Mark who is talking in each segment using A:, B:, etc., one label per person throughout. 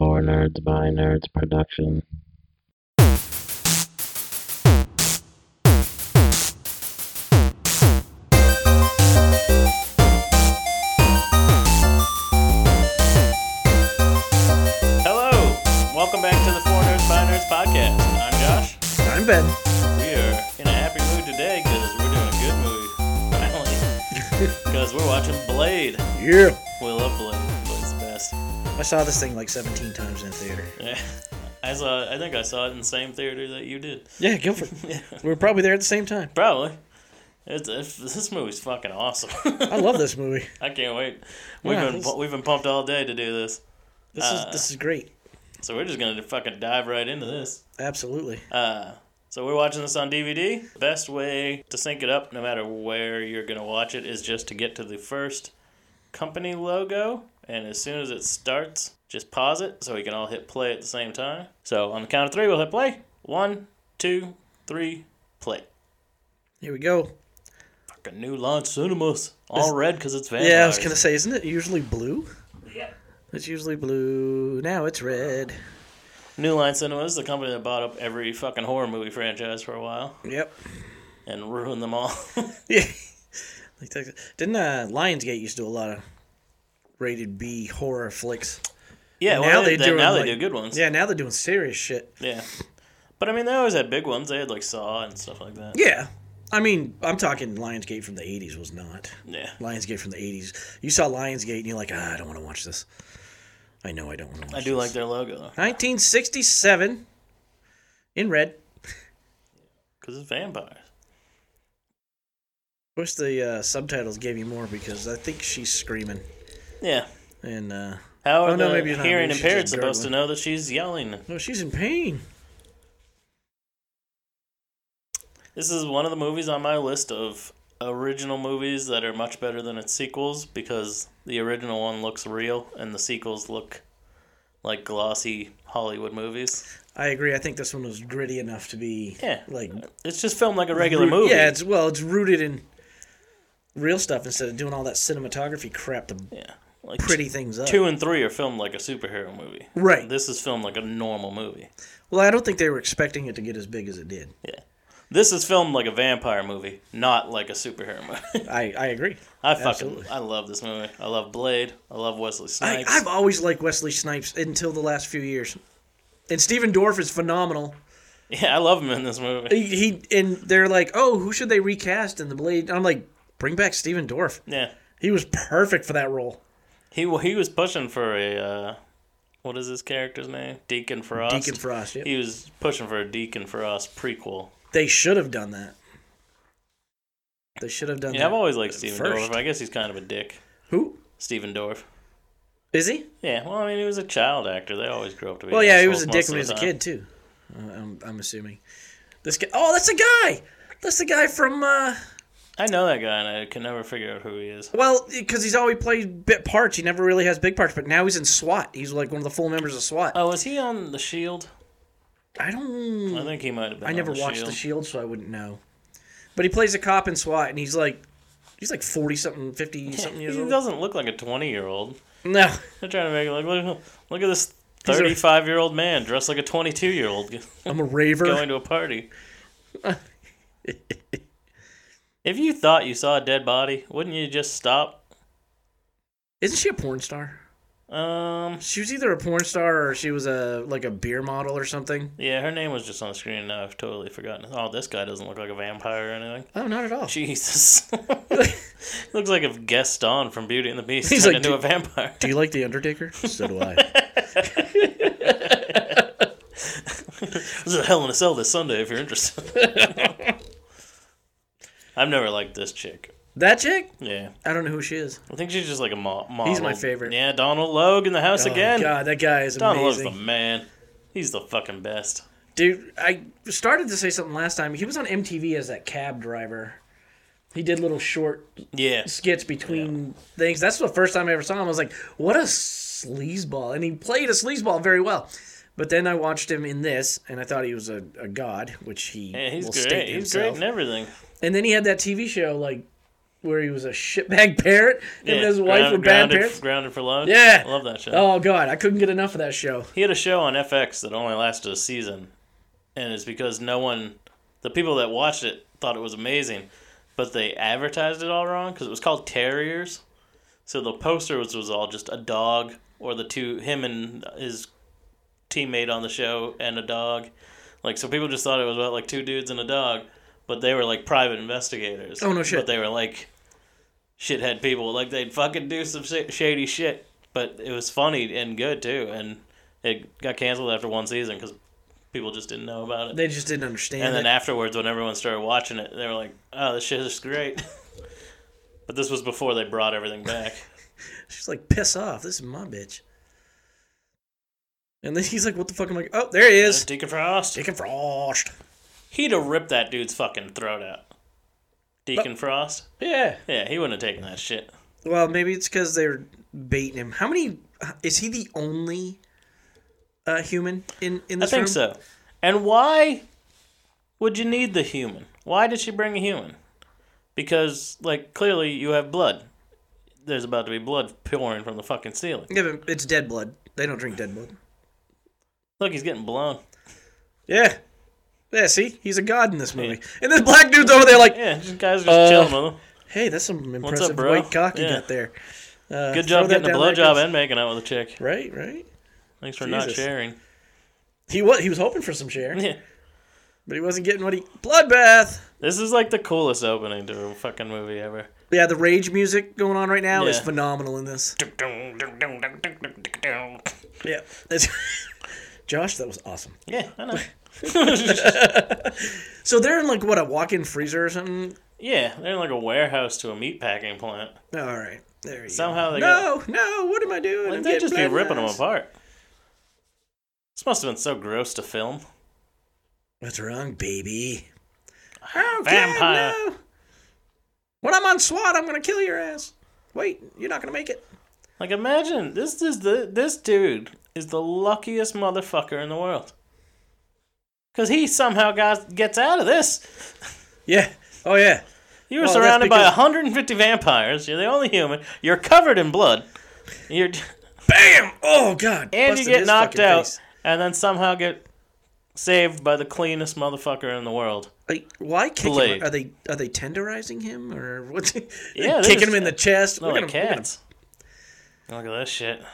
A: Nerds by Nerds production.
B: Hello! Welcome back to the Four Nerds by Nerds podcast. I'm Josh.
C: I'm Ben.
B: We are in a happy mood today because we're doing a good movie. Finally. Because we're watching Blade.
C: Yeah.
B: We love Blade. Blade's the best.
C: I saw this thing like 17 times in the theater.
B: Yeah. I saw. I think I saw it in the same theater that you did.
C: Yeah, Guilford. we were probably there at the same time.
B: Probably. It's, it's, this movie's fucking awesome.
C: I love this movie.
B: I can't wait. We've
C: Yeah,
B: been
C: this-
B: we've been pumped all day to do this,
C: This is this is great.
B: so we're just gonna fucking dive right into this.
C: Absolutely.
B: Uh, so we're watching this on DVD. Best way to sync it up, no matter where you're gonna watch it, is just to get to the first company logo, and as soon as it starts, just pause it so we can all hit play at the same time. So on the count of three, we'll hit play. One, two, three, play.
C: Here we go.
B: Fucking new launch cinemas, all red because it's vampires.
C: Yeah, I was gonna say, isn't it usually blue?
B: Yeah.
C: It's usually blue. Now it's red.
B: New Line Cinemas, the company that bought up every fucking horror movie franchise for a while
C: Yep.
B: and ruined them all.
C: Yeah. Like that- Didn't uh, Lionsgate used to do a lot of rated B horror flicks?
B: yeah,
C: Now
B: well,
C: they
B: they,
C: doing,
B: now they
C: like-
B: do good ones.
C: Yeah. Now they're doing serious shit.
B: Yeah. But I mean, they always had big ones. They had like Saw and stuff like that.
C: Yeah. I mean, I'm talking Lionsgate from the 80s was not.
B: Yeah.
C: Lionsgate from the 80s. You saw Lionsgate and you're like, ah, I don't want to watch this. I know I don't want to watch
B: I do
C: this.
B: like their logo though,
C: 1967 in red.
B: because it's vampires.
C: I wish the uh, subtitles gave you more because I think she's screaming.
B: Yeah.
C: And, uh,
B: How are
C: Oh, no,
B: the
C: maybe it's not.
B: hearing
C: Maybe she's
B: impaired
C: just
B: supposed to
C: gurgling.
B: know that she's yelling?
C: oh, she's in pain.
B: This is one of the movies on my list of original movies that are much better than its sequels because the original one looks real and the sequels look like glossy Hollywood movies.
C: I agree. I think this one was gritty enough to be,
B: Yeah.
C: like,
B: It's just filmed like a regular
C: root-
B: movie.
C: Yeah, it's, well, it's rooted in real stuff instead of doing all that cinematography crap to
B: yeah. Like
C: pretty things up.
B: Two and three are filmed like a superhero movie.
C: Right.
B: This is filmed like a normal movie.
C: Well, I don't think they were expecting it to get as big as it did.
B: Yeah. This is filmed like a vampire movie, not like a superhero movie.
C: I, I agree.
B: I fucking
C: Absolutely.
B: I love this movie. I love Blade. I love Wesley
C: I,
B: Snipes.
C: I've always liked Wesley Snipes until the last few years. And Steven Dorff is phenomenal.
B: yeah, I love him in this movie.
C: He, he and they're like, oh, who should they recast in the Blade? I'm like, bring back Steven Dorff.
B: Yeah.
C: He was perfect for that role.
B: He wa- he was pushing for a uh, what is his character's name? Deacon Frost.
C: Deacon Frost. Yep.
B: He was pushing for a Deacon Frost prequel.
C: They should have done that. They should have done
B: Yeah,
C: that.
B: I've always liked Steven
C: first.
B: Dorff. I guess he's kind of a dick.
C: who
B: Steven Dorff.
C: is he?
B: Yeah, well, I mean, he was a child actor. They always grow up to be.
C: Well, yeah, he was a
B: assholes
C: dick
B: most
C: when he
B: of
C: was
B: the
C: a
B: time.
C: kid too. Uh, I'm, I'm assuming. This guy. Oh, that's the guy. That's the guy from. Uh,
B: I know that guy, and I can never figure out who he is.
C: Well, because he's always played bit parts. He never really has big parts, but now he's in SWAT. He's like one of the full members of SWAT.
B: Oh, was he on The Shield?
C: I
B: I
C: don't.
B: think he might have been.
C: Hmm. I
B: on
C: never
B: the
C: watched
B: Shield.
C: The Shield, so I wouldn't know. But he plays a cop in SWAT, and he's like, he's like forty something, fifty something years
B: he
C: old.
B: doesn't look like a 20 year old.
C: No,
B: They're trying to make it look, look, look at this
C: He's a-
B: 35 year old man dressed like a 22 year old
C: I'm a raver.
B: going to a party. if you thought you saw a dead body, wouldn't you just stop?
C: Isn't she a porn star?
B: Um,
C: She was either a porn star or she was a like a beer model or something.
B: yeah, her name was just on the screen, and I've totally forgotten. Oh, this guy doesn't look like a vampire or anything.
C: Oh, not at all.
B: Jesus, looks like if Gaston from Beauty and the Beast
C: He's
B: turned
C: like,
B: into a
C: "Dude-
B: vampire.
C: Do you like the Undertaker? so do I.
B: This is a Hell in a Cell this Sunday if you're interested. I've never liked this chick.
C: That chick?
B: Yeah.
C: I don't know who she is.
B: I think she's just like a mo- model.
C: He's my favorite.
B: Yeah, Donald Logue in the house again.
C: Oh, God, that guy is
B: Donald
C: amazing.
B: Logue's the man. He's the fucking best.
C: Dude, I started to say something last time. He was on MTV as that cab driver. He did little short
B: Yeah.
C: skits between things. That's the first time I ever saw him. I was like, what a sleazeball. And he played a sleazeball very well. But then I watched him in this, and I thought he was a, a god, which he
B: Yeah, he's
C: will state
B: great.
C: to
B: He's
C: himself.
B: great in everything.
C: And then he had that TV show, like where he was a shitbag parrot and his wife
B: Ground-
C: were bad
B: grounded,
C: parents.
B: Grounded for love.
C: Yeah.
B: I love that show.
C: Oh god, I couldn't get enough of that show.
B: He had a show on FX that only lasted a season, and it's because no one, the people that watched it thought it was amazing, but they advertised it all wrong because it was called Terriers. So the poster was, was all just a dog or the two him and his teammate on the show and a dog, like so people just thought it was about like two dudes and a dog, but they were like private investigators.
C: Oh, no shit.
B: But they were like shithead people. Like they'd fucking do some sh- shady shit, but it was funny and good too. And it got canceled after one season because people just didn't know about it.
C: They just didn't understand.
B: and then
C: it.
B: afterwards, when everyone started watching it, they were like, "Oh, this shit is great." but this was before they brought everything back.
C: she's like, "Piss off, this is my bitch." And then he's like, "What the fuck?" I'm like, "Oh, there he is,
B: Deacon Frost.
C: Deacon Frost."
B: He'd have ripped that dude's fucking throat out. Deacon Frost.
C: Yeah.
B: Yeah, he wouldn't have taken that shit.
C: Well, maybe it's because they were baiting him. How many? Is he the only uh, human in in
B: I
C: this
B: think
C: room?
B: so. And why would you need the human? Why did she bring a human? Because, like, clearly you have blood. There's about to be blood pouring from the fucking ceiling.
C: Yeah, but it's dead blood. They don't drink dead blood.
B: Look, he's getting blown.
C: Yeah. Yeah, see? He's a god in this movie. And this black dude's over there like,
B: Yeah, these guys are just
C: Uh,
B: chilling with him.
C: hey, that's some impressive
B: bro?
C: white cock you
B: Yeah.
C: got there. Uh,
B: Good job
C: throw that
B: getting a
C: down there,
B: blowjob
C: guys.
B: and making out with a chick.
C: Right, right.
B: Thanks for not
C: Jesus.
B: sharing.
C: He was, he was hoping for some share,
B: Yeah.
C: but he wasn't getting what he... Bloodbath!
B: This is like the coolest opening to a fucking movie ever.
C: Yeah, the rage music going on right now is
B: Yeah.
C: phenomenal in this. Yeah. It's- Josh, that was awesome.
B: Yeah, I know.
C: So they're in like, what, a walk-in freezer or something?
B: yeah, they're in like a warehouse to a meat packing plant.
C: All right. There you
B: Somehow
C: go.
B: they
C: No, no, what am I doing?
B: Like
C: I'm
B: they
C: getting
B: just be
C: blood
B: ripping them
C: eyes.
B: apart. This must have been so gross to film.
C: What's wrong, baby? Oh,
B: Vampire.
C: God, no. When I'm on SWAT, I'm gonna kill your ass. Wait, you're not gonna make it.
B: Like imagine this is the this dude is the luckiest motherfucker in the world. Cause he somehow got gets out of this.
C: Yeah. Oh yeah.
B: You were
C: Well, that's
B: surrounded by
C: because-
B: 150 vampires. You're the only human. You're covered in blood. You're
C: Bam! Oh God.
B: and you
C: Busted
B: get
C: his
B: knocked
C: fucking
B: out,
C: face.
B: and then somehow get saved by the cleanest motherfucker in the world.
C: Like, why kick
B: Blade.
C: him? Are they are they tenderizing him or what's?
B: Yeah,
C: Yeah,
B: they
C: kicking
B: just-
C: him in the chest.
B: Not
C: Look at
B: like
C: him, look at him.
B: cats. Look at this shit.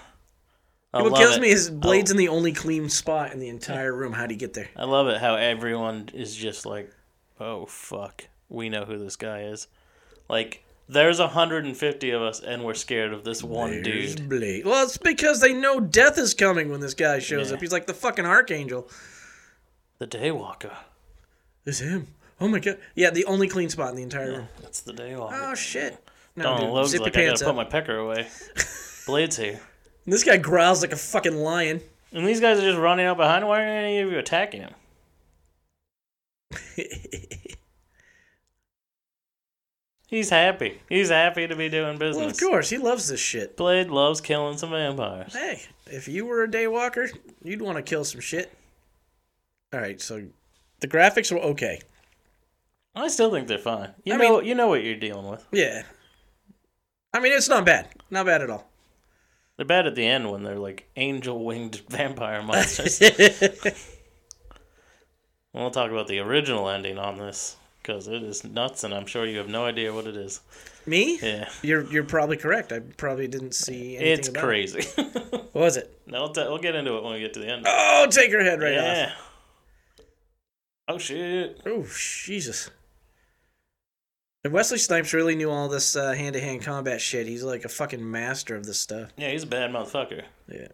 B: I
C: What
B: love
C: kills
B: it.
C: me is Blade's in the only clean spot in the entire room. How'd he get there?
B: I love it how everyone is just like, oh fuck, we know who this guy is. Like, there's 150 of us, and we're scared of this one
C: There's
B: dude.
C: Blade. Well, it's because they know death is coming when this guy shows
B: Yeah.
C: up. He's like the fucking archangel.
B: The Daywalker.
C: It's him. Oh my god. Yeah, the only clean spot in the entire room.
B: That's the Daywalker.
C: Oh shit. No,
B: Donald
C: dude,
B: Logue's
C: zip
B: like,
C: your
B: I
C: pants
B: gotta
C: up.
B: put my pecker away. Blade's here.
C: And this guy growls like a fucking lion.
B: And these guys are just running out behind him. Why aren't any of you attacking him? He's happy. He's happy to be doing
C: well, of
B: business.
C: course, he loves this shit.
B: Blade loves killing some vampires.
C: Hey, if you were a daywalker, you'd want to kill some shit. All right, so the graphics were okay.
B: I still think they're fine. You
C: I
B: know, you know what you're dealing with.
C: Yeah. I mean, it's not bad. Not bad at all.
B: They're bad at the end when they're like angel winged vampire monsters. And we'll talk about the original ending on this because it is nuts, and I'm sure you have no idea what it is.
C: Me?
B: Yeah,
C: You're you're probably correct. I probably didn't see anything
B: it's
C: about
B: crazy.
C: It. What was it?
B: no, we'll, t- we'll get into it when we get to the end.
C: Oh, take her head right off.
B: yeah. Oh shit!
C: Oh, Jesus. And Wesley Snipes really knew all this uh, hand-to-hand combat shit. He's like a fucking master of this stuff.
B: Yeah, he's a bad motherfucker,
C: Yeah.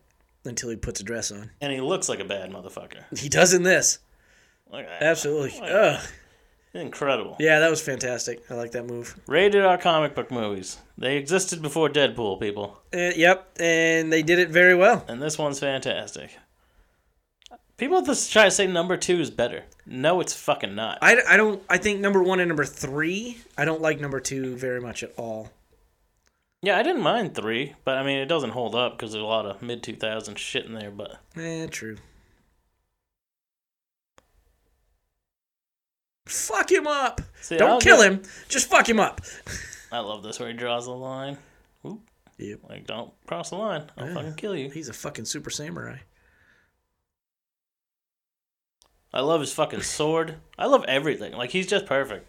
C: Until he puts a dress on.
B: and he looks like a bad motherfucker.
C: He does in this.
B: Look at that.
C: Absolutely.
B: Oh,
C: Ugh.
B: Incredible.
C: Yeah, that was fantastic. I like that move.
B: Rated R comic book movies. They existed before Deadpool, people,
C: Uh, yep, and they did it very well.
B: and this one's fantastic. People just try to say number two is better. No, it's fucking not.
C: I, I don't I think number 1 and number 3, I don't like number 2 very much at all.
B: Yeah, I didn't mind three, but I mean, it doesn't hold up because there's a lot of mid 2000 shit in there. But
C: Eh, true. Fuck him up.
B: See,
C: don't
B: I'll
C: kill
B: get-
C: him. Just fuck him up.
B: I love this where he draws the line. Oop.
C: Yep.
B: Like, don't cross the line. I'll
C: Yeah.
B: fucking kill you.
C: He's a fucking super samurai.
B: I love his fucking sword. I love everything. Like, he's just perfect.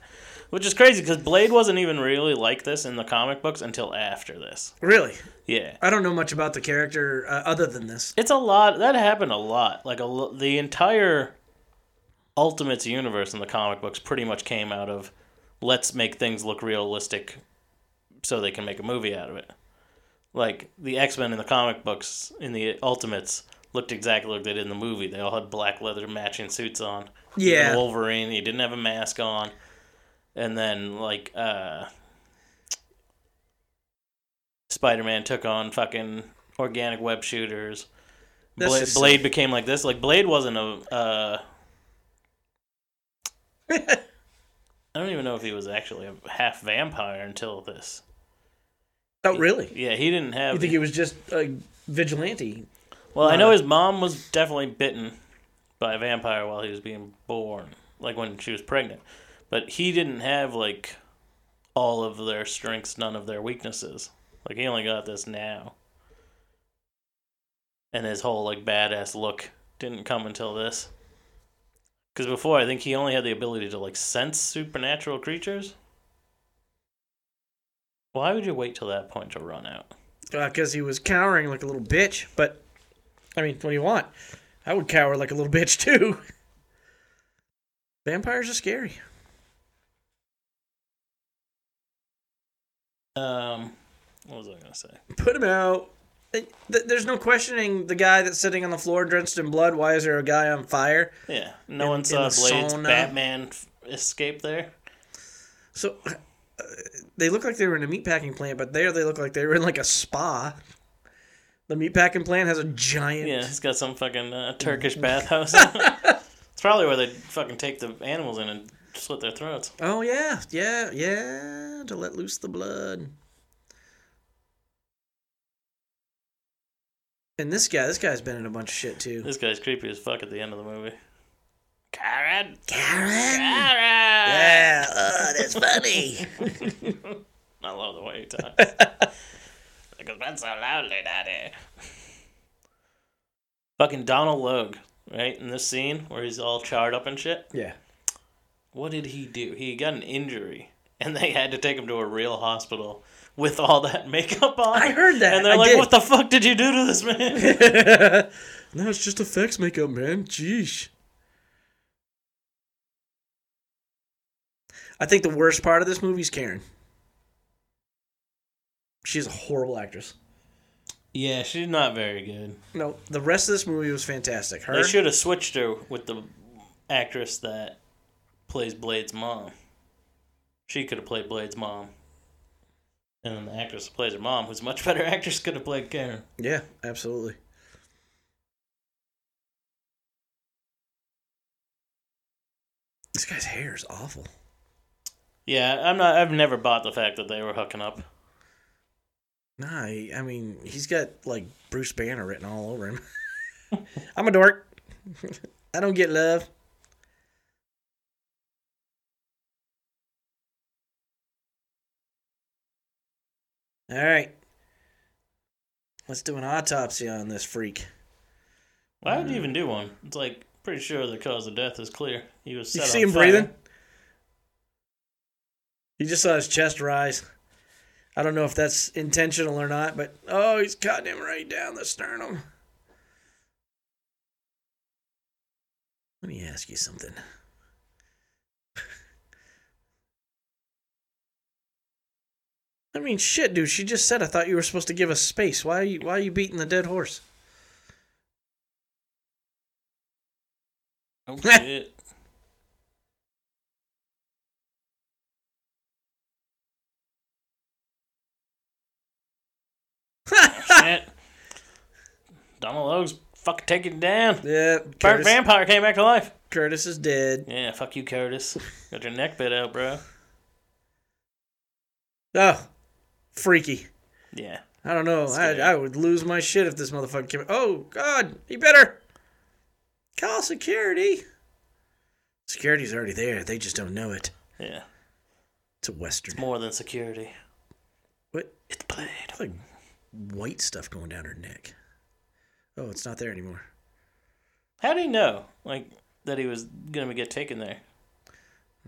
B: Which is crazy because Blade wasn't even really like this in the comic books until after this.
C: Really,
B: Yeah.
C: I don't know much about the character uh, other than this.
B: It's a lot. That happened a lot. Like a lo- the entire Ultimates universe in the comic books pretty much came out of let's make things look realistic so they can make a movie out of it. Like the X Men in the comic books in the Ultimates looked exactly like they did in the movie. They all had black leather matching suits on. Even
C: Yeah.
B: Wolverine, he didn't have a mask on. And then like uh Spider-Man took on fucking organic web shooters.
C: That's
B: Bla-
C: just-
B: Blade became like this. Like Blade wasn't a. Uh, I don't even know if he was actually a half vampire until this.
C: Oh, really?
B: Yeah, he didn't have.
C: You think he was just a vigilante?
B: well, I know his mom was definitely bitten by a vampire while he was being born, like when she was pregnant. But he didn't have like all of their strengths, none of their weaknesses. Like he only got this now. And his whole like badass look didn't come until this. Cuz before I think he only had the ability to like sense supernatural creatures. Why would you wait till that point to run out?
C: Because he was cowering like a little bitch. But I mean, what do you want? I would cower like a little bitch too. Vampires are scary.
B: Um what was I going to say?
C: put him out. Th- There's no questioning the guy that's sitting on the floor drenched in blood. Why is there a guy on fire?
B: Yeah, no
C: In-
B: one
C: in
B: saw
C: the
B: Blade's
C: sauna.
B: Batman f- escape there.
C: So uh, they look like they were in a meatpacking plant, but there they look like they were in like a spa. The meatpacking plant has a giant.
B: Yeah, he's got some fucking uh, Turkish bathhouse. it's probably where they fucking take the animals in and slit their throats.
C: Oh yeah, yeah, yeah. To let loose the blood. And this guy, this guy's been in a bunch of shit too.
B: This guy's creepy as fuck at the end of the movie. Karen!
C: Karen.
B: Karen!
C: Yeah, oh, that's funny.
B: I love the way he talks. Because that's so loudly, daddy. Fucking Donald Logue, right? In this scene where he's all charred up and shit.
C: yeah.
B: What did he do? He got an injury, and they had to take him to a real hospital with all that makeup on.
C: I heard that.
B: And they're
C: I
B: like,
C: did.
B: "What the fuck did you do to this man?"
C: No, it's just effects makeup, man. Jeez. I think the worst part of this movie is Karen. She's a horrible actress.
B: yeah, she's not very good.
C: No, the rest of this movie was fantastic. Her,
B: They should have switched her with the actress that plays Blade's mom. She could have played Blade's mom, and then the actress that plays her mom, who's a much better actress, could have played Karen.
C: yeah, absolutely. This guy's hair is awful.
B: Yeah, I'm not. I've never bought the fact that they were hooking up.
C: Nah, he, I mean, he's got like Bruce Banner written all over him. I'm a dork. I don't get love. All right. Let's do an autopsy on this freak.
B: Why
C: Mm-hmm.
B: would you even do one? It's like pretty sure the cause of death is clear. He was.
C: You
B: set
C: see
B: on
C: him
B: fire.
C: breathing? You just saw his chest rise. I don't know if that's intentional or not, but oh, he's cutting him right down the sternum. Let me ask you something. I mean, shit, dude. She just said I thought you were supposed to give us space. Why are you? Why are you beating the dead horse?
B: Oh shit! Oh, shit! Donald Logue's fucking taken down.
C: yeah,
B: Burnt
C: Curtis,
B: vampire came back to life.
C: Curtis is dead.
B: Yeah, fuck you, Curtis. Got your neck bit out, bro.
C: Oh, freaky.
B: Yeah.
C: I don't know. I,
B: Scary.
C: I would lose my shit if this motherfucker came. Oh God, he better call security. Security's already there. They just don't know it.
B: Yeah.
C: It's a western.
B: More than security.
C: What?
B: It's played.
C: It's like white stuff going down her neck. Oh, it's not there anymore.
B: How do he know, like, that he was gonna get taken there?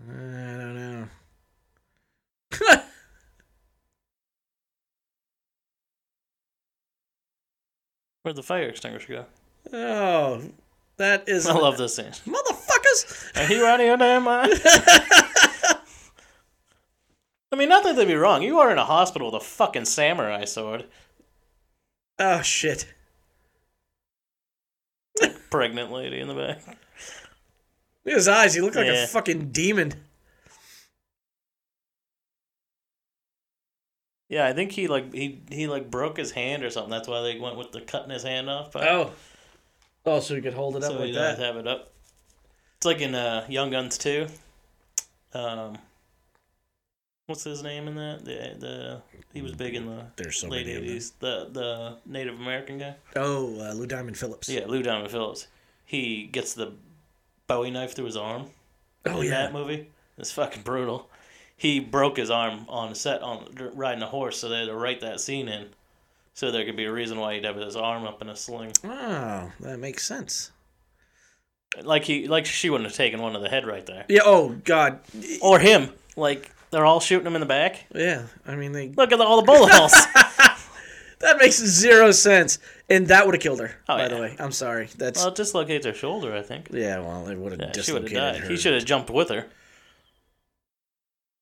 C: I don't know.
B: Where'd the fire extinguisher go?
C: Oh, that is
B: I love this scene.
C: motherfuckers.
B: Are you out of your damn mind? I mean, not that they'd be wrong. You are in a hospital with a fucking samurai sword,
C: Oh shit.
B: pregnant lady in the back.
C: Look at his eyes. He looked like
B: Yeah.
C: a fucking demon.
B: Yeah, I think he like he he like broke his hand or something. That's why they went with the cutting his hand off. But
C: Oh. Oh, so he could hold it up
B: so
C: like
B: he does
C: that.
B: have it up. It's like in uh, Young Guns too. Um, what's his name in that? The the he was big in the
C: There's so
B: late
C: many of them.
B: eighties. The the Native American guy.
C: Oh, uh, Lou Diamond Phillips.
B: Yeah, Lou Diamond Phillips. He gets the Bowie knife through his arm.
C: Oh
B: in
C: yeah.
B: that movie. It's fucking brutal. He broke his arm on set on riding a horse, so they had to write that scene in, so there could be a reason why he'd have his arm up in a sling.
C: Oh, that makes sense.
B: Like he, like she wouldn't have taken one of the head right there,
C: Yeah. Oh God.
B: or him. Like they're all shooting him in the back.
C: Yeah. I mean, they.
B: Look at all the bullet holes.
C: That makes zero sense. And that would have killed her.
B: Oh,
C: by
B: yeah.
C: the way, I'm sorry. That's
B: well, it dislocates her shoulder, I think.
C: yeah. Well, it would have
B: Yeah, she would have
C: dislocated
B: died.
C: her.
B: He should have jumped with her.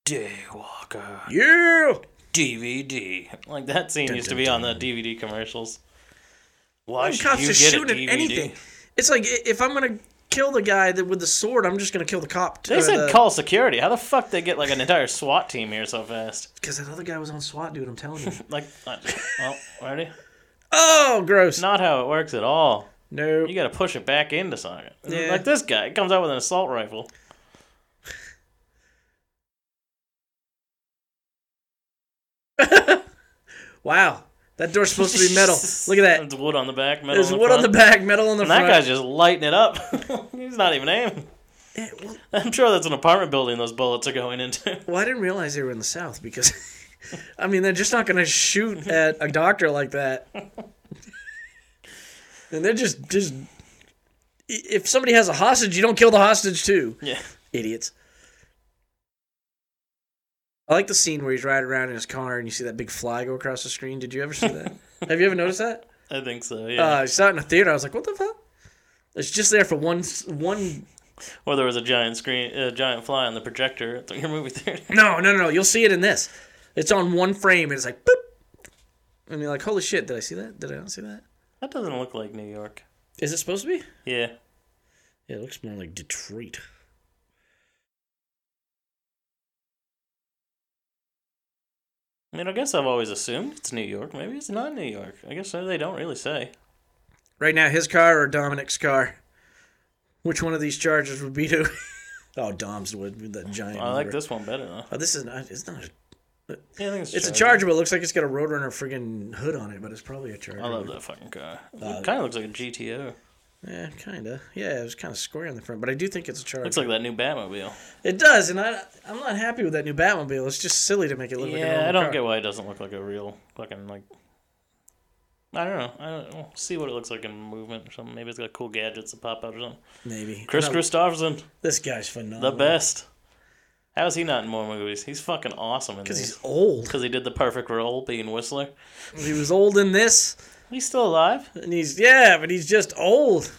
B: Daywalker
C: Yeah.
B: DVD. Like that scene
C: Dun,
B: used
C: dun,
B: to be on the
C: dun.
B: DVD commercials. Why
C: Them
B: should
C: cops
B: you
C: just
B: get a
C: shooting
B: DVD?
C: at anything. It's like i- if I'm gonna kill the guy that with the sword, I'm just gonna kill the cop.
B: They said call security. How the fuck they get like an entire SWAT team here so fast?
C: because that other guy was on SWAT, dude. I'm telling you.
B: Like, uh, well, ready?
C: oh, gross.
B: Not how it works at all.
C: No.
B: You got to push it back into something.
C: Yeah.
B: Like this guy comes out with an assault rifle.
C: Wow. That door's supposed to be metal. Look at that.
B: There's wood on the back. Metal
C: There's
B: on the
C: wood on the
B: front.
C: back, metal on the
B: And that
C: front.
B: guy's just lighting it up. He's not even aiming.
C: Yeah, well,
B: I'm sure that's an apartment building those bullets are going into.
C: well, I didn't realize they were in the South because, I mean, they're just not going to shoot at a doctor like that. and they're just, just, i- if somebody has a hostage, you don't kill the hostage too.
B: yeah.
C: Idiots. I like the scene where he's riding around in his car and you see that big fly go across the screen. Did you ever see that? Have you ever noticed that?
B: I think so. Yeah.
C: Uh, I saw it in a theater. I was like, what the fuck? It's just there for one, s- one
B: or there was a giant screen, a giant fly on the projector at your movie theater.
C: No, no, no, no. You'll see it in this. It's on one frame. And it's like boop, and you're like, "Holy shit! Did I see that? Did I not see that?
B: That doesn't look like New York.
C: Is it supposed to be?
B: Yeah.
C: Yeah, it looks more like Detroit."
B: I mean, I guess I've always assumed it's New York. Maybe it's not New York. I guess they don't really say.
C: Right now, his car or Dominic's car? Which one of these charges would be to? oh, Dom's would with that giant.
B: I like
C: motor.
B: this one better though.
C: Oh, this is not. It's not. A,
B: Yeah, I think it's,
C: it's a Charger, but it looks like it's got a Roadrunner friggin' hood on it. But it's probably a Charger. Uh,
B: I love that fucking car. It kind of looks like a GTO.
C: Yeah, kinda. Yeah, it was kind of square in the front, but I do think it's a Charger.
B: Looks like that new Batmobile.
C: it does, and I, I'm not happy with that new Batmobile. It's just silly to make it look like a
B: Yeah,
C: normal
B: I don't
C: car.
B: get why it doesn't look like a real fucking like. I don't know. I don't we'll see what it looks like in movement or something. Maybe it's got cool gadgets that pop out or something.
C: Maybe
B: Chris
C: No,
B: Christopherson,
C: This guy's
B: the
C: phenomenal.
B: best. How is he not in more movies? He's fucking awesome in
C: Because
B: these.
C: he's old.
B: Because he did the perfect role being Whistler.
C: He was old in this,
B: He's still alive.
C: and he's yeah, but he's just old.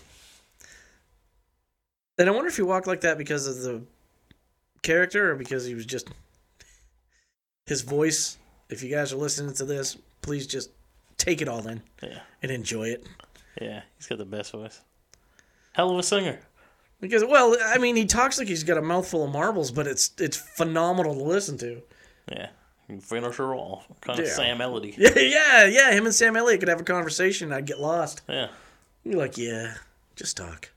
C: And I wonder if he walked like that because of the character, or because he was just his voice. If you guys are listening to this, please just take it all in
B: Yeah.
C: and enjoy it.
B: Yeah, he's got the best voice. Hell of a singer.
C: Because well, I mean, he talks like he's got a mouthful of marbles, but it's it's phenomenal to listen to.
B: Yeah, you can finish her off. Kind of
C: Yeah.
B: Sam Elodie. Yeah.
C: Yeah, yeah, yeah. Him and Sam Elliott could have a conversation. I'd get lost. You're like, yeah, just talk.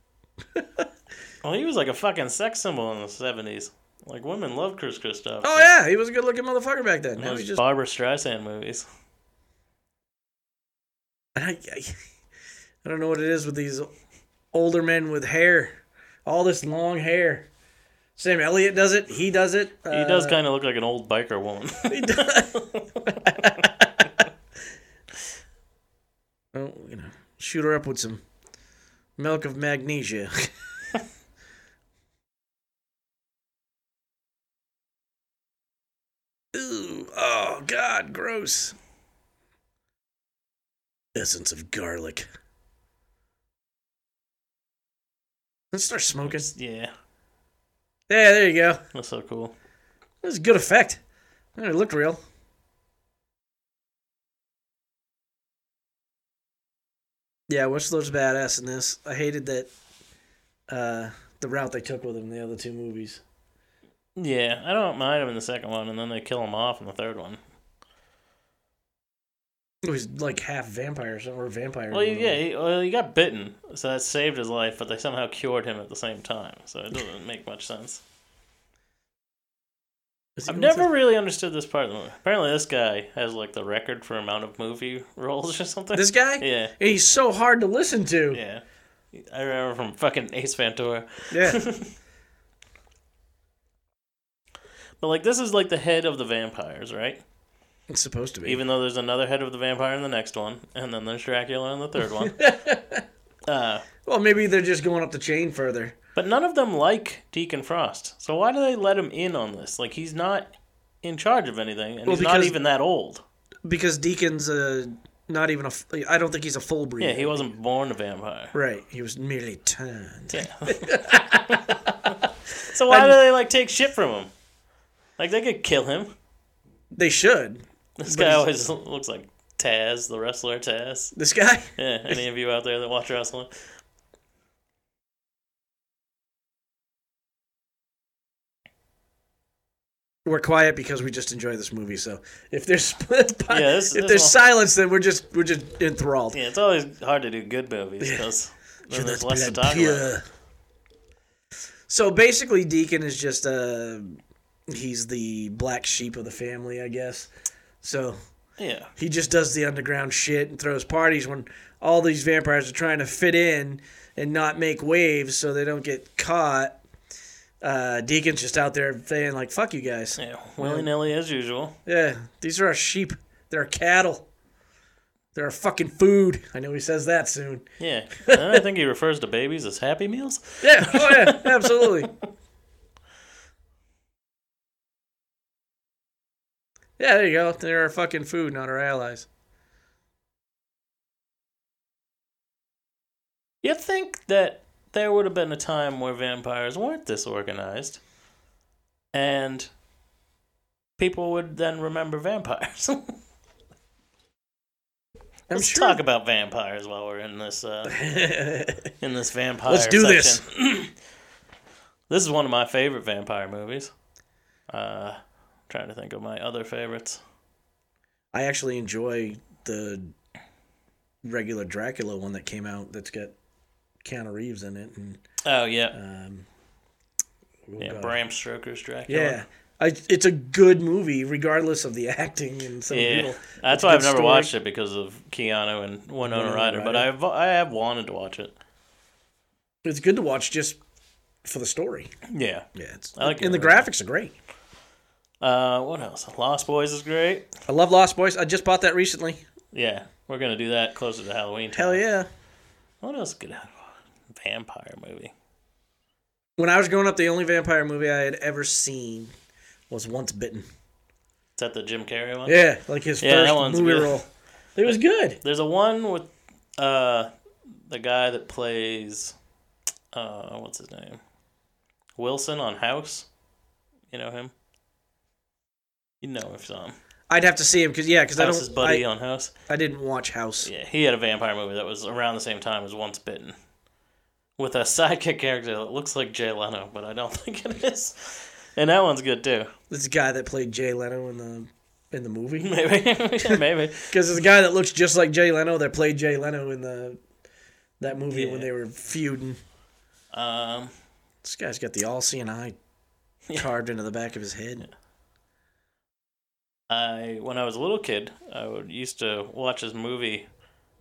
B: Well, he was like a fucking sex symbol in the seventies. Like women love Chris Christopherson.
C: Oh yeah, he was a good looking motherfucker back then.
B: In
C: Now
B: those
C: he's just
B: Barbara Streisand movies.
C: and I, I, I don't know what it is with these older men with hair, all this long hair. Sam Elliott does it. He does it. Uh,
B: He does kind of look like an old biker woman.
C: He does. well, you know, shoot her up with some milk of magnesia. Ooh, oh God, gross. Essence of garlic. Let's start smoking.
B: yeah,
C: Yeah, there you go.
B: that's so cool.
C: That was a good effect. Yeah, It looked real. Yeah, Whistler's badass in this. I hated that uh, the route they took with him in the other two movies.
B: Yeah, I don't mind him in the second one, and then they kill him off in the third one.
C: He was like half vampire or something, or vampire.
B: Well, he- yeah, he, well, he got bitten, so that saved his life, but they somehow cured him at the same time, so it doesn't make much sense.
C: Is he
B: I've
C: going
B: never
C: through-
B: really understood this part of the movie. Apparently, this guy has like the record for amount of movie roles or something.
C: This guy?
B: Yeah,
C: He's so hard to listen to.
B: yeah. I remember from fucking Ace Ventura.
C: Yeah.
B: But like, this is like the head of the vampires, right?
C: it's supposed to be.
B: even though there's another head of the vampire in the next one, and then there's Dracula in the third one. uh,
C: well, maybe they're just going up the chain further.
B: but none of them like Deacon Frost, so why do they let him in on this? Like he's not in charge of anything, and
C: Well,
B: he's not
C: because-
B: even that old.
C: Because Deacon's uh, not even a. f- I don't think he's a full breeder.
B: Yeah, he wasn't born a vampire.
C: Right. He was merely turned.
B: Yeah. so why do they like take shit from him? Like they could kill him.
C: They should.
B: This
C: But
B: guy
C: he's-
B: always looks like Taz, the wrestler Taz.
C: This guy?
B: Yeah, any of you out there that watch wrestling?
C: We're quiet because we just enjoy this movie. So if there's yeah,
B: this-
C: if
B: this
C: there's
B: one-
C: silence, then we're just we're just enthralled.
B: Yeah, it's always hard to do good movies because
C: Sure,
B: there's
C: that's
B: less to
C: blood
B: talk about.
C: pure. So basically, Deacon is just uh he's the black sheep of the family, I guess. So
B: Yeah.
C: he just does the underground shit and throws parties when all these vampires are trying to fit in and not make waves so they don't get caught. Uh, Deacon's just out there saying like, "Fuck you guys."
B: Yeah, willy nilly as usual.
C: Yeah, these are our sheep. They're our cattle. They're our fucking food. I know he says that soon.
B: Yeah, and I think he refers to babies as Happy Meals.
C: Yeah, oh yeah, absolutely. Yeah, there you go. They're our fucking food, not our allies.
B: You'd think that there would have been a time where vampires weren't this organized, and people would then remember vampires.
C: I'm
B: Let's
C: sure.
B: talk about vampires while we're in this uh, in this vampire.
C: Let's do this.
B: this. this is one of my favorite vampire movies. Uh, trying to think of my other favorites.
C: I actually enjoy the regular Dracula one that came out that's got Keanu Reeves in it and
B: Oh yeah,
C: um, oh,
B: yeah.
C: God.
B: Bram Stoker's Dracula.
C: yeah. I, it's a good movie, regardless of the acting and some
B: Yeah,
C: people.
B: that's
C: a
B: why I've
C: good
B: never
C: story.
B: watched it because of Keanu and Winona
C: Winona
B: Ryder. But
C: Ryder.
B: I've I have wanted to watch it.
C: It's good to watch just for the story.
B: Yeah.
C: Yeah, it's,
B: I like
C: and the
B: it a lot.
C: graphics are great.
B: Uh, what else? Lost Boys is great.
C: I love Lost Boys. I just bought that recently.
B: Yeah, we're gonna do that closer to Halloween. Time.
C: Hell yeah!
B: What else good vampire movie?
C: When I was growing up, the only vampire movie I had ever seen was Once Bitten.
B: Is that the Jim Carrey one?
C: Yeah, like his
B: Yeah, that one's
C: first movie
B: good.
C: role. It was good.
B: There's a one with uh the guy that plays uh what's his name Wilson on House. You know him. You know him from
C: I'd have to see him because yeah, because I
B: House's
C: don't.
B: buddy
C: I,
B: on House.
C: I didn't watch House.
B: Yeah, he had a vampire movie that was around the same time as Once Bitten, with a sidekick character that looks like Jay Leno, but I don't think it is. And that one's good too.
C: This guy that played Jay Leno in the in the movie
B: Maybe, Yeah, maybe.
C: because there's a guy that looks just like Jay Leno that played Jay Leno in the that movie
B: Yeah.
C: when they were feuding.
B: Um,
C: This guy's got the all-seeing eye carved into the back of his head.
B: I when I was a little kid, I would, used to watch this movie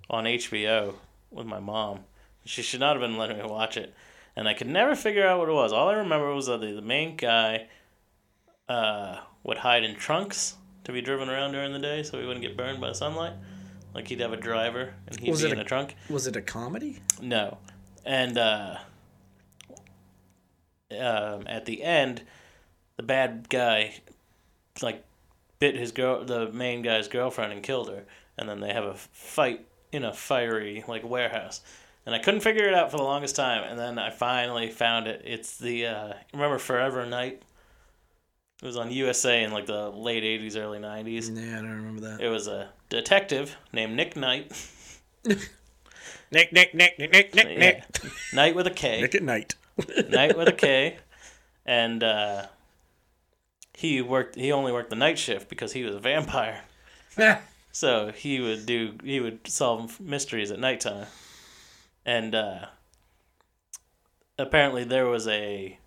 B: on HBO with my mom. She should not have been letting me watch it. and I could never figure out what it was. All I remember was that the, the main guy uh, would hide in trunks to be driven around during the day so he wouldn't get burned by sunlight. Like he'd have a driver and he'd
C: Was
B: be
C: it
B: in
C: a-
B: a trunk.
C: Was it a comedy?
B: No. And uh, um, at the end, the bad guy like bit his girl, the main guy's girlfriend, and killed her. And then they have a fight in a fiery like warehouse. And I couldn't figure it out for the longest time. And then I finally found it. It's the uh, remember Forever Night. It was on USA in like the late '80s, early '90s.
C: Yeah, I don't remember that.
B: It was a detective named Nick Knight.
C: Nick, Nick, Nick, Nick, Nick, Nick,
B: Yeah. Knight with a K.
C: Nick at night.
B: night with a K, and uh, he worked. He only worked the night shift because he was a vampire. So he would do. He would solve mysteries at nighttime, and uh, apparently there was a.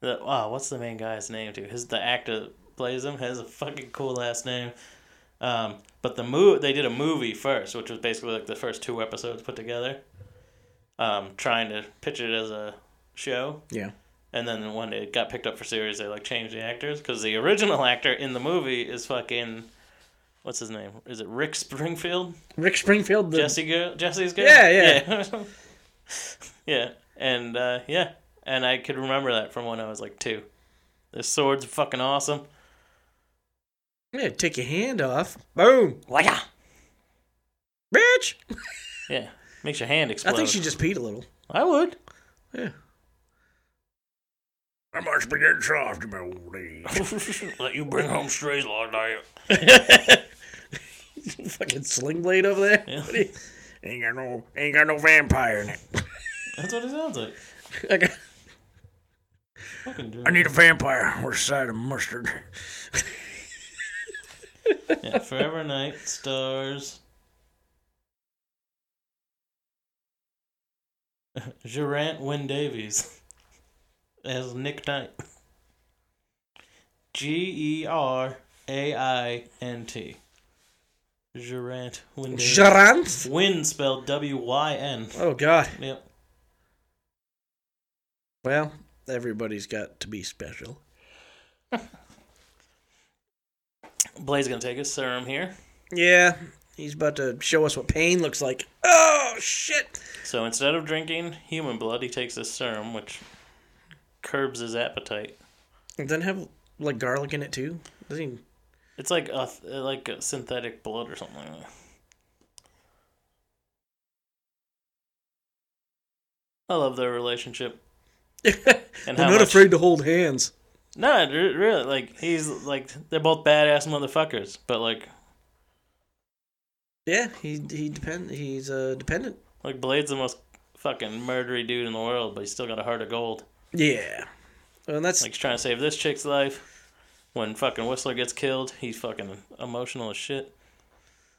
B: The, oh, what's the main guy's name? Too his the actor that plays him has a fucking cool ass name. Um, but the move they did a movie first, which was basically like the first two episodes put together. Um, trying to pitch it as a show,
C: yeah.
B: and then when it got picked up for series, they like changed the actors because the original actor in the movie is fucking, what's his name? Is it Rick Springfield?
C: Rick Springfield. The,
B: Jesse, girl, Jesse's girl.
C: Yeah, yeah.
B: yeah. Yeah, and uh, yeah, and I could remember that from when I was like two. This sword's fucking awesome.
C: Yeah, take your hand off. Boom.
B: Yeah,
C: Bitch.
B: yeah, makes your hand explode.
C: I think she just peed a little.
B: I would.
C: Yeah.
D: I must be getting soft, my old lady.
B: Let you bring home strays all night.
C: Fucking sling blade over there.
B: Yeah.
C: What are you-
D: Ain't got no, ain't got no vampire in it.
B: That's what it sounds like.
C: I got-
B: Fucking
D: I
B: dude.
D: need a vampire with a side of mustard.
B: Yeah, forever night stars. Geraint Win Davies as Nick Knight. G E R A I N T. Geraint Win Davies.
C: Jarant.
B: Win spelled W Y N.
C: Oh God.
B: Yep.
C: Well, everybody's got to be special.
B: Blaze gonna take his serum here.
C: Yeah. He's about to show us what pain looks like. Oh shit.
B: So instead of drinking human blood, he takes this serum, which curbs his appetite.
C: It doesn't have like garlic in it too. Doesn't even...
B: It's like a th- uh, like a synthetic blood or something like that. I love their relationship and
C: They're
B: how
C: not
B: much.
C: afraid to hold hands.
B: No, re- really, like he's like they're both badass motherfuckers, but like
C: Yeah, he he depend he's uh dependent.
B: like Blade's the most fucking murdery dude in the world, but he's still got a heart of gold.
C: Yeah. Well, and that's
B: Like he's trying to save this chick's life. When fucking Whistler gets killed, he's fucking emotional as shit,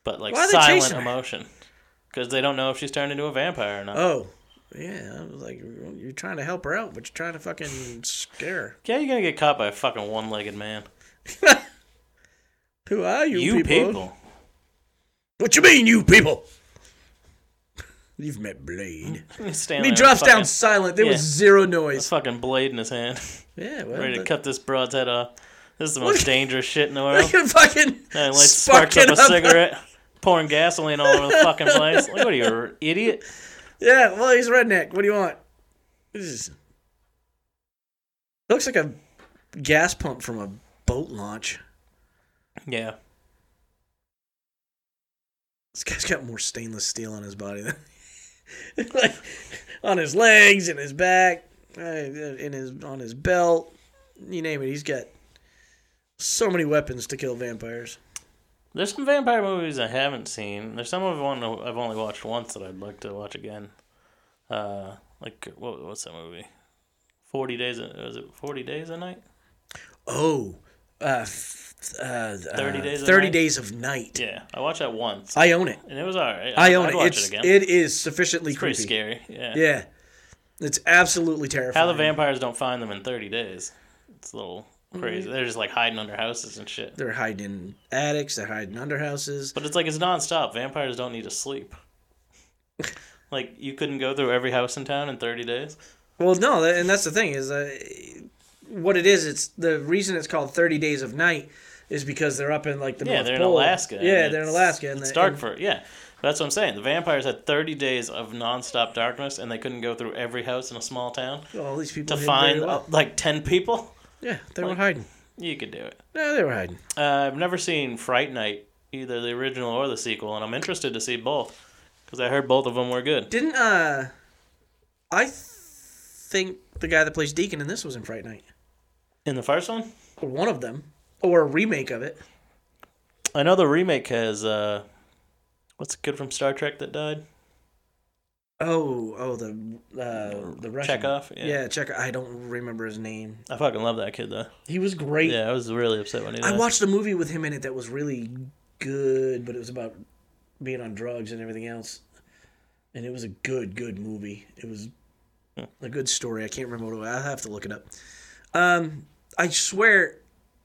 B: but like
C: Why are they
B: silent
C: chasing her?
B: emotion because they don't know if she's turned into a vampire or not.
C: oh. Yeah, I was like, you're trying to help her out, but you're trying to fucking scare
B: Yeah, you're gonna get caught by a fucking one-legged man.
C: her. Who are you,
B: You,
C: people?
B: people.
C: What you mean, you people?
D: You've met Blade.
B: He stands
C: And he
B: there
C: drops
B: with
C: down
B: fucking-
C: silent. There was
B: yeah.
C: zero
B: with
C: noise.
B: a fucking blade in his hand,
C: Yeah, well,
B: ready to
C: that-
B: cut this broad's head off. This is the most
C: Look-
B: dangerous shit in the
C: Look
B: world.
C: at fucking
B: And like sparks
C: sparking
B: up a cigarette, pouring gasoline all over the fucking place. Like, what are you, an idiot?
C: Yeah, well, he's redneck. What do you want? This is... Looks like a gas pump from a boat launch.
B: Yeah,
C: This guy's got more stainless steel on his body than like on his legs, in his back, uh, in his on his belt. You name it. He's got so many weapons to kill vampires.
B: there's some vampire movies I haven't seen. There's some of one I've only watched once that I'd like to watch again. Uh, like what, what's that movie? Forty days. a- Was it Forty Days a Night?
C: Oh, uh, f- uh,
B: 30 Days of
C: 30
B: Night?
C: days of night.
B: Yeah, I watched that once,
C: I own it.
B: and it was alright.
C: I own
B: I'd
C: it.
B: Watch
C: It's
B: it again.
C: it is sufficiently
B: It's pretty
C: creepy.
B: scary. Yeah.
C: Yeah, it's absolutely terrifying.
B: How the vampires don't find them in 30 days. It's a little
C: Mm-hmm.
B: crazy. They're just like hiding under houses and shit.
C: They're hiding in attics. They're hiding under houses.
B: But it's like it's nonstop. Vampires don't need to sleep. like you couldn't go through every house in town in 30 days.
C: Well, no, tha- and that's the thing is uh, what it is. It's the reason it's called Thirty Days of Night is because they're up in like the
B: Yeah,
C: North
B: they're in
C: Pole.
B: Alaska. and
C: Yeah, they're in
B: it's-
C: Alaska. And
B: it's
C: the-
B: dark
C: and-
B: for yeah. That's what I'm saying. The vampires had 30 days of nonstop darkness, and they couldn't go through every house in a small town
C: all these people
B: to
C: hid very
B: find
C: well.
B: uh, like 10 people.
C: yeah, they were hiding.
B: You could do it.
C: No, they were hiding.
B: Uh, I've never seen Fright Night, either the original or the sequel, and I'm interested to see both because I heard both of them were good.
C: Didn't uh, I th- think the guy that plays Deacon in this was in Fright Night
B: In the first one,
C: or one of them or a remake of it.
B: I know the remake has uh, what's the kid from Star Trek that died?
C: Oh, oh, the uh, the Russian
B: Chekhov, yeah.
C: yeah, Chekhov. I don't remember his name.
B: I fucking love that kid though.
C: He was great.
B: Yeah, I was really upset when he died.
C: I watched a movie with him in it that was really good, but it was about being on drugs and everything else. And it was a good, good movie. It was
B: Hmm.
C: a good story. I can't remember what it was. I'll have to look it up. Um, I swear.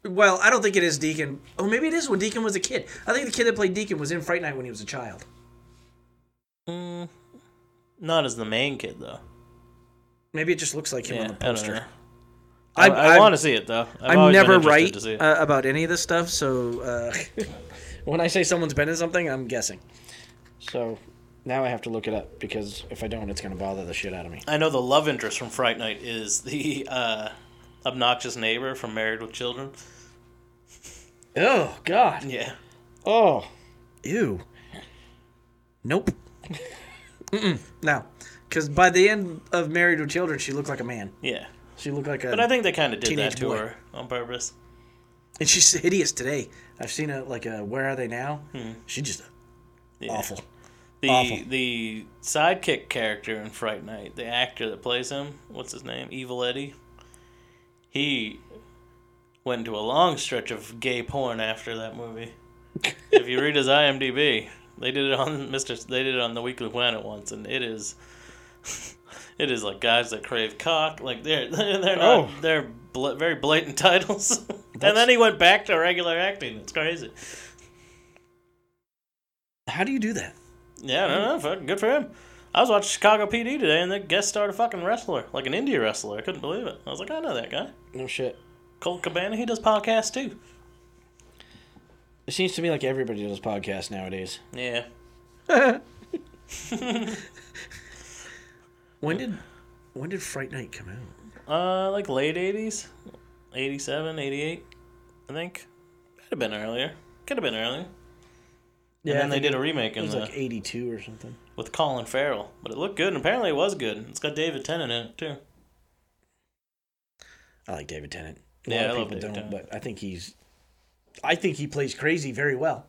C: Well, I don't think it is Deacon. Oh, maybe it is when Deacon was a kid. I think the kid that played Deacon was in Fright Night when he was a child.
B: Mm, not as the main kid though.
C: Maybe it just looks like him
B: Yeah,
C: on the
B: I don't
C: poster.
B: know. I,
C: I've-
B: I,
C: I've-
B: want to see it though. I've
C: I'm
B: always been
C: never
B: interested
C: right
B: to see it.
C: uh, about any of this stuff, so uh, when I say someone's been in something, I'm guessing. So now I have to look it up because if I don't, it's going to bother the shit out of me.
B: I know the love interest from Fright Night is the uh, obnoxious neighbor from Married with Children.
C: Oh God!
B: Yeah.
C: Oh, ew. Nope. Mm-mm. No, because by the end of Married with Children, she looked like a man.
B: Yeah.
C: She looked like a,
B: But I think they kind of did
C: Teenage
B: that to
C: boy.
B: her on purpose.
C: and she's hideous today. I've seen a like a Where Are They Now? She just
B: Hmm. Yeah.
C: awful.
B: The
C: awful.
B: the sidekick character in Fright Night, the actor that plays him, what's his name? Evil Eddie. He went into a long stretch of gay porn after that movie. if you read his IMDb, they did it on Mr. S- They did it on the Weekly Planet once, and it is, it is like guys that crave cock. Like they're they're not
C: Oh.
B: they're bl- very blatant titles. and then he went back to regular acting. It's crazy.
C: How do you do that?
B: Yeah, no,
C: Mm-hmm.
B: no, fuck, good for him. I was watching Chicago PD today, and the guest starred a fucking wrestler, like an indie wrestler. I couldn't believe it. I was like, I know that guy,
C: No shit.
B: Colt Cabana. He does podcasts too.
C: It seems to me like everybody does podcasts nowadays.
B: Yeah,
C: When did when did Fright Night come out?
B: uh, like late '80s, '87, '88, I think. Could have been earlier. Could have been earlier. Yeah, and then
C: I
B: they
C: think
B: did a remake
C: It
B: in
C: was
B: the,
C: like eighty two or something.
B: with Colin Farrell, but it looked good, and apparently it was good. It's got David Tennant in it too.
C: I like David Tennant. A
B: Yeah,
C: lot
B: I
C: of
B: love
C: people
B: David
C: don't,
B: Tennant.
C: but I think he's I think he plays crazy very well.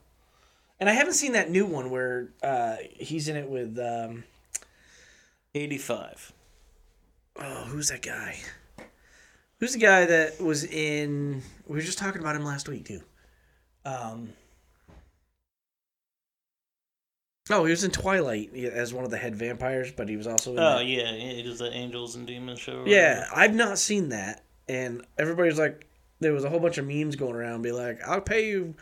C: And I haven't seen that new one where uh, he's in it with um,
B: '85.
C: oh who's that guy? Who's the guy that was in? We were just talking about him last week too. Um, oh, he was in Twilight yeah, as one of the head vampires, but he was also in
B: Oh
C: that-
B: yeah, yeah, he does the Angels and Demons show. or
C: Yeah, I've not seen that, and everybody's like, there was a whole bunch of memes going around, be like, "I'll pay you,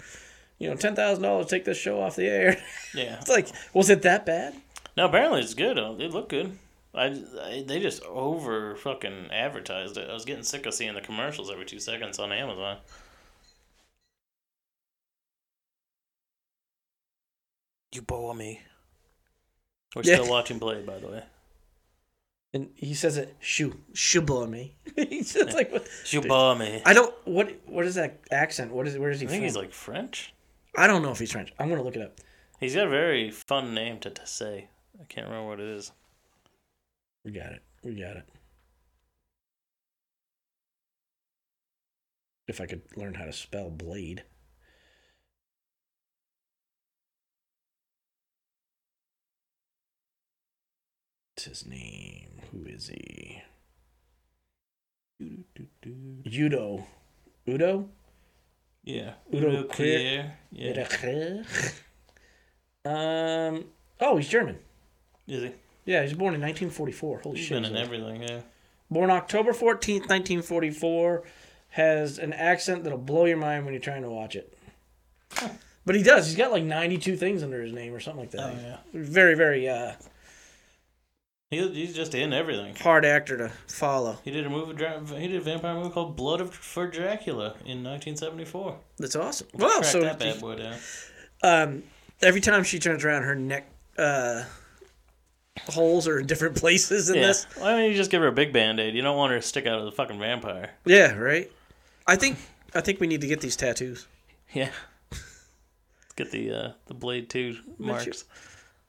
C: you know, ten thousand dollars, take this show off the air."
B: whatever. Yeah,
C: it's like, was it that bad?
B: No, apparently it's good. Uh, They look good. I, I- they just over fucking advertised it. I was getting sick of seeing the commercials every two seconds on Amazon. You bore me. We're
C: Yeah.
B: still watching Blade, by the way.
C: And he says it, shoo, shoo blow me. he's just like, what?
B: You bore me.
C: I don't. What? What is that accent? What is? Where is he
B: I think
C: from?
B: he's like French.
C: I don't know if he's French. I'm gonna look it up.
B: He's got a very fun name to, to say. I can't remember what it is.
C: We got it. We got it. If I could learn how to spell blade. What's his name? Who is he? Udo. Udo?
B: Yeah.
C: Udo
B: Kier. Yeah.
C: Um. Oh, he's German.
B: Is he?
C: Yeah, he was born in 1944. Holy
B: He's
C: shit.
B: been
C: he's
B: in
C: old.
B: everything, yeah.
C: Born October 14th, 1944, has an accent that'll blow your mind when you're trying to watch it. But he does. He's got like 92 things under his name or something like that.
B: Oh, yeah.
C: Very, very, uh,
B: He, he's just in everything.
C: Hard actor to follow.
B: He did a movie. dra- He did a vampire movie called Blood of, for Dracula in 1974.
C: That's awesome. Well,
B: Crack
C: so
B: that bad boy down.
C: um, every time she turns around, her neck uh, holes are in different places in
B: Yeah.
C: this.
B: Why don't you just give her a big band aid? You don't want her to stick out of the fucking vampire.
C: Yeah, right. I think I think we need to get these tattoos.
B: Yeah. Get the uh, the blade two marks.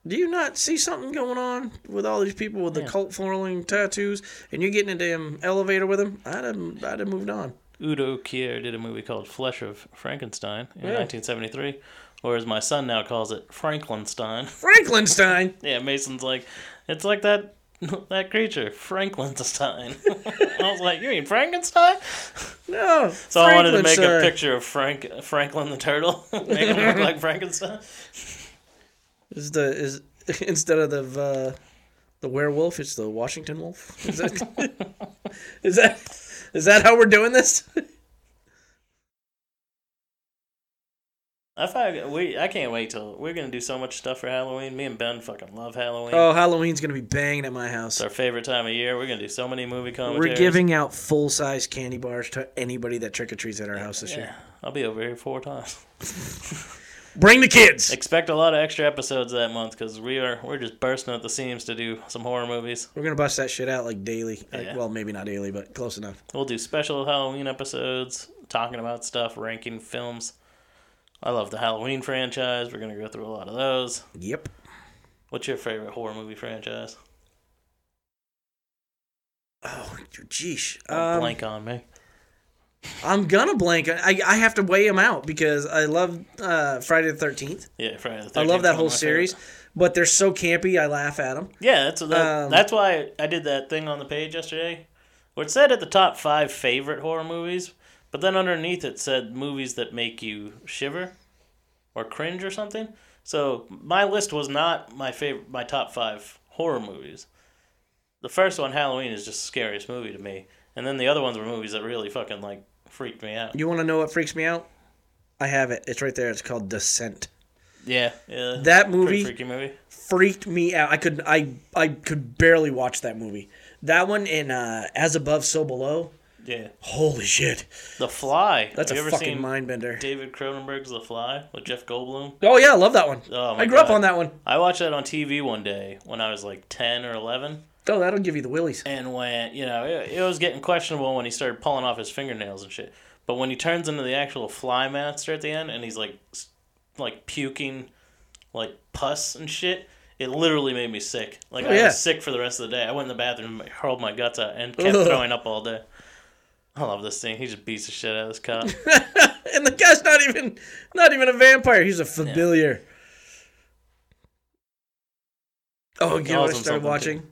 C: Do you not see something going on with all these people with the
B: Yeah.
C: cult following tattoos, and you're getting in a damn elevator with them? I'd have, I'd have moved on.
B: Udo Kier did a movie called Flesh of Frankenstein in
C: Yeah.
B: 1973, or as my son now calls it, Franklinstein.
C: Franklinstein.
B: yeah, Mason's like, it's like that that creature, Franklinstein. I was like, you mean Frankenstein?
C: No.
B: So I wanted to make a
C: Franklinstein.
B: picture of Frank Franklin the turtle, make him look like Frankenstein.
C: Is the is instead of the uh, the werewolf, it's the Washington wolf. Is that is that is that how we're doing this?
B: I find we I can't wait till we're gonna do so much stuff for Halloween. Me and Ben fucking love Halloween.
C: Oh, Halloween's gonna be banging at my
B: It's
C: house.
B: our favorite time of year. We're gonna do so many movie commentaries.
C: We're giving out full size candy bars to anybody that trick or treats at our house this year.
B: Yeah, I'll be over here four times.
C: Bring the kids.
B: Expect a lot of extra episodes that month because we are we're just bursting at the seams to do some horror movies.
C: We're gonna bust that shit out like daily. Like,
B: Yeah.
C: well, maybe not daily, but close enough.
B: We'll do special Halloween episodes, talking about stuff, ranking films. I love the Halloween franchise. We're gonna go through a lot of those.
C: Yep.
B: What's your favorite horror movie franchise?
C: Oh, geesh.
B: Don't
C: Um,
B: blank on me.
C: I'm gonna blank. I, I have to weigh them out because I love uh, Friday the Thirteenth.
B: Yeah, Friday the
C: I
B: 13th,
C: love
B: one
C: that
B: of
C: whole
B: my
C: series,
B: favorites.
C: but they're so campy. I laugh at them.
B: Yeah, that's that,
C: Um,
B: that's why I did that thing on the page yesterday, where it said at the top five favorite horror movies, but then underneath it said movies that make you shiver, or cringe or something. So my list was not my favorite, my top five horror movies. The first one, Halloween, is just the scariest movie to me, and then the other ones were movies that really fucking like freaked me out.
C: You want to know what freaks me out? I have it. It's right there. It's called Descent.
B: Yeah, yeah.
C: That
B: pretty
C: movie
B: freaky movie.
C: freaked me out. I could I I could barely watch that movie. That one in uh, As Above, So Below.
B: Yeah,
C: Holy shit!
B: The Fly.
C: That's
B: Have you
C: a
B: ever
C: fucking
B: seen
C: mind bender.
B: David Cronenberg's The Fly with Jeff Goldblum?
C: Oh yeah, I love that one.
B: Oh, my
C: I grew up
B: God.
C: on that one.
B: I watched that on TV one day when I was like 10 or 11.
C: Oh, that'll give you the willies.
B: And when, you know, it, it was getting questionable when he started pulling off his fingernails and shit. But when he turns into the actual fly monster at the end and he's like, s- like puking, like pus and shit, it literally made me sick. Like, I
C: Oh, yeah.
B: was sick for the rest of the day. I went in the bathroom and hurled my guts out and kept
C: Ugh.
B: throwing up all day. I love this thing. He just beats the shit out of this cop.
C: And the guy's not even not even a vampire. He's a familiar. Oh, you
B: Calls
C: know what I
B: him
C: started
B: something,
C: watching?
B: too.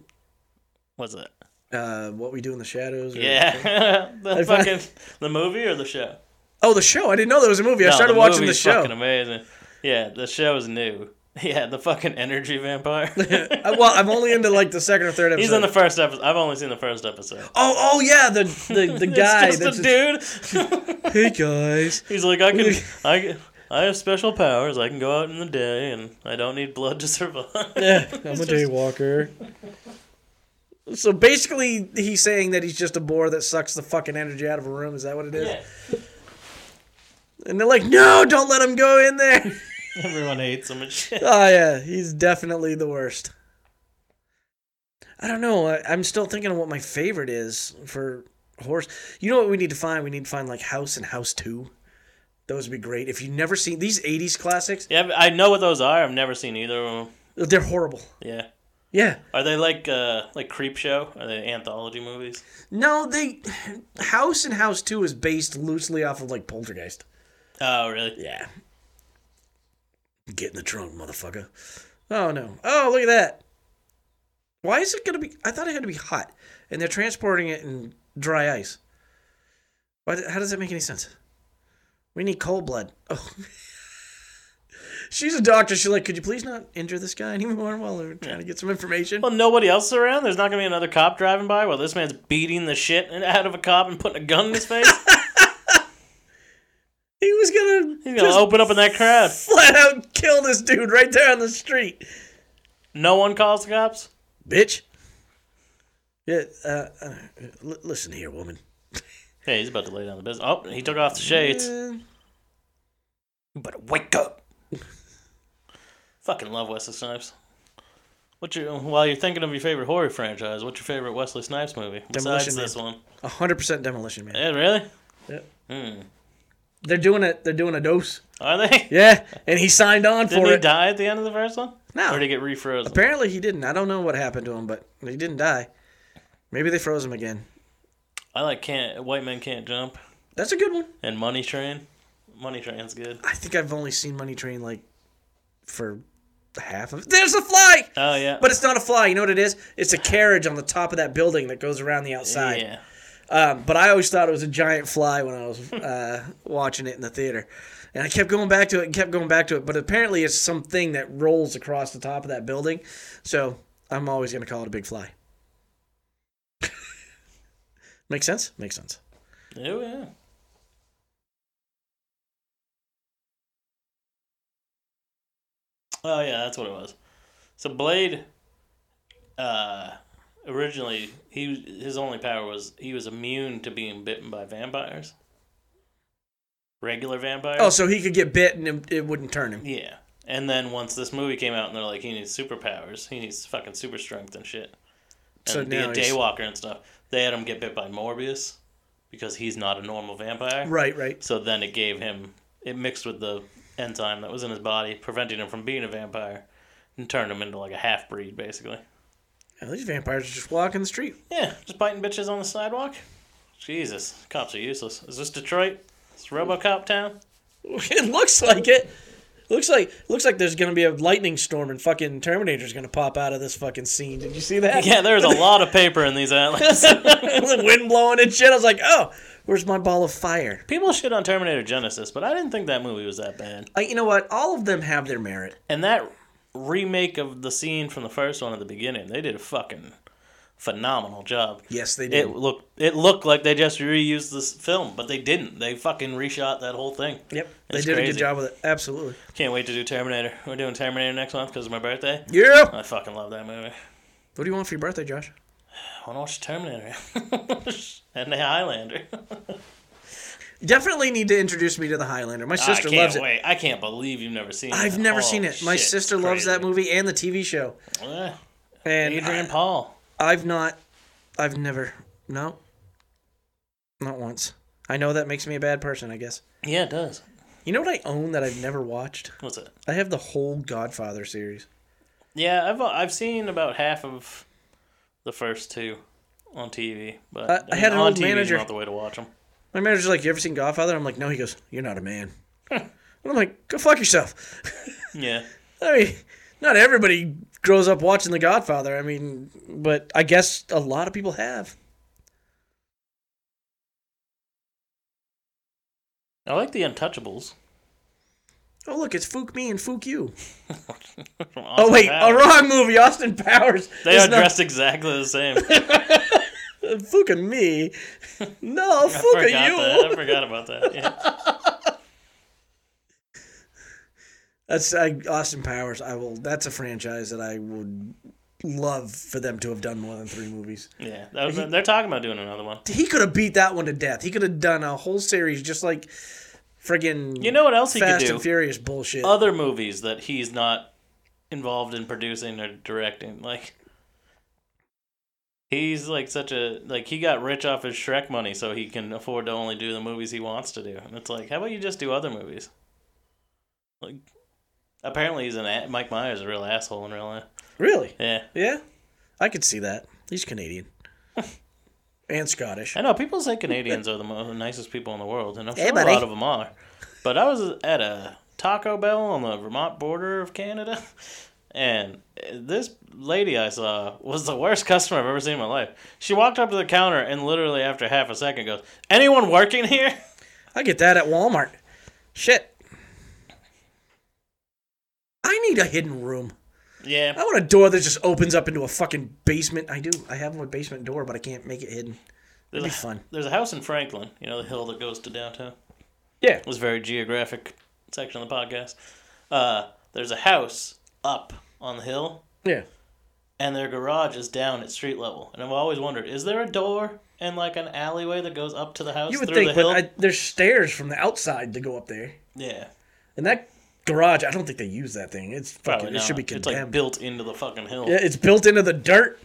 B: What's that?
C: Uh, what we do in the shadows. or-
B: Yeah. the
C: I find-
B: fucking, the movie or the show?
C: Oh, the show. I didn't know there was a movie. I
B: No,
C: started watching the
B: movie's
C: show.
B: Fucking amazing. Yeah, the show is new. Yeah, the fucking energy vampire.
C: I- Uh, well, I'm only into like the second or third episode.
B: He's in the first episode. I've only seen the first episode.
C: Oh, oh yeah, the the, the guy.
B: it's
C: that's
B: just a
C: just-
B: dude.
C: hey guys.
B: He's like, I can, I, can- I have special powers. I can go out in the day, and I don't need blood to survive.
C: Yeah, I'm a
B: just-
C: daywalker. So basically, he's saying that he's just a bore that sucks the fucking energy out of a room. Is that what it is?
B: Yeah.
C: And they're like, no, don't let him go in there.
B: Everyone hates him and shit.
C: oh yeah, he's definitely the worst. I don't know. I, I'm still thinking of what my favorite is for horse. You know what we need to find? We need to find like House and House Two. Those would be great. If you've never seen these '80s classics,
B: Yeah, but I know what those are. I've never seen either of them.
C: they're horrible.
B: Yeah.
C: Yeah.
B: Are they like uh like Creep Show? Are they anthology movies?
C: No, they House and House Two is based loosely off of like Poltergeist.
B: Oh really?
C: Yeah. Get in the trunk, motherfucker. Oh no. Oh look at that. Why is it gonna be? I thought it had to be hot, and they're transporting it in dry ice. Why? th- How does that make any sense? We need cold blood. Oh. She's a doctor. She's like, could you please not injure this guy anymore while we're trying to get some information?
B: Well, nobody else is around. There's not gonna be another cop driving by while this man's beating the shit out of a cop and putting a gun in his face.
C: He was gonna,
B: He's gonna
C: just
B: open up in that crowd.
C: flat out kill this dude right there on the street,
B: No one calls the cops.
C: bitch. Yeah, uh, uh, l- listen here, woman.
B: Yeah, he's about to lay down the business. Oh, he took off the shades.
C: Uh,
B: You better wake up. Fucking love Wesley Snipes. What's your while you're thinking of your favorite horror franchise? What's your favorite Wesley Snipes movie besides
C: Demolition
B: this one?
C: 100% demolition man.
B: Yeah, really?
C: Yep.
B: Hmm.
C: They're doing it. They're doing a dose.
B: Are they?
C: Yeah, and he signed on
B: Didn't
C: for
B: he
C: it.
B: die at the end of the first one?
C: No.
B: Or did he get refrozen?
C: Apparently he didn't. I don't know what happened to him, but he didn't die. Maybe they froze him again.
B: I like can't white men can't jump
C: That's a good one.
B: and Money Train. Money Train's good.
C: I think I've only seen Money Train like for half of. There's a fly,
B: Oh yeah.
C: but it's not a fly. You know what it is? It's a carriage on the top of that building that goes around the outside.
B: yeah.
C: Um, but I always thought it was a giant fly when I was uh, watching it in the theater. And I kept going back to it and kept going back to it. But apparently, it's something that rolls across the top of that building. So I'm always going to call it a big fly. Makes sense? Makes sense.
B: Oh yeah. Oh yeah, that's what it was. So Blade, uh, originally he his only power was he was immune to being bitten by vampires. Regular vampires.
C: Oh, so he could get bit and it, it wouldn't turn him.
B: Yeah. And then once this movie came out, and they're like, he needs superpowers. He needs fucking super strength and shit. And
C: So
B: be a
C: now he's-
B: daywalker and stuff. They had him get bit by Morbius because he's not a normal vampire.
C: Right, right.
B: So then it gave him, it mixed with the enzyme that was in his body, preventing him from being a vampire, and turned him into like a half breed, basically.
C: Now, these vampires are just walking the street.
B: Yeah, just biting bitches on the sidewalk. Jesus, cops are useless. Is this Detroit? It's Robocop town?
C: it looks like it. Looks like looks like there's gonna be a lightning storm and fucking Terminator's gonna pop out of this fucking scene. Did you see that?
B: Yeah, there's a lot of paper in these outlets.
C: the wind blowing and shit. I was like, oh, where's my ball of fire?
B: People shit on Terminator Genesis, but I didn't think that movie was that bad.
C: Like, you know what? All of them have their merit.
B: And that remake of the scene from the first one at the beginning, they did a fucking phenomenal job.
C: Yes, they
B: It looked it looked like they just reused this film, but they didn't. They fucking reshot that whole thing.
C: yep, they
B: It's
C: did a
B: crazy.
C: good job with it. Absolutely.
B: Can't wait to do Terminator. We're doing Terminator next month because of my birthday.
C: Yeah.
B: I fucking love that movie.
C: What do you want for your birthday, Josh?
B: I want to watch Terminator and the Highlander.
C: Definitely need to introduce me to the Highlander. My
B: Ah,
C: sister
B: I can't
C: loves it.
B: wait. I can't believe you've never seen.
C: I've
B: that.
C: never
B: Oh,
C: seen it. My
B: shit, it's
C: sister loves that
B: crazy.
C: movie and the TV show.
B: Yeah.
C: And
B: Adrian Paul.
C: I, I've not. I've never. No. Not once. I know that makes me a bad person. I guess.
B: Yeah, it does.
C: You know what I own that I've never watched?
B: What's it?
C: I have the whole Godfather series.
B: Yeah, I've uh, I've seen about half of the first two on TV, but
C: I- I had an
B: on
C: old
B: TV
C: manager-
B: is not the way to watch them.
C: My manager's like, "You ever seen Godfather?" I'm like, "No." He goes, "You're not a man." and I'm like, "Go fuck yourself."
B: Yeah,
C: I mean, not everybody grows up watching The Godfather. I mean, but I guess a lot of people have.
B: I like the Untouchables.
C: Oh look, it's Fook me and Fook you.
B: From
C: Oh
B: Austin
C: wait,
B: Powers.
C: a wrong movie. Austin Powers.
B: They
C: is
B: are
C: not-
B: dressed exactly the same. I
C: Fook and me. No, Fook
B: forgot
C: and you.
B: that. I forgot about that. Yeah.
C: That's I, Austin Powers. I will. That's a franchise that I would love for them to have done more than three movies.
B: yeah. That was- they're talking about doing another one.
C: he could have beat that one to death. He could have done a whole series just like friggin'
B: You know what else he could
C: Fast
B: do?
C: and Furious bullshit.
B: Other movies that he's not involved in producing or directing. Like he's like such a like he got rich off his Shrek money so he can afford to only do the movies he wants to do. And it's like, how about you just do other movies? Like apparently he's an a- Mike Myers is a real asshole in real life.
C: really?
B: Yeah.
C: Yeah, I could see that. He's Canadian and Scottish.
B: I know people say Canadians are the mo- nicest people in the world, and I'm sure
C: Hey,
B: a
C: buddy.
B: lot of them are. But I was at a Taco Bell on the Vermont border of Canada, and this lady I saw was the worst customer I've ever seen in my life. She walked up to the counter and literally after half a second goes, "Anyone working here?"
C: I get that at Walmart. Shit. I need a hidden room.
B: Yeah,
C: I want a door that just opens up into a fucking basement. I do. I have a basement door, but I can't make it hidden. That'd be fun.
B: there's a house in Franklin, you know, the hill that goes to downtown.
C: Yeah.
B: It was a very geographic section of the podcast. Uh, there's a house up on the hill
C: Yeah.
B: and their garage is down at street level. And I've always wondered, is there a door and like an alleyway that goes up to the house
C: You would
B: through
C: think,
B: the hill?
C: but I, there's stairs from the outside to go up there,
B: yeah,
C: and that garage. I don't think they use that thing. It's
B: probably
C: fucking.
B: not.
C: It should be
B: it's like
C: condemned.
B: built into the fucking hill.
C: yeah, it's built into the dirt.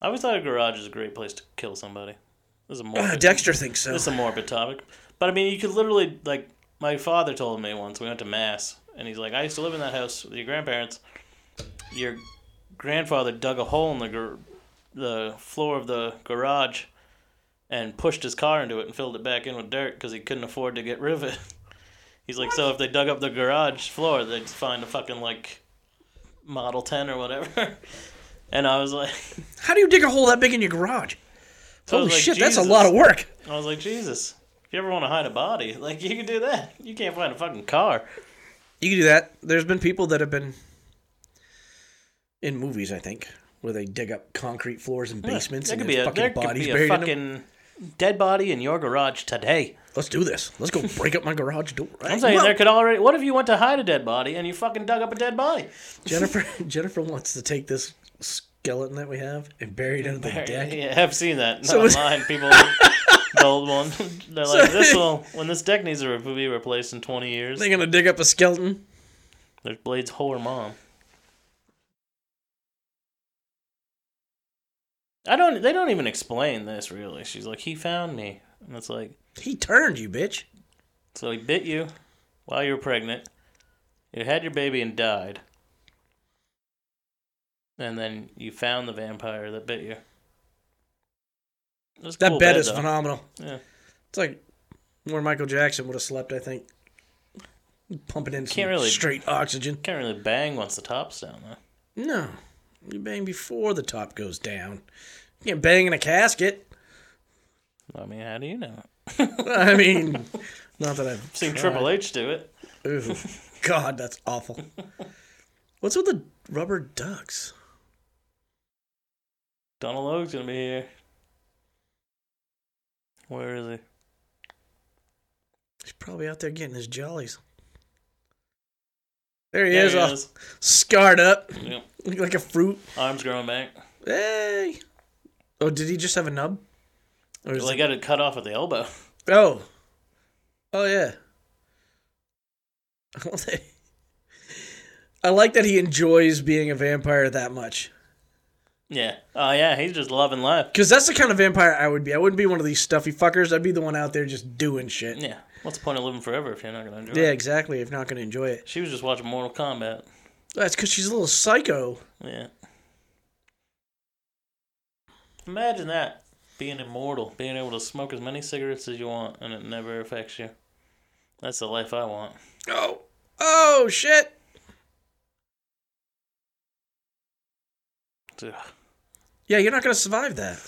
B: I always thought a garage is a great place to kill somebody. This is a
C: Uh,
B: morbid,
C: Dexter thinks so.
B: this is a morbid topic, but I mean, you could literally like my father told me once we went to mass, and he's like, I used to live in that house with your grandparents. Your grandfather dug a hole in the gar- the floor of the garage, and pushed his car into it and filled it back in with dirt because he couldn't afford to get rid of it. He's like, so if they dug up the garage floor, they'd find a fucking like Model Ten or whatever. And I was like.
C: How do you dig a hole that big in your
B: I
C: garage?
B: was
C: Holy
B: like,
C: shit, that's a
B: Jesus.
C: lot of work.
B: I was like, Jesus, if you ever want to hide a body, like you can do that. You can't find a fucking car.
C: You can do that. There's been people that have been in movies, I think, where they dig up concrete floors and basements
B: there
C: and
B: could be
C: there's
B: a
C: fucking
B: there could
C: bodies
B: be a
C: buried in 'em.
B: fucking dead body in your garage today.
C: Let's do this. Let's go break up my garage door.
B: I'm saying there could already. What if you went to hide a dead body and you fucking dug up a dead body?
C: Jennifer Jennifer wants to take this skeleton that we have and bury it under the deck.
B: Yeah, I've seen that. Not
C: So it's-
B: online, people. The old one. They're like, this will when this deck needs to be replaced in 20 years.
C: They're gonna dig up a skeleton.
B: There's Blade's whore mom. I don't. They don't even explain this really. She's like, he found me, and it's like,
C: He turned you, bitch.
B: so he bit you while you were pregnant. You had your baby and died, and then you found the vampire that bit you. That's a
C: That
B: cool
C: bed, is
B: though.
C: phenomenal.
B: Yeah.
C: It's like where Michael Jackson would have slept, I think. Pumping in some
B: Can't really-
C: straight oxygen.
B: Can't really bang once the top's down though.
C: No. You bang before the top goes down. You can't bang in a casket.
B: I mean, how do you know?
C: I mean, not that I've
B: Seen
C: tried.
B: Triple H do it.
C: Ooh, God, that's awful. What's with the rubber ducks?
B: Donald Logue's gonna be here. Where is he?
C: He's probably out there getting his jollies. There he
B: There
C: is, uh,
B: he
C: all
B: is.
C: scarred up,
B: Yep.
C: look like a fruit.
B: Arms growing back.
C: Hey. Oh, did he just have a nub? Or is
B: Well, he got it cut off at the elbow.
C: it... Oh. Oh yeah. I like that he enjoys being a vampire that much.
B: Yeah. Oh yeah, he's just loving life.
C: Because that's the kind of vampire I would be. I wouldn't be one of these stuffy fuckers. I'd be the one out there just doing shit.
B: Yeah. What's the point of living forever if you're not gonna enjoy
C: Yeah,
B: it?
C: exactly. If not going to enjoy it, Oh,
B: She was just watching Mortal Kombat.
C: that's because she's a little psycho.
B: Yeah. Imagine that. Being immortal, being able to smoke as many cigarettes as you want and it never affects you. That's the life I want.
C: Oh, oh shit!
B: Ugh.
C: Yeah, you're not going to survive that.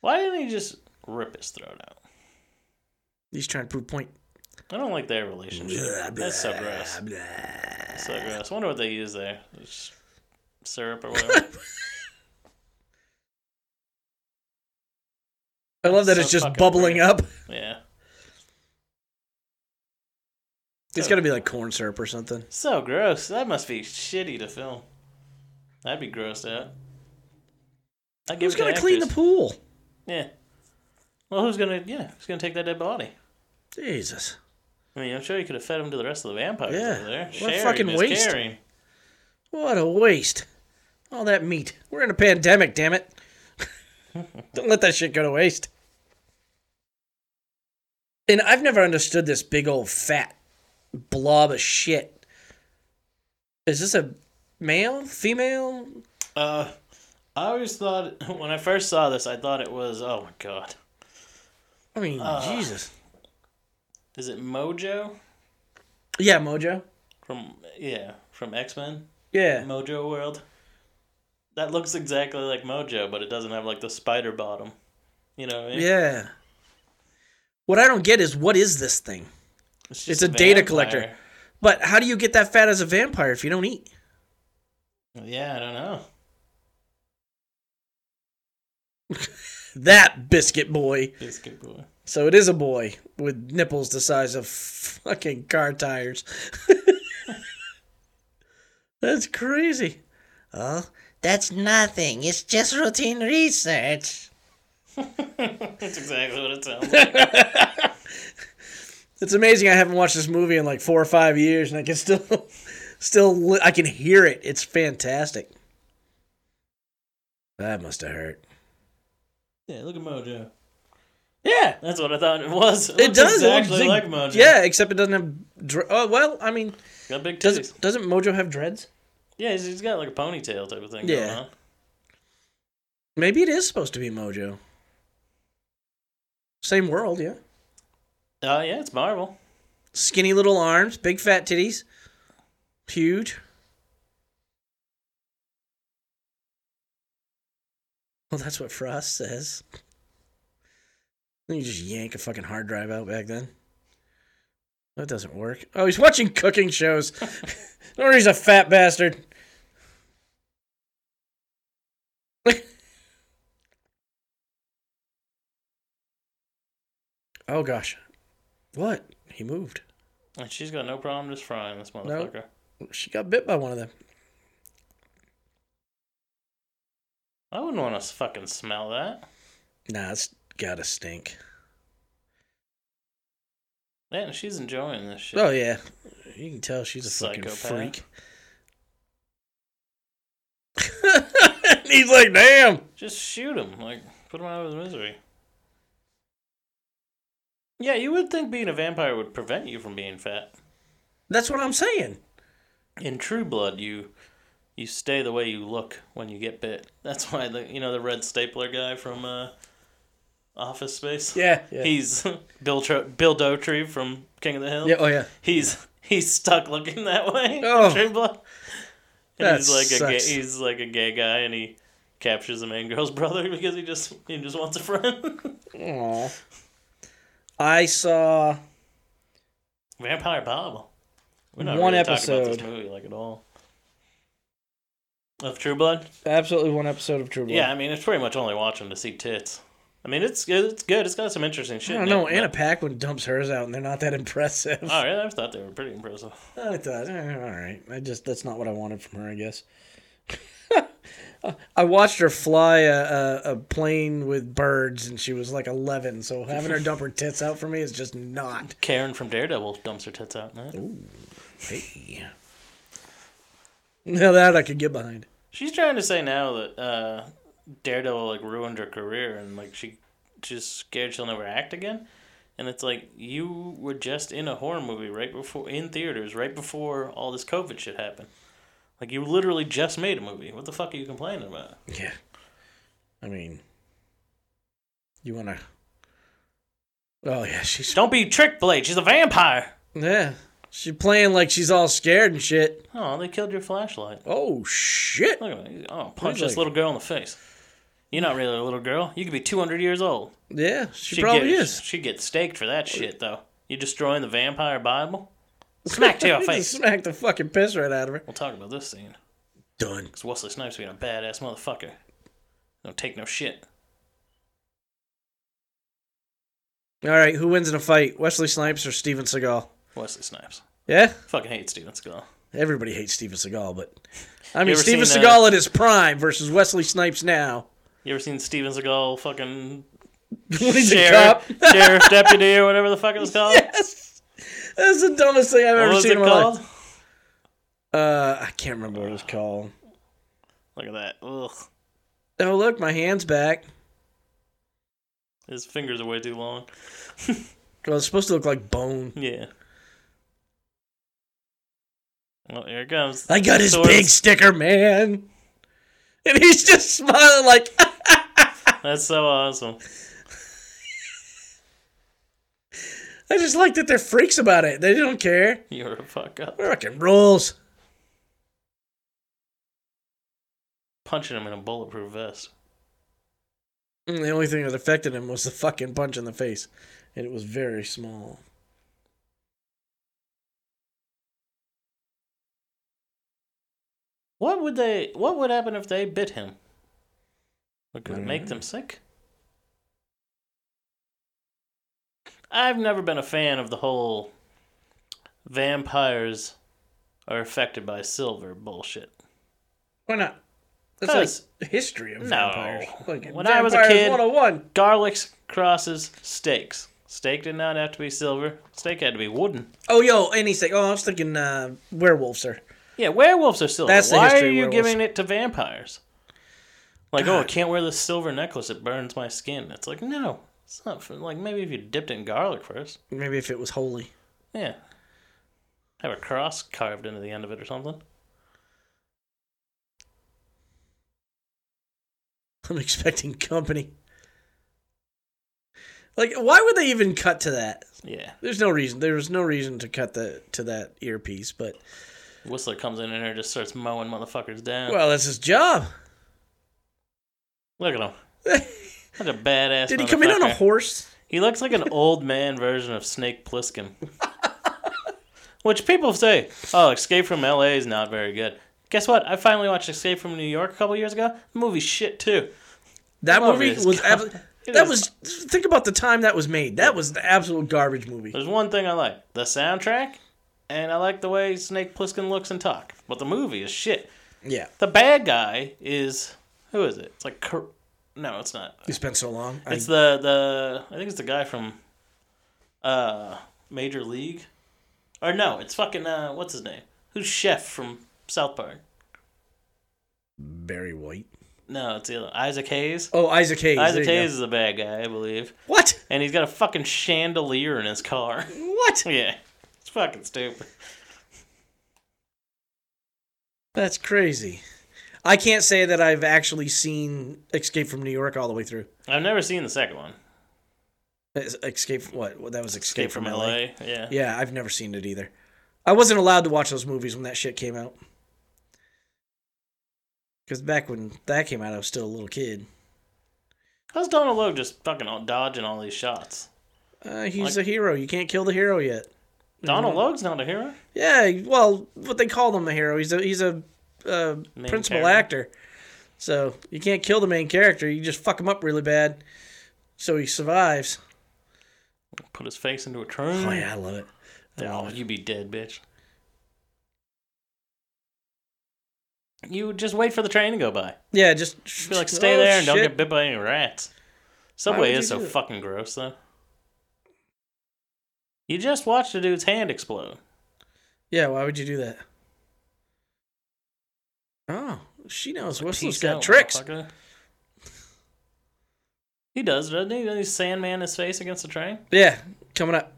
B: Why didn't he just rip his throat out?
C: He's trying to prove a point.
B: I don't like their relationship. That's so gross. So gross. I wonder what they use there. It's syrup or whatever.
C: I love that
B: So
C: it's just
B: fucking
C: bubbling
B: weird.
C: up.
B: yeah.
C: It's got to be like corn syrup or something.
B: So gross. That must be shitty to film. I'd be grossed out. I
C: Who's going to clean the pool?
B: Yeah. Well, who's gonna? Yeah, who's gonna take that dead body?
C: Jesus.
B: I mean, I'm sure you could have fed him to the rest of the vampires
C: Yeah.
B: over there.
C: What a
B: Sharing
C: fucking
B: is
C: waste.
B: Caring.
C: What a waste. All that meat. We're in a pandemic, damn it. Don't let that shit go to waste. And I've never understood this big old fat blob of shit. Is this a male? Female?
B: Uh, I always thought when I first saw this, I thought it was. Oh my god,
C: I mean, Jesus.
B: is it Mojo
C: Yeah, Mojo.
B: from? Yeah, from X Men.
C: Yeah.
B: Mojo World. That looks exactly like Mojo, but it doesn't have like the spider bottom. You know what I mean?
C: Yeah. What I don't get is what is this thing?
B: It's,
C: It's
B: just
C: a data
B: vampire.
C: collector. But how do you get that fat as a vampire if you don't eat?
B: Yeah, I don't know.
C: That biscuit boy.
B: Biscuit boy.
C: So it is a boy with nipples the size of fucking car tires. That's crazy.
E: Oh, that's nothing. It's just routine research.
B: That's exactly what it sounds like.
C: It's amazing. I haven't watched this movie in like four or five years, and I can still, still, li- I can hear it. It's fantastic. That must have hurt.
B: yeah, look at Mojo.
C: Yeah,
B: That's what I thought it was. It,
C: it
B: looks
C: does. It looks
B: exactly like Mojo.
C: Yeah, except it doesn't have. Dr- oh well, I mean,
B: got big
C: does
B: titties.
C: it, doesn't Mojo have dreads?
B: Yeah, he's, he's got like a ponytail type of thing going
C: Yeah.
B: on.
C: Maybe it is supposed to be Mojo. Same world, yeah.
B: Oh yeah, it's Marvel.
C: Skinny little arms, big fat titties, huge. Well, that's what Frost says. Then you just yank a fucking hard drive out back then. That doesn't work. Oh, he's watching cooking shows. or he's a fat bastard. oh gosh. What? He moved.
B: And she's got no problem just frying this motherfucker.
C: She got bit by one of them.
B: I wouldn't want to fucking smell that.
C: Nah, it's gotta stink.
B: Man, she's enjoying this shit.
C: Oh yeah, you can tell she's a fucking
B: Psychopath.
C: freak. And He's like, damn.
B: Just shoot him, like put him out of his misery. Yeah, you would think being a vampire would prevent you from being fat.
C: That's what I'm saying.
B: In True Blood, you you stay the way you look when you get bit. That's why the you know the red stapler guy from uh, Office Space.
C: Yeah, yeah.
B: he's Bill Tro- Bill Dotree from King of the Hill.
C: Yeah. Oh yeah.
B: he's he's stuck looking that way. in
C: Oh.
B: True Blood. And
C: That
B: he's like a
C: sucks.
B: gay, he's like a gay guy, and he captures the main girl's brother because he just he just wants a friend.
C: Aw. I saw.
B: Vampire Bible. We're not
C: One
B: really talking about
C: episode.
B: this movie like at all. Of True Blood.
C: Absolutely one episode of True Blood.
B: Yeah, I mean it's pretty much only watching to see tits. I mean it's good. It's good. It's got some interesting
C: I
B: shit.
C: don't
B: in
C: know.
B: it,
C: Anna
B: but-
C: Paquin dumps hers out, and they're not that impressive.
B: Oh yeah, I thought they were pretty impressive.
C: I thought, eh, all right. I just that's not what I wanted from her. I guess. I watched her fly a, a, a plane with birds, and she was like eleven. So having her dump her tits out for me is just not.
B: Karen from Daredevil dumps her tits out. Eh. Man.
C: Hey. Now that I could get behind.
B: She's trying to say now that uh, Daredevil like ruined her career and like she she's scared she'll never act again. And it's like you were just in a horror movie right before in theaters right before all this COVID shit happened. Like you literally just made a movie. What the fuck are you complaining about?
C: Yeah. I mean, you wanna? Oh yeah, she's
B: Don't be Trick Blade. She's a vampire.
C: yeah. She's playing like she's all scared and shit.
B: Oh, they killed your flashlight.
C: Oh shit!
B: Look at that. Oh, punch
C: Really?
B: this little girl in the face. You're not really a little girl. You could be 200 years old.
C: Yeah, she
B: She'd
C: probably
B: get,
C: is.
B: She'd get staked for that shit, though. You destroying the vampire Bible? Smack to your
C: Just
B: face.
C: Smack the fucking piss right out of her.
B: We'll talk about this scene.
C: Done.
B: Because Wesley Snipes being a badass motherfucker. Don't take no shit.
C: All right, who wins in a fight, Wesley Snipes or Steven Seagal?
B: Wesley Snipes.
C: Yeah,
B: Fucking hate Steven Seagal.
C: everybody hates Steven Seagal, but I
B: You
C: mean
B: ever
C: Steven
B: seen, uh,
C: Seagal at his prime versus Wesley Snipes now.
B: You ever seen Steven Seagal fucking
C: When he's a cop.
B: sheriff, sheriff deputy or whatever the fuck it was called?
C: Yes, that's the dumbest thing I've
B: what
C: ever
B: was
C: seen
B: it
C: in my
B: called?
C: life. Uh, I can't remember what it was called.
B: Look at that. Ugh.
C: Oh look, my hand's back.
B: His fingers are way too long.
C: Well, it's supposed to look like bone.
B: Yeah. Well, here it comes.
C: I got his
B: Swords.
C: big sticker, man, and he's just smiling like.
B: That's so awesome.
C: I just like that they're freaks about it. They don't care.
B: You're a fuck up.
C: Fucking rules.
B: Punching him in a bulletproof vest.
C: Mm, The only thing that affected him was the fucking punch in the face, and it was very small.
B: What would they? What would happen if they bit him? Would it make them sick? I've never been a fan of the whole vampires are affected by silver bullshit.
C: Why not?
B: Because
C: That's like history of
B: No.
C: vampires.
B: When I was a
C: Vampires
B: kid-
C: 101.
B: garlics crosses steaks. Steak did not have to be silver. Steak had to be wooden.
C: Oh, yo, and he's like, oh, I was thinking uh, werewolves, sir.
B: Yeah, werewolves are silver.
C: That's the
B: Why
C: history
B: are
C: of
B: you
C: werewolves.
B: giving it to vampires? Like, oh, I can't wear this silver necklace. It burns my skin. It's like, no, it's not. For, like, maybe if you dipped it in garlic first.
C: Maybe if it was holy.
B: Yeah. Have a cross carved into the end of it or something.
C: I'm expecting company. Like, why would they even cut to that?
B: Yeah.
C: There's no reason. There was no reason to cut the to that earpiece, but
B: Whistler comes in and just starts mowing motherfuckers down.
C: well, that's his job.
B: Look at him.
C: Did
B: That's a badass.
C: he come in on a
B: motherfucker.
C: horse?
B: He looks like an old man version of Snake Plissken. Which people say, oh, Escape from LA is not very good. Guess what? I finally watched Escape from New York a couple years ago. The movie's shit too.
C: That
B: Oh,
C: movie
B: it is
C: was
B: gar-
C: abso-
B: it
C: that
B: is-
C: was think about the time that was made. That was the absolute garbage movie.
B: There's one thing I like the soundtrack, and I like the way Snake Plissken looks and talks. But the movie is shit.
C: Yeah,
B: The bad guy is. Who is it? It's like. Cur- No, it's not.
C: it's been so long. I-
B: It's the the I think it's the guy from uh Major League. Or no, it's fucking uh what's his name? Who's Chef from South Park?
C: Barry White.
B: No, it's the other Isaac Hayes.
C: Oh, Isaac Hayes.
B: Isaac
C: there you
B: Hayes
C: go.
B: is the bad guy, I believe.
C: What?
B: And he's got a fucking chandelier in his car.
C: What?
B: yeah. It's fucking stupid.
C: That's crazy. I can't say that I've actually seen Escape from New York all the way through.
B: I've never seen the second one.
C: Es- Escape from what? What- That was Escape,
B: Escape from, LA. Yeah.
C: Yeah, I've never seen it either. I wasn't allowed to watch those movies when that shit came out. Because back when that came out, I was still a little kid.
B: How's Donald Logue just fucking all- dodging all these shots?
C: Uh, he's
B: Like-
C: a hero. You can't kill the hero yet. Mm-hmm.
B: Donald Logue's not a hero.
C: Yeah, well, what they call him a hero. He's a he's a uh,
B: Main
C: principal
B: character.
C: actor. So you can't kill the main character. You just fuck him up really bad, so he survives.
B: Put his face into a tree.
C: Oh yeah, I love it. I
B: Mm. Oh,
C: love it.
B: you be dead, bitch. You just wait for the train to go by.
C: Yeah, just
B: Be like, stay
C: oh,
B: there and don't
C: shit.
B: get bit by any rats.
C: would
B: Subway
C: you
B: is so
C: do that?
B: fucking gross, though. You just watched a dude's hand explode.
C: Yeah, why would you do that? Oh, she knows Whistler's
B: Peace
C: got
B: out,
C: tricks.
B: motherfucker. He does, doesn't he? Doesn't he sandman his face against the train?
C: Yeah, coming up.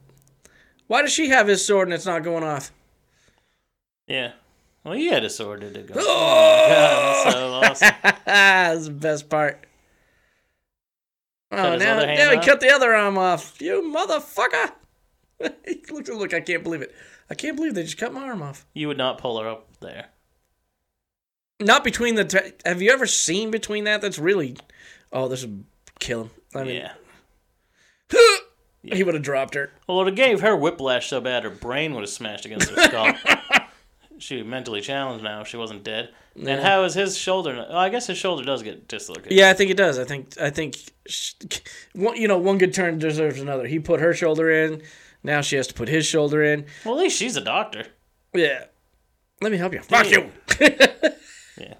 C: Why does she have his sword and it's not going off?
B: Yeah. Well, he had a sword, did it go?
C: Oh!
B: God, that's so awesome.
C: That's the best part.
B: Cut
C: Oh,
B: his
C: now,
B: other hand
C: now he
B: off?
C: cut the other arm off. You motherfucker! look, look, I can't believe it. I can't believe they just cut my arm off.
B: You would not pull her up there.
C: Not between the. T- have you ever seen between that? That's really. Oh, this would kill him. I mean,
B: yeah.
C: he would have dropped her.
B: Well, it would've gave her whiplash so bad her brain would have smashed against her skull. she mentally challenged now if she wasn't dead. And how is his shoulder? Oh, I guess his shoulder does get dislocated.
C: Yeah, I think it does. I think I think sh- one you know one good turn deserves another. He put her shoulder in. Now she has to put his shoulder in.
B: Well, at least she's a doctor.
C: Yeah. Let me help you.
D: Fuck you.
B: Yeah.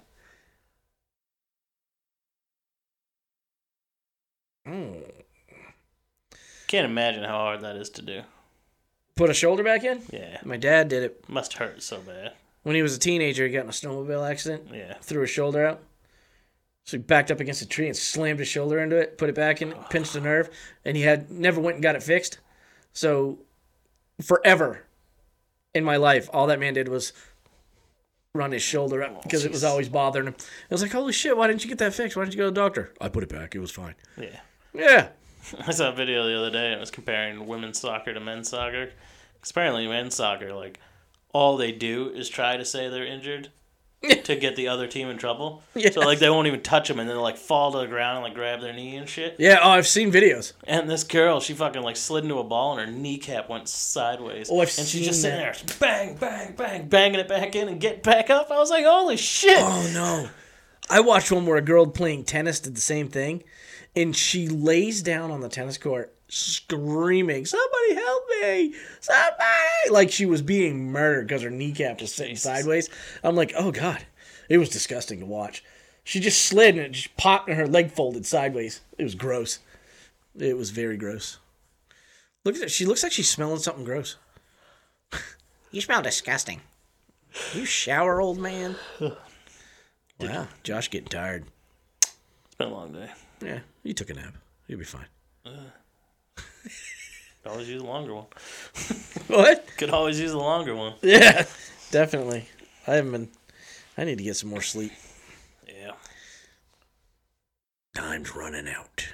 B: Can't imagine how hard that is to do.
C: Put a shoulder back in.
B: Yeah.
C: My dad did it
B: Must hurt so bad.
C: when he was a teenager. He got in a snowmobile accident,
B: Yeah.
C: threw his shoulder out. So he backed up against a tree and slammed his shoulder into it, put it back in, pinched a nerve, and he had never went and got it fixed. So forever in my life, all that man did was run his shoulder
D: Oh,
C: up because it was always bothering him. I was like, holy shit, why didn't you get that fixed? Why didn't you go to the doctor? I put it back. It was fine.
B: Yeah.
C: Yeah.
B: I saw a video the other day and it was comparing women's soccer to men's soccer. 'Cause apparently, men's soccer, like, all they do is try to say they're injured to get the other team in trouble. So, like, they won't even touch them and then, like, fall to the ground and, like, grab their knee and shit.
C: Yeah. Oh, I've seen videos.
B: And this girl, she fucking, like, slid into a ball and her kneecap went sideways.
C: Oh, I've
B: and she's just
C: seen
B: sitting there, bang, bang, bang, banging it back in and get back up. I was like, holy shit.
C: Oh no. I watched one where a girl playing tennis did the same thing and she lays down on the tennis court screaming, "Somebody help me! Somebody!" Like she was being murdered because her kneecap was sitting sideways. I'm like, oh god, it was disgusting to watch. She just slid and it just popped, and her leg folded sideways. It was gross. It was very gross. Look at her. She looks like she's smelling something gross.
E: You smell disgusting. You shower, old man.
C: Wow, Josh getting tired.
B: It's been a long day.
C: Yeah, you took a nap. You'll be fine.
B: Could always use a longer one.
C: What?
B: Could always use a longer one.
C: Yeah, definitely. I haven't been. I need to get some more sleep.
B: Yeah.
C: Time's running out.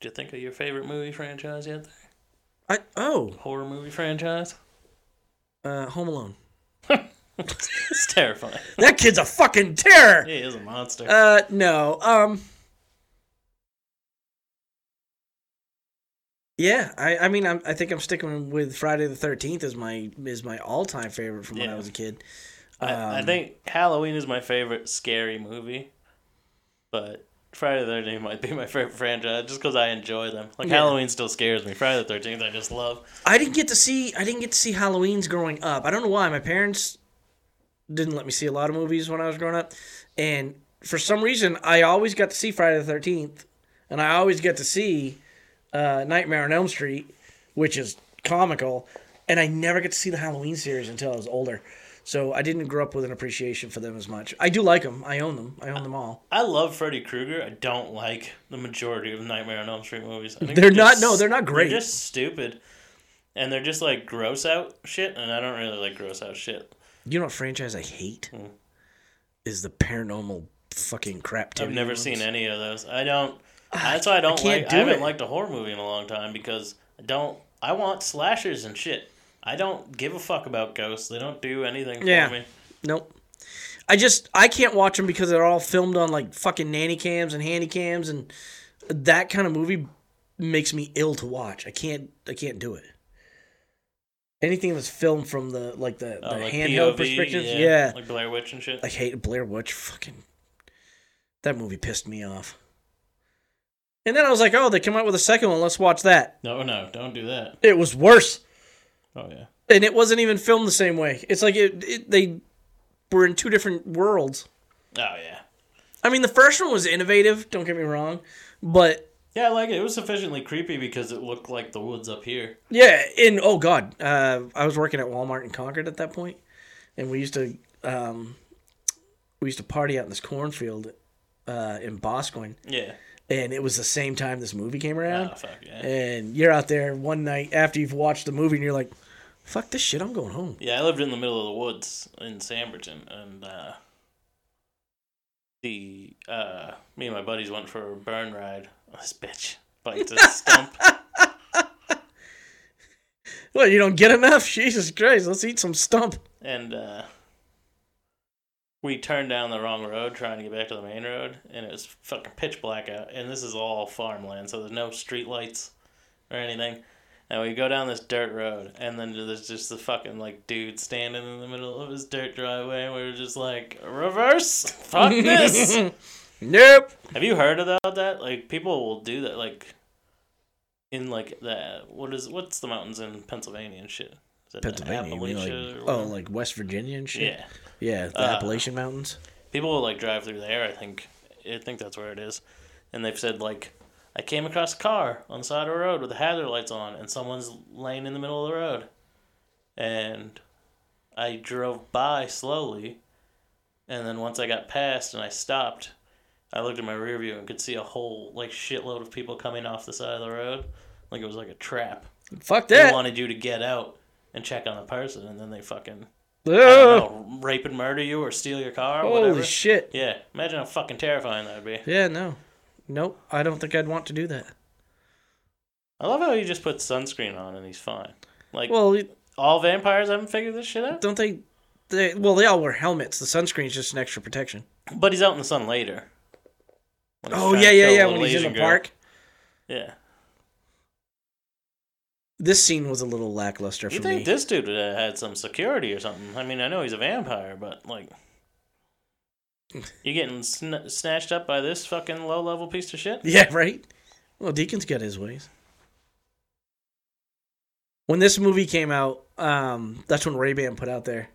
B: Did you think of your favorite movie franchise yet?
C: I oh,
B: Horror movie franchise?
C: uh, Home Alone.
B: It's terrifying.
C: That kid's a fucking terror.
B: He is a monster.
C: Uh, no. Um. Yeah, I, I mean, I'm, I think I'm sticking with Friday the Thirteenth as my is my all time favorite from when I
B: Yeah.
C: was a kid. Um,
B: I, I think Halloween is my favorite scary movie, but Friday the Thirteenth might be my favorite franchise just because I enjoy them. Like
C: Yeah.
B: Halloween still scares me. Friday the Thirteenth I just love.
C: I didn't get to see I didn't get to see Halloween's growing up. I don't know why my parents didn't let me see a lot of movies when I was growing up, and for some reason I always got to see Friday the Thirteenth, and I always get to see uh, Nightmare on Elm Street, which is comical, and I never get to see the Halloween series until I was older. So I didn't grow up with an appreciation for them as much. I do like them. I own them. I own them all.
B: I love Freddy Krueger. I don't like the majority of Nightmare on Elm Street movies. I think
C: They're not-
B: just-
C: no, they're not great.
B: They're just stupid, and they're just like gross out shit. And I don't really like gross out shit.
C: You know what franchise I hate
B: Hmm.
C: is the paranormal fucking crap.
B: I've never seen any of those. I don't. That's why I don't
C: can't
B: like.
C: do
B: I haven't
C: it.
B: liked a horror movie in a long time because I don't. I want slashers and shit. I don't give a fuck about ghosts. They don't do anything for
C: Yeah.
B: me.
C: Nope. I just I can't watch them because they're all filmed on like fucking nanny cams and handy cams and that kind of movie makes me ill to watch. I can't I can't do it. Anything that's filmed from the like the,
B: Uh,
C: the
B: like
C: handheld
B: POV,
C: perspectives, yeah.
B: like Blair Witch and shit.
C: I hate Blair Witch. Fucking that movie pissed me off. And then I was like, oh, they come out with a second one. Let's watch that.
B: no, no, don't do that.
C: It was worse
B: Oh yeah,
C: and it wasn't even filmed the same way. It's like it, it they were in two different worlds.
B: oh yeah,
C: I mean, the first one was innovative. Don't get me wrong, but
B: yeah. I Like it. it was sufficiently creepy because it looked like the woods up here.
C: yeah, in oh god, uh, I was working at Walmart in Concord at that point, and we used to um, we used to party out in this cornfield uh, in Boscoin,
B: Yeah.
C: and it was the same time this movie came around.
B: Oh fuck yeah.
C: And you're out there one night after you've watched the movie, and you're like, "Fuck this shit, I'm going home."
B: Yeah, I lived in the middle of the woods in Samberton, and uh, the uh, me and my buddies went for a burn ride. This bitch bites a stump.
C: Well, you don't get enough. Jesus Christ, let's eat some stump.
B: and uh, we turned down the wrong road trying to get back to the main road, and it was fucking pitch black out. And this is all farmland, so there's no street lights or anything. And we go down this dirt road, and then there's just the fucking like dude standing in the middle of his dirt driveway. And we were just like, reverse, fuck this.
C: Nope.
B: Have you heard about that? Like people will do that, like in like the what is what's the mountains in Pennsylvania and shit? Is it
C: Pennsylvania. you mean
B: Appalachia
C: like,
B: or
C: oh,
B: whatever?
C: like West Virginia and shit.
B: yeah.
C: Yeah, the
B: Uh,
C: Appalachian Mountains.
B: People will like drive through there. I think I think that's where it is, and they've said like I came across a car on the side of a road with the hazard lights on, and someone's laying in the middle of the road, and I drove by slowly, and then once I got past and I stopped, I looked at my rear view and could see a whole like shitload of people coming off the side of the road, like it was like a trap.
C: Fuck
B: They
C: that.
B: wanted you to get out and check on the person, and then they fucking I
C: Ugh.
B: don't know, rape and murder you or steal your car. Or
C: Oh. Holy
B: whatever.
C: shit.
B: Yeah, imagine how fucking terrifying that would be.
C: Yeah, no. Nope. I don't think I'd want to do that.
B: I love how he just puts sunscreen on and he's fine. Like,
C: Well, you-
B: all vampires haven't figured this shit out?
C: don't they? They well, they all wear helmets. The sunscreen's just an extra protection.
B: But he's out in the sun later. When he's
C: Oh
B: trying
C: yeah,
B: to
C: yeah,
B: kill
C: yeah.
B: a
C: When he's in
B: Asian
C: the
B: girl.
C: park.
B: Yeah.
C: This scene was a little lackluster
B: You
C: for
B: think
C: me.
B: this dude would have had some security or something? I mean, I know he's a vampire, but, like. You're getting sn- snatched up by this fucking low level piece of shit?
C: yeah, right. Well, Deacon's got his ways. When this movie came out, um, that's when Ray Ban put out their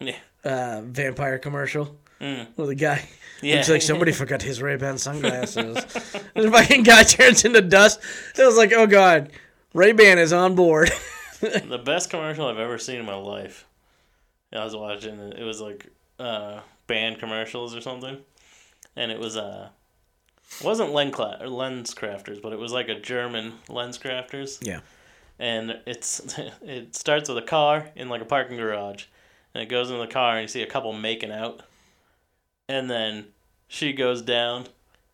B: Yeah.
C: uh, vampire commercial
B: Mm.
C: with a guy.
B: Yeah.
C: It's like somebody forgot his Ray Ban sunglasses. and the fucking guy turns into dust. It was like, oh god, Ray Ban is on board.
B: the best commercial I've ever seen in my life. I was watching it it was like uh, band commercials or something, and it was uh, it wasn't Len Cla- or Lens Crafters, but it was like a German Lens Crafters,
C: yeah.
B: and it's it starts with a car in like a parking garage, and it goes into the car and you see a couple making out, and then she goes down,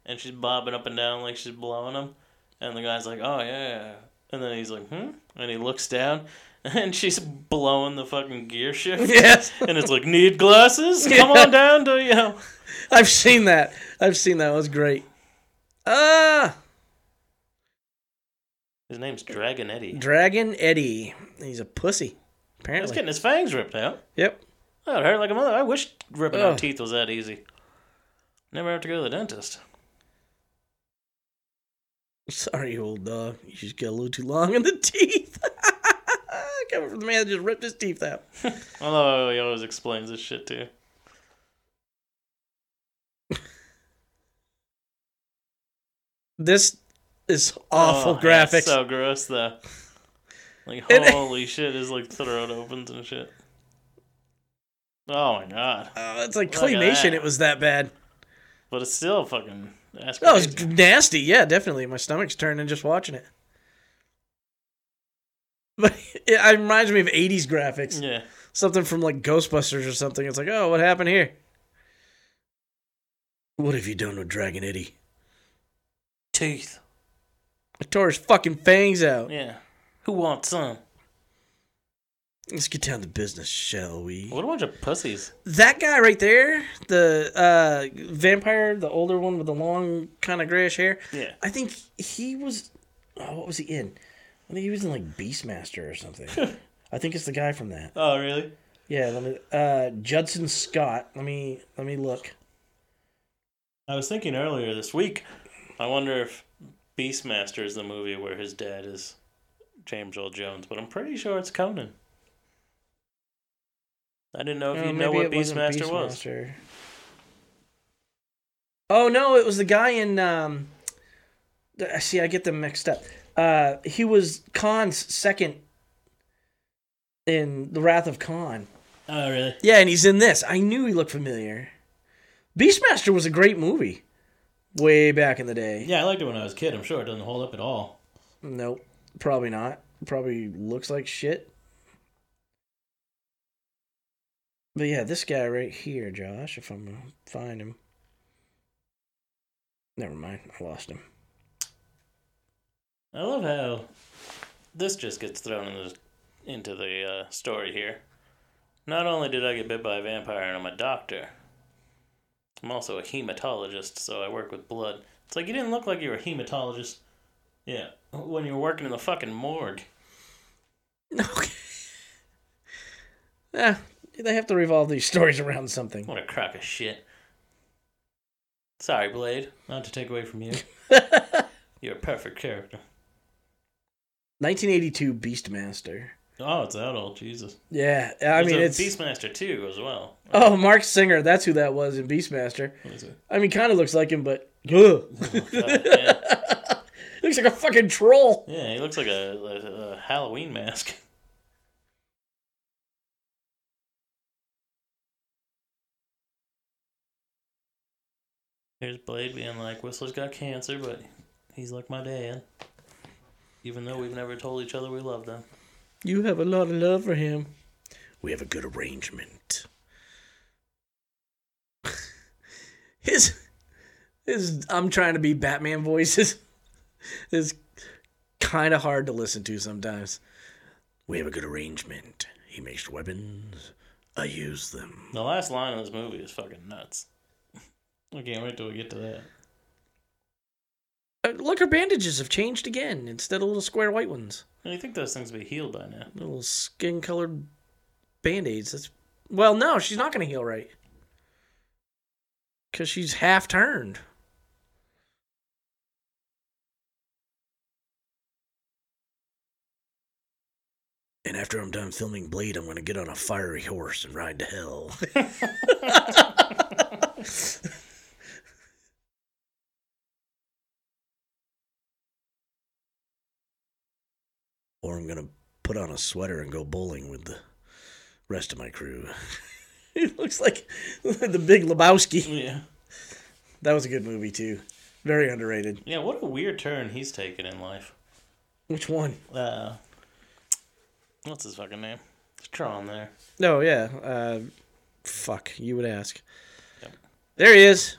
B: and she's bobbing up and down like she's blowing him, and the guy's like, oh yeah, and then he's like, hmm, and he looks down. And she's blowing the fucking gear shift.
C: Yes.
B: And it's like, need glasses? Come on down to, you know.
C: I've seen that. I've seen that. It was great. Ah,
B: His name's Dragon Eddie.
C: Dragon Eddie. He's a pussy.
B: He's
C: Apparently.
B: getting his fangs ripped out.
C: Yep.
B: That hurt like a mother. I wish ripping
C: Ugh.
B: out teeth was that easy. Never have to go to the dentist.
C: Sorry, old dog. You just got a little too long in the teeth. Coming from the man that just ripped his teeth out.
B: Although he always explains this shit too.
C: This is awful
B: Oh, yeah,
C: graphics.
B: it's so gross though. Like
C: It-
B: holy shit, his like throat opens and shit. Oh my god.
C: Oh, it's like
B: Look at
C: claymation.
B: that.
C: It was that bad.
B: But it's still fucking that's
C: That was
B: crazy.
C: nasty. Yeah, definitely. My stomach's turning just watching it. But it, it reminds me of 80s graphics.
B: Yeah.
C: Something from like Ghostbusters or something. It's like, oh, what happened here? What have you done with Dragon Eddie?
B: Teeth.
C: I tore his fucking fangs out.
B: Yeah. Who wants some?
C: Let's get down to business, shall we?
B: What a bunch of pussies.
C: That guy right there, the uh, vampire, the older one with the long, kind of grayish hair.
B: Yeah.
C: I think he was. Oh, what was he in? I think he was in like Beastmaster or something. I think it's the guy from that.
B: Oh really?
C: Yeah, let me. Uh, Judson Scott. Let me. Let me look.
B: I was thinking earlier this week. I wonder if Beastmaster is the movie where his dad is James Earl Jones, but I'm pretty sure it's Conan. I didn't know if
C: Oh,
B: you know
C: maybe
B: what
C: it wasn't
B: Beastmaster, was.
C: Beastmaster. Oh no, it was the guy in. Um, th- see, I get them mixed up. Uh, he was Khan's second in the Wrath of Khan.
B: Oh really?
C: Yeah, and he's in this. I knew he looked familiar. Beastmaster was a great movie, way back in the day.
B: Yeah, I liked it when I was a kid. I'm sure it doesn't hold up at all.
C: Nope, probably not. Probably looks like shit. But yeah, this guy right here, Josh, if I'm gonna find him. Never mind, I lost him.
B: I love how this just gets thrown in the, into the uh, story here. Not only did I get bit by a vampire and I'm a doctor, I'm also a hematologist, so I work with blood. It's like you didn't look like you were a hematologist. Yeah, when you were working in the fucking morgue.
C: Okay. yeah, they have to revolve these stories around something.
B: What a crock of shit. Sorry, Blade. Not to take away from you. You're a perfect character.
C: 1982 Beastmaster.
B: Oh, it's that old. Jesus.
C: Yeah, I mean it's
B: There's a Beastmaster 2 as well.
C: oh Mark Singer. That's who that was in Beastmaster.
B: What is it?
C: I mean, kind of looks like him, but ugh,
B: Uh, yeah.
C: looks like a fucking troll.
B: Yeah, he looks like a, a, a Halloween mask. Here's Blade being like, Whistler's got cancer, but he's like my dad. Even though we've never told each other we love them.
C: You have a lot of love for him.
D: We have a good arrangement.
C: His his I'm trying to be Batman voices is kind of hard to listen to sometimes.
D: We have a good arrangement. He makes weapons. I use them.
B: The last line of this movie is fucking nuts. I can't wait till we get to that.
C: Uh, Look, her bandages have changed again. Instead of little square white ones,
B: And you think those things would be healed by now.
C: little skin colored band aids. That's well, no, she's not going to heal right because she's half turned.
D: And after I'm done filming Blade, I'm going to get on a fiery horse and ride to hell. or I'm going to put on a sweater and go bowling with the rest of my crew.
C: It looks like the Big Lebowski.
B: Yeah.
C: That was a good movie too. Very underrated.
B: Yeah, what a weird turn he's taken in life.
C: Which one?
B: Uh, what's his fucking name? It's Tron there.
C: No, yeah. Uh, fuck, you would ask.
B: Yep.
C: There he is.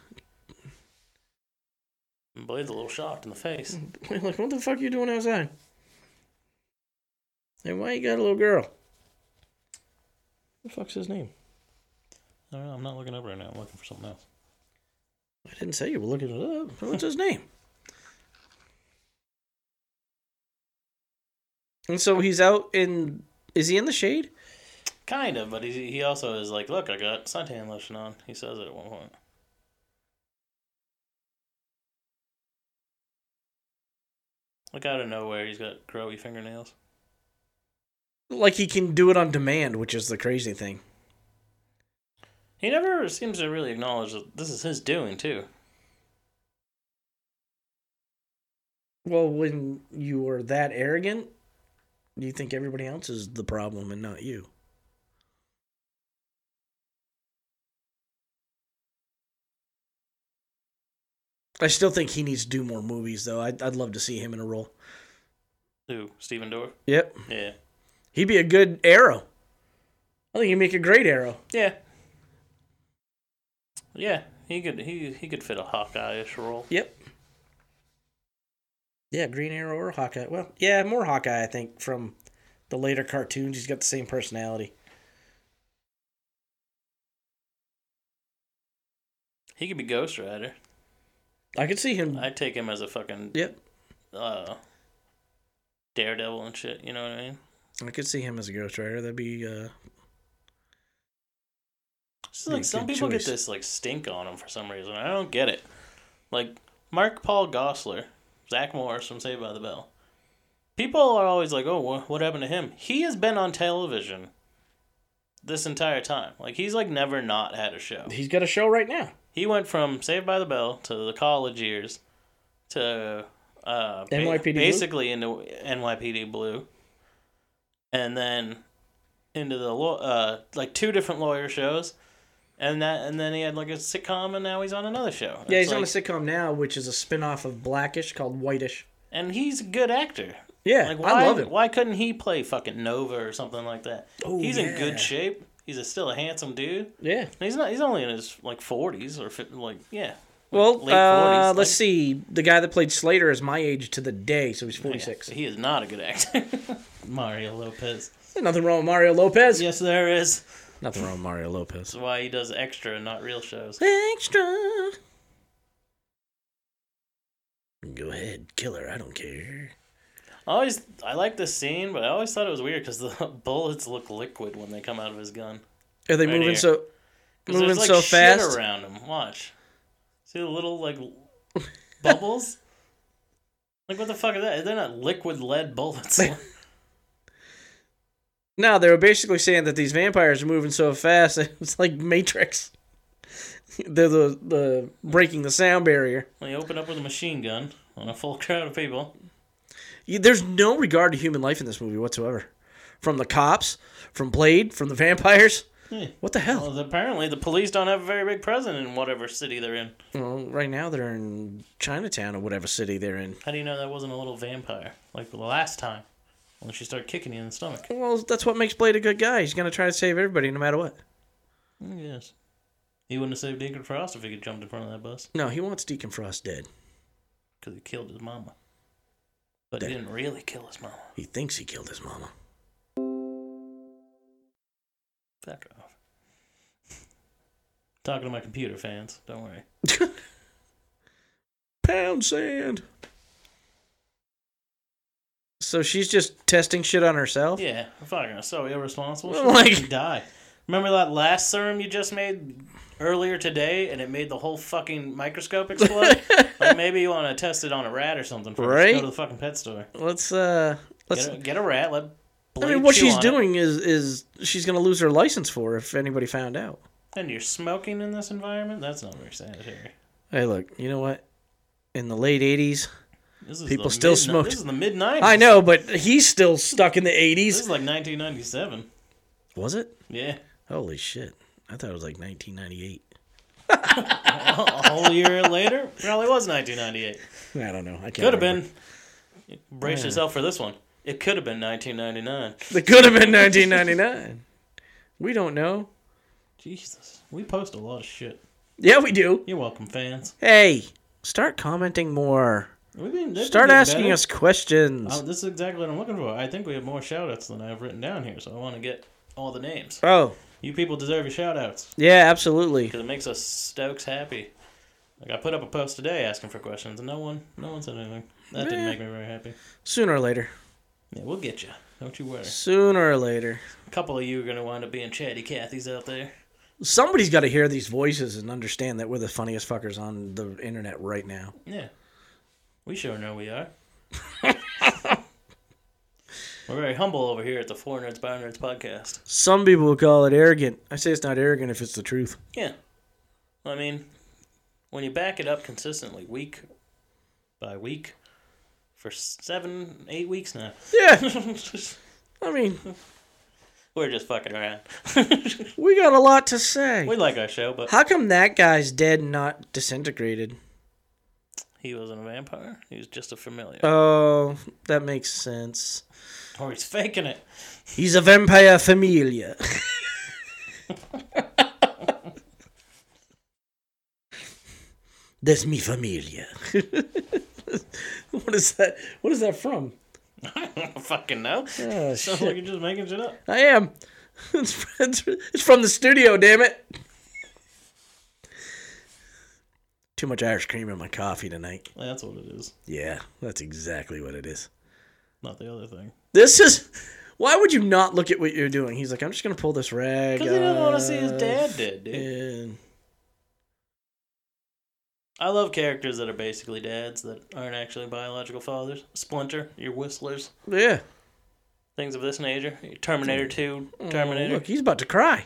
B: Blade's a little shocked in the face.
C: like, what the fuck are you doing outside? And why you got a little girl? The fuck's his name?
B: I don't know, I'm not looking up right now. I'm looking for something else.
C: I didn't say you were looking it up. What's his name? And so he's out in. Is he in the shade?
B: Kind of, but he he also is like, look, I got suntan lotion on. He says it at one point. Like out of nowhere, he's got growy fingernails.
C: Like he can do it on demand, which is the crazy thing.
B: He never seems to really acknowledge that this is his doing too.
C: Well, when you are that arrogant, you think everybody else is the problem and not you. I still think he needs to do more movies, though. I'd, I'd love to see him in a role.
B: Who? Stephen Dorff?
C: Yep.
B: Yeah.
C: He'd be a good arrow. I think he'd make a great arrow.
B: Yeah. Yeah, he could he he could fit a Hawkeye-ish role.
C: Yep. Yeah, Green Arrow or Hawkeye. Well, yeah, more Hawkeye, I think, from the later cartoons. He's got the same personality.
B: He could be Ghost Rider.
C: I could see him.
B: I'd take him as a fucking
C: Yep.
B: uh, Daredevil and shit. You know what I mean?
C: I could see him as a Ghost Rider. That'd be. Uh,
B: It's just like
C: Good-
B: some
C: good
B: people
C: choice.
B: get this like stink on them for some reason. I don't get it. Like Mark Paul Gossler, Zach Morris from Saved by the Bell. People are always like, "Oh, wha- what happened to him?" He has been on television this entire time. Like he's like never not had a show.
C: he's got a show right now.
B: He went from Saved by the Bell to the college years to uh, ba-
C: NYPD Blue?
B: basically into NYPD Blue, and then into the law, uh, like two different lawyer shows, and that and then he had like a sitcom, and now he's on another show.
C: Yeah,
B: It's
C: he's on a
B: like-
C: sitcom now, which is a spin off of Blackish called Whitish.
B: and he's a good actor.
C: Yeah,
B: Like why,
C: I love him.
B: Why couldn't he play fucking Nova or something like that?
C: Oh,
B: he's in
C: yeah.
B: good shape. He's a, still a handsome dude.
C: Yeah.
B: And He's not. He's only in his like forties or fif- like yeah.
C: Well,
B: late
C: uh,
B: 40s,
C: let's
B: like-
C: see. The guy that played Slater is my age to the day, so he's 46.
B: Yeah, he is not a good actor. Mario Lopez.
C: There's Nothing wrong with Mario Lopez.
B: Yes, there is.
C: Nothing wrong with Mario Lopez.
B: That's why he does extra and not real shows.
C: Extra.
D: Go ahead, kill her. I don't care.
B: I always, I like this scene, but I always thought it was weird because the bullets look liquid when they come out of his gun.
C: Are they
B: Right
C: moving
B: here.
C: so
B: 'Cause
C: moving
B: there's, like,
C: so
B: shit
C: fast?
B: around him. Watch. See the little like bubbles. Like what the fuck is that? They're not liquid lead bullets.
C: No, they were basically saying that these vampires are moving so fast. It's like Matrix. They're the the breaking the sound barrier.
B: they open up with a machine gun on a full crowd of people.
C: You- There's no regard to human life in this movie whatsoever. From the cops, from Blade, from the vampires.
B: Hey.
C: What the hell?
B: Well, apparently the police don't have a very big presence in whatever city they're in.
C: Well, right now they're in Chinatown or whatever city they're in.
B: How do you know that wasn't a little vampire like the last time when she started kicking you in the stomach?
C: Well, that's what makes Blade a good guy. He's gonna try to save everybody no matter what.
B: Yes. He wouldn't have saved Deacon Frost if he could jumped in front of that bus
C: No, he wants Deacon Frost dead.
B: because he killed his mama. But he
D: That-
B: didn't really kill his mama.
D: He thinks he killed his mama.
B: Fuck off. Talking to my computer fans. Don't worry.
C: Pound sand. So she's just testing shit on herself.
B: Yeah, fucking so irresponsible.
C: Well, like-
B: Like die. Remember that last serum you just made earlier today, and it made the whole fucking microscope explode. like maybe you want to test it on a rat or something. First.
C: Right?
B: Go to the fucking pet store.
C: Let's uh, let's
B: Get a, get a rat. Let
C: I
B: blade
C: mean, what
B: chew
C: she's
B: on it.
C: doing is is she's gonna lose her license for if anybody found out.
B: And you're smoking in this environment? That's not very sanitary.
C: Hey, look, you know what? In the late '80s,
B: This is
C: People
B: the
C: still
B: mid-
C: smoked.
B: This is the mid 90s.
C: I know, but he's still stuck in the
B: This is
C: '80s.
B: like 1997.
C: Was it?
B: Yeah.
C: Holy shit! I thought it was like 1998.
B: A whole year later? Probably was 1998.
C: I don't know. I can't
B: Could have
C: remember.
B: been. Brace yourself for this one. It could have been 1999.
C: It could have been 1999. we don't know.
B: Jesus. We post a lot of shit.
C: Yeah, we do.
B: You're welcome, fans.
C: Hey, start commenting more.
B: We've been, they've been
C: Start
B: getting
C: asking
B: better.
C: us questions.
B: Oh, this is exactly what I'm looking for. I think we have more shout outs than I've written down here, so I want to get all the names.
C: oh,
B: You people deserve your shout outs
C: yeah, absolutely.
B: because it makes us Stokes happy. Like I put up a post today asking for questions, and no one, no one said anything. That didn't
C: Meh.
B: make me very happy.
C: Sooner or later.
B: Yeah, we'll get you. Don't you worry.
C: Sooner or later.
B: A couple of you are gonna wind up being chatty Cathy's out there.
C: Somebody's got to hear these voices and understand that we're the funniest fuckers on the internet right now.
B: Yeah, we sure know we are. We're very humble over here at the Four Nerds by Nerds podcast.
C: Some people would call it arrogant. I say it's not arrogant if it's the truth.
B: Yeah. I mean, when you back it up consistently, week by week, for seven, eight weeks now,
C: Yeah, I mean,
B: we're just fucking around.
C: we got a lot to say.
B: we like our show, but
C: How come that guy's dead and not disintegrated?
B: he wasn't a vampire. He was just a familiar.
C: Oh, that makes sense.
B: or he's faking it.
C: He's a vampire familia. That's mi familia. what is that? What is that from?
B: I don't fucking know.
C: Oh,
B: Sounds like you're just making shit up.
C: I am. It's, it's, it's from the studio, damn it. Too much Irish cream in my coffee tonight.
B: That's what it is.
C: Yeah, that's exactly what it is.
B: Not the other thing.
C: This is. Why would you not look at what you're doing? He's like, I'm just gonna pull this rag.
B: Because he doesn't want to see his
C: off
B: dad dead, dude.
C: and-
B: I love characters that are basically dads that aren't actually biological fathers. Splinter, your Whistlers,
C: yeah.
B: things of this nature. Terminator 2, Terminator.
C: Mm. Look, he's about to cry.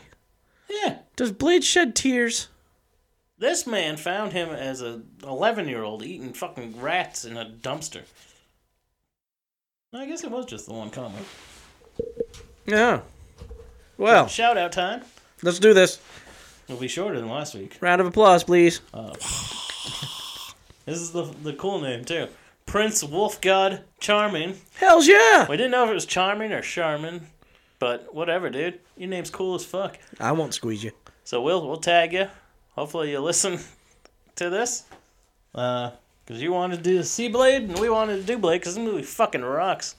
B: Yeah.
C: Does Blade shed tears?
B: This man found him as a 11 year old eating fucking rats in a dumpster. I guess it was just the one comic.
C: No. Well,
B: Shout out time.
C: let's do this.
B: It'll be shorter than last week.
C: Round of applause, please.
B: This is the, the cool name, too. Prince Wolf God Charming.
C: Hell's yeah!
B: We didn't know if it was Charming or Charmin, but whatever, dude. Your name's cool as fuck.
C: I won't squeeze you.
B: So we'll we'll tag you. Hopefully you listen to this, because you wanted to do the Sea Blade and we wanted to do Blade because this movie fucking rocks.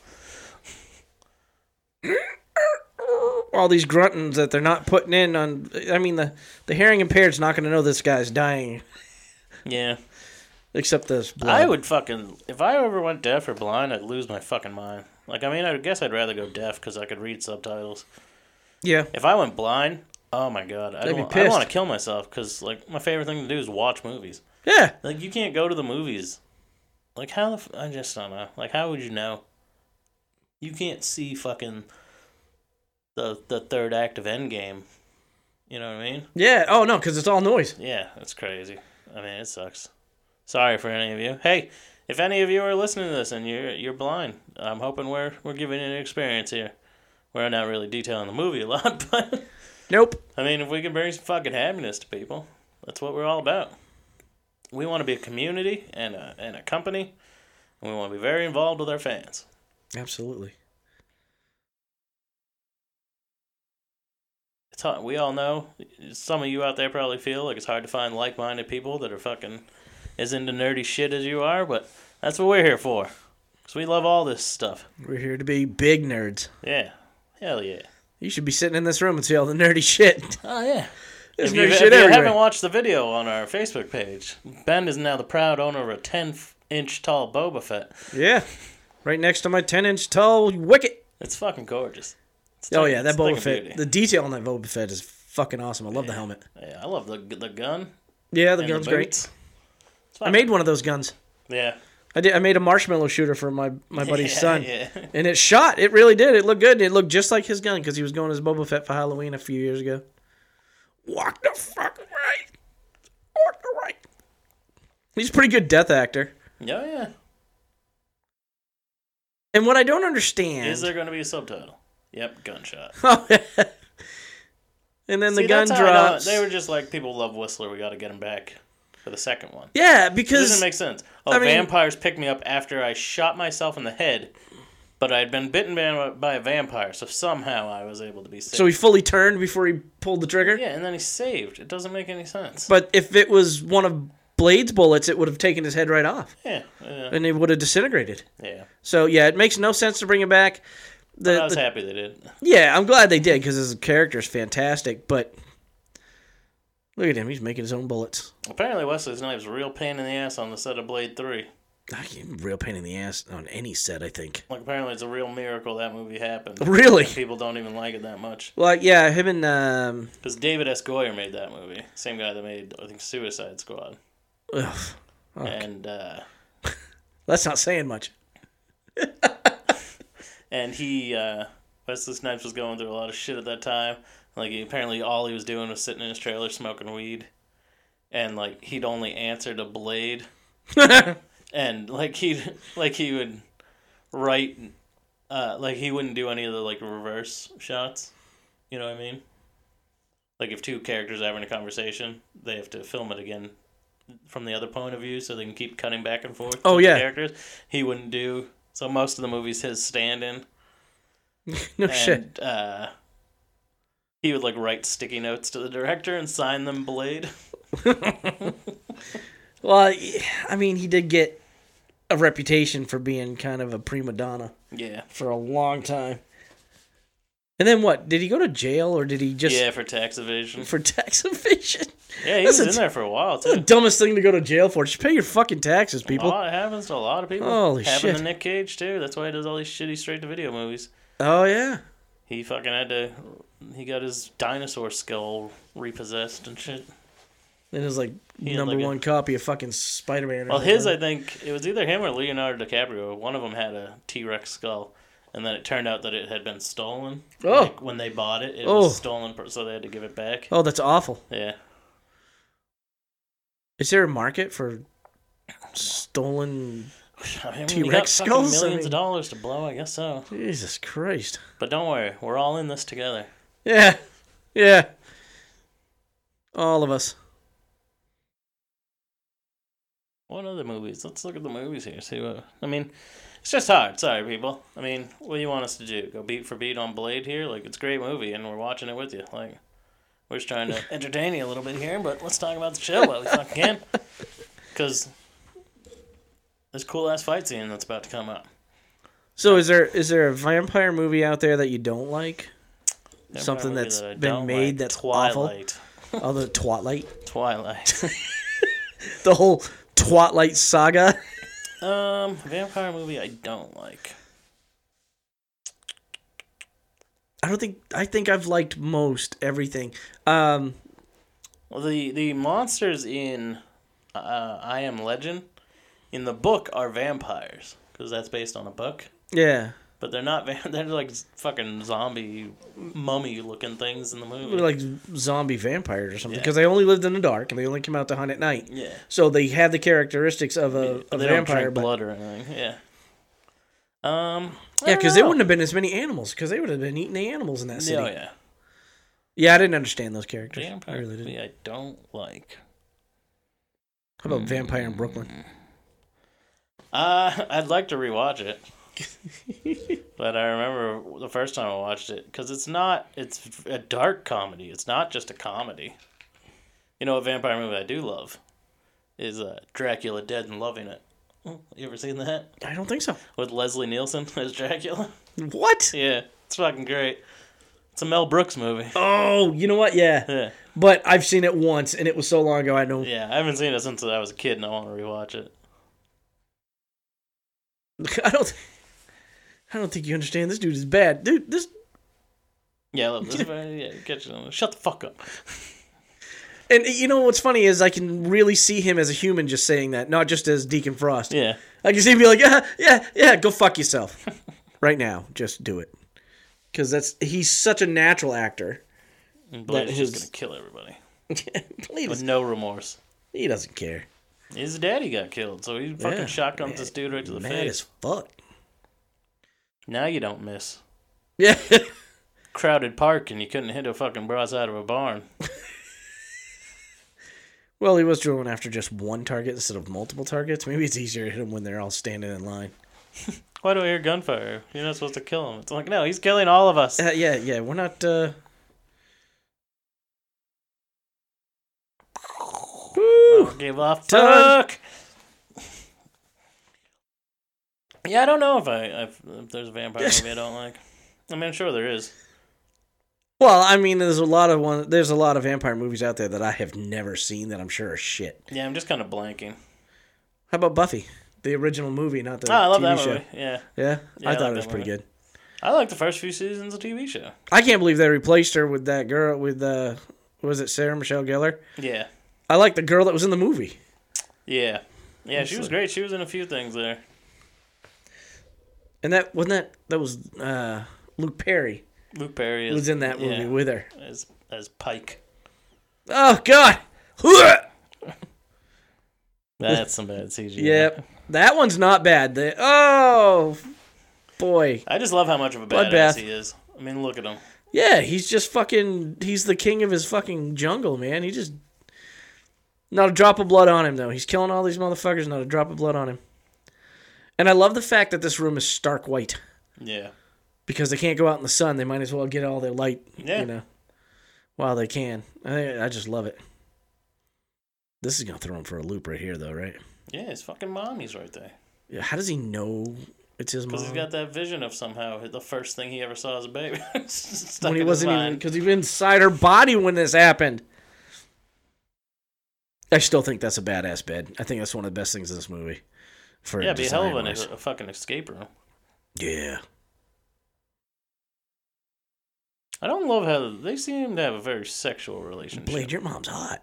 C: All these gruntings that they're not putting in on. I mean, the the hearing impaired's not going to know this guy's dying,
B: Yeah,
C: except this.
B: I
C: blood.
B: would fucking if I ever went deaf or blind, I'd lose my fucking mind. Like I mean, I guess I'd rather go deaf because I could read subtitles.
C: Yeah.
B: If I went blind, oh my god, I
C: They'd
B: don't,
C: be
B: wa- I don't
C: pissed.
B: want to kill myself because like my favorite thing to do is watch movies.
C: Yeah.
B: Like you can't go to the movies. Like how the f- I just don't know. Like how would you know? You can't see fucking the the third act of Endgame. You know what I mean?
C: Yeah. Oh no, because it's all noise.
B: Yeah, that's crazy. I mean, it sucks. Sorry for any of you. Hey, if any of you are listening to this and you're you're blind, I'm hoping we're we're giving you an experience here. We're not really detailing the movie a lot, but
C: Nope.
B: I mean, if we can bring some fucking happiness to people, that's what we're all about. We want to be a community and a, and a company, and we want to be very involved with our fans.
C: Absolutely.
B: It's hard, we all know some of you out there probably feel like it's hard to find like-minded people that are fucking as into nerdy shit as you are, but that's what we're here for. Cause we love all this stuff.
C: We're here to be big nerds.
B: Yeah, hell yeah.
C: You should be sitting in this room and see all the nerdy shit.
B: Oh yeah.
C: There's
B: If you,
C: nerdy
B: if
C: shit
B: you
C: everywhere.
B: haven't watched the video on our Facebook page, Ben is now the proud owner of a ten-inch tall Boba Fett.
C: Yeah. Right next to my 10 inch tall wicket.
B: It's fucking gorgeous. It's
C: Oh,
B: like-
C: yeah, that
B: it's like
C: Boba
B: a
C: Fett.
B: beauty.
C: The detail on that Boba Fett is fucking awesome. I love the helmet.
B: yeah, I love the the gun.
C: Yeah, the
B: and
C: gun's
B: the
C: great.
B: boots. It's
C: I
B: fucking-
C: made one of those guns.
B: Yeah,
C: I did. I made a marshmallow shooter for my my buddy's
B: Yeah,
C: son,
B: yeah. Oh,
C: and it shot. It really did. It looked good. It looked just like his gun because he was going as Boba Fett for Halloween a few years ago. Walk the fuck right. Walk the right. He's a pretty good death actor.
B: Oh, yeah.
C: And what I don't understand
B: Is there going to be a subtitle? Yep, gunshot.
C: Oh, yeah. and then
B: See,
C: the gun
B: that's how I know-
C: drops.
B: They were just like, people love Whistler. We got to get him back for the second one.
C: yeah,
B: It
C: because
B: doesn't make sense. Oh,
C: I mean-
B: vampires picked me up after I shot myself in the head, but I had been bitten by, by a vampire, so somehow I was able to be saved.
C: so he fully turned before he pulled the trigger.
B: yeah, and then he's saved. It doesn't make any sense.
C: But if it was one of Blade's bullets, it would have taken his head right off,
B: yeah, yeah,
C: and it would have disintegrated.
B: yeah.
C: So yeah, it makes no sense to bring him back. The,
B: I was
C: the-
B: happy they did.
C: yeah, I'm glad they did because his character is fantastic. But look at him; he's making his own bullets.
B: Apparently, Wesley Snipes real pain in the ass on the set of Blade Three.
D: I can real pain in the ass on any set, I think.
B: Like, apparently, it's a real miracle that movie happened.
C: Really?
B: People don't even like it that much
C: Well, yeah, him and um,
B: because David S. Goyer made that movie. Same guy that made, I think, Suicide Squad.
C: ugh,
B: And uh,
C: that's not saying much.
B: and he uh, Wesley Snipes was going through a lot of shit at that time. Like he, apparently, all he was doing was sitting in his trailer smoking weed, and like he'd only answer to Blade, and like he would like he would write, uh, like he wouldn't do any of the like reverse shots. You know what I mean? Like if two characters are having a conversation, they have to film it again from the other point of view so they can keep cutting back and forth.
C: Oh,
B: to the
C: yeah.
B: characters he wouldn't do. So most of the movies his stand-in
C: No Oh, shit.
B: and uh, he would like write sticky notes to the director and sign them Blade.
C: Well, yeah, I mean, he did get a reputation for being kind of a prima donna
B: Yeah,
C: for a long time. And then what? Did he go to jail or did he just
B: yeah, for tax evasion.
C: for tax evasion?
B: Yeah, he
C: That's
B: was
C: a-
B: in there for a while
C: That's the
B: too.
C: dumbest thing to go to jail for. Just pay your fucking taxes,
B: A
C: people.
B: lot happens to a lot of people.
C: Holy
B: Happened
C: shit.
B: to Nick Cage too. That's why he does all these shitty straight-to-video movies.
C: Oh yeah.
B: He fucking had to. He got his dinosaur skull repossessed and shit.
C: And it's like
B: had
C: number
B: like a-
C: one copy of fucking Spider Man.
B: Well, his, I think, it was either him or Leonardo DiCaprio. One of them had a T Rex skull, and then it turned out that it had been stolen.
C: Oh.
B: Like, when they bought it, it
C: Oh.
B: was stolen, per- so they had to give it back.
C: oh, that's awful.
B: Yeah.
C: Is there a market for stolen?
B: I mean, when you got
C: T-Rex
B: fucking
C: skulls? I
B: millions
C: mean-
B: of dollars to blow, I guess so.
C: Jesus Christ.
B: But don't worry, we're all in this together.
C: Yeah. Yeah. All of us.
B: What other movies? Let's look at the movies here. See what I mean. It's just hard. Sorry, people. I mean, what do you want us to do? Go beat for beat on Blade here? Like it's a great movie, and we're watching it with you. Like we're just trying to entertain you a little bit here, but let's talk about the show while we fucking can. Because there's cool ass fight scene that's about to come up.
C: So is there is there a vampire movie out there that you don't like?
B: Vampire
C: Something
B: movie
C: that's
B: that I
C: been
B: don't
C: made that's awful?
B: Twilight.
C: Other Twatlight.
B: Twilight.
C: The whole Twatlight saga.
B: Um, vampire movie I don't like.
C: I don't think I think I've liked most everything. Um
B: Well, the the monsters in uh, I Am Legend in the book are vampires because that's based on a book,
C: yeah.
B: but they're not. Van- they're like fucking zombie mummy looking things in the movie.
C: They're like zombie vampires or something
B: Yeah.
C: because they only lived in the dark and they only came out to hunt at night.
B: yeah,
C: So they have the characteristics of a,
B: But
C: a
B: they don't
C: vampire.
B: drink
C: But,
B: blood or anything. Yeah. Um. I
C: yeah,
B: don't
C: because they
B: know.
C: wouldn't have been as many animals because they would have been eating the animals in that city.
B: Oh
C: yeah.
B: yeah,
C: I didn't understand those characters.
B: vampire
C: I really didn't.
B: movie I don't like.
C: How about Vampire in
B: Mm.
C: Brooklyn?
B: Uh, I'd like to rewatch it. but I remember the first time I watched it because it's not, it's a dark comedy. It's not just a comedy. You know, a vampire movie I do love is uh, Dracula Dead and Loving It. You ever seen that?
C: I don't think so.
B: With Leslie Nielsen as Dracula?
C: What?
B: Yeah, it's fucking great. It's a Mel Brooks movie.
C: Oh, you know what? Yeah,
B: Yeah,
C: but I've seen it once and it was so long ago. I don't.
B: yeah, I haven't seen it since I was a kid and I want to rewatch it.
C: I don't. I don't think you understand. This dude is bad, dude. This
B: Yeah, I love this. yeah, catch it on. Shut the fuck up.
C: And you know what's funny is I can really see him as a human just saying that, not just as Deacon Frost.
B: Yeah.
C: I can see him be like, yeah, yeah, yeah, go fuck yourself. right now. Just do it. Because that's he's such a natural actor.
B: And Blade's
C: That
B: just
C: his-
B: gonna kill everybody with
C: Please.
B: no remorse.
C: He doesn't care.
B: His daddy got killed, so he fucking
C: Yeah.
B: shotguns this dude right to the
C: Mad
B: face.
C: as fuck.
B: Now you don't miss.
C: Yeah.
B: Crowded park, and you couldn't hit a fucking broadside of a barn.
C: well, he was drilling after just one target instead of multiple targets. Maybe it's easier to hit him when they're all standing in line.
B: Why do I hear gunfire? You're not supposed to kill him. It's like, no, he's killing all of us.
C: Uh, yeah, yeah, we're not. Uh... Woo!
B: Give off
C: Done.
B: tuck. Yeah, I don't know if I if, if there's a vampire movie I don't like. I mean, I'm sure there is.
C: Well, I mean, there's a lot of one. There's a lot of vampire movies out there that I have never seen that I'm sure are shit.
B: Yeah, I'm just kind of blanking.
C: How about Buffy, the original movie, not the
B: Oh, I love
C: TV
B: that
C: show?
B: movie. Yeah,
C: Yeah?
B: Yeah, I
C: I thought
B: like
C: it was
B: that
C: pretty
B: movie.
C: good.
B: I like the first few seasons of TV show.
C: I can't believe they replaced her with that girl with uh, was it Sarah Michelle Gellar?
B: Yeah,
C: I like the girl that was in the movie.
B: yeah, yeah. She was great. She was in a few things there.
C: And that wasn't that that was uh, Luke Perry
B: Luke Perry is,
C: was in that movie
B: yeah,
C: with her.
B: as as Pike.
C: Oh God. Hooah!
B: That's some bad CG.
C: Yep. That one's not bad. The, oh boy.
B: I just love how much of a badass
C: Bloodbath.
B: he is. I mean, look at him.
C: Yeah, he's just fucking he's the king of his fucking jungle, man. He just not a drop of blood on him though. He's killing all these motherfuckers, not a drop of blood on him. And I love the fact that this room is stark white
B: Yeah,
C: because they can't go out in the sun. They might as well get all their light,
B: Yeah.
C: you know, while they can. I I just love it. This is gonna throw him for a loop right here, though, right?
B: yeah. His fucking mommy's right there.
C: Yeah, How does he know it's his mom?
B: Because he's got that vision of somehow the first thing he ever saw as a baby. Stuck
C: when he
B: in his
C: wasn't even
B: mind.
C: because he was inside her body when this happened. I still think that's a badass bed. I think that's one of the best things in this movie. For
B: Yeah, it'd be a hell of an, e,
C: design-wise.
B: a fucking escape room.
D: Yeah.
B: I don't love how they seem to have a very sexual relationship.
C: Blade, your mom's hot.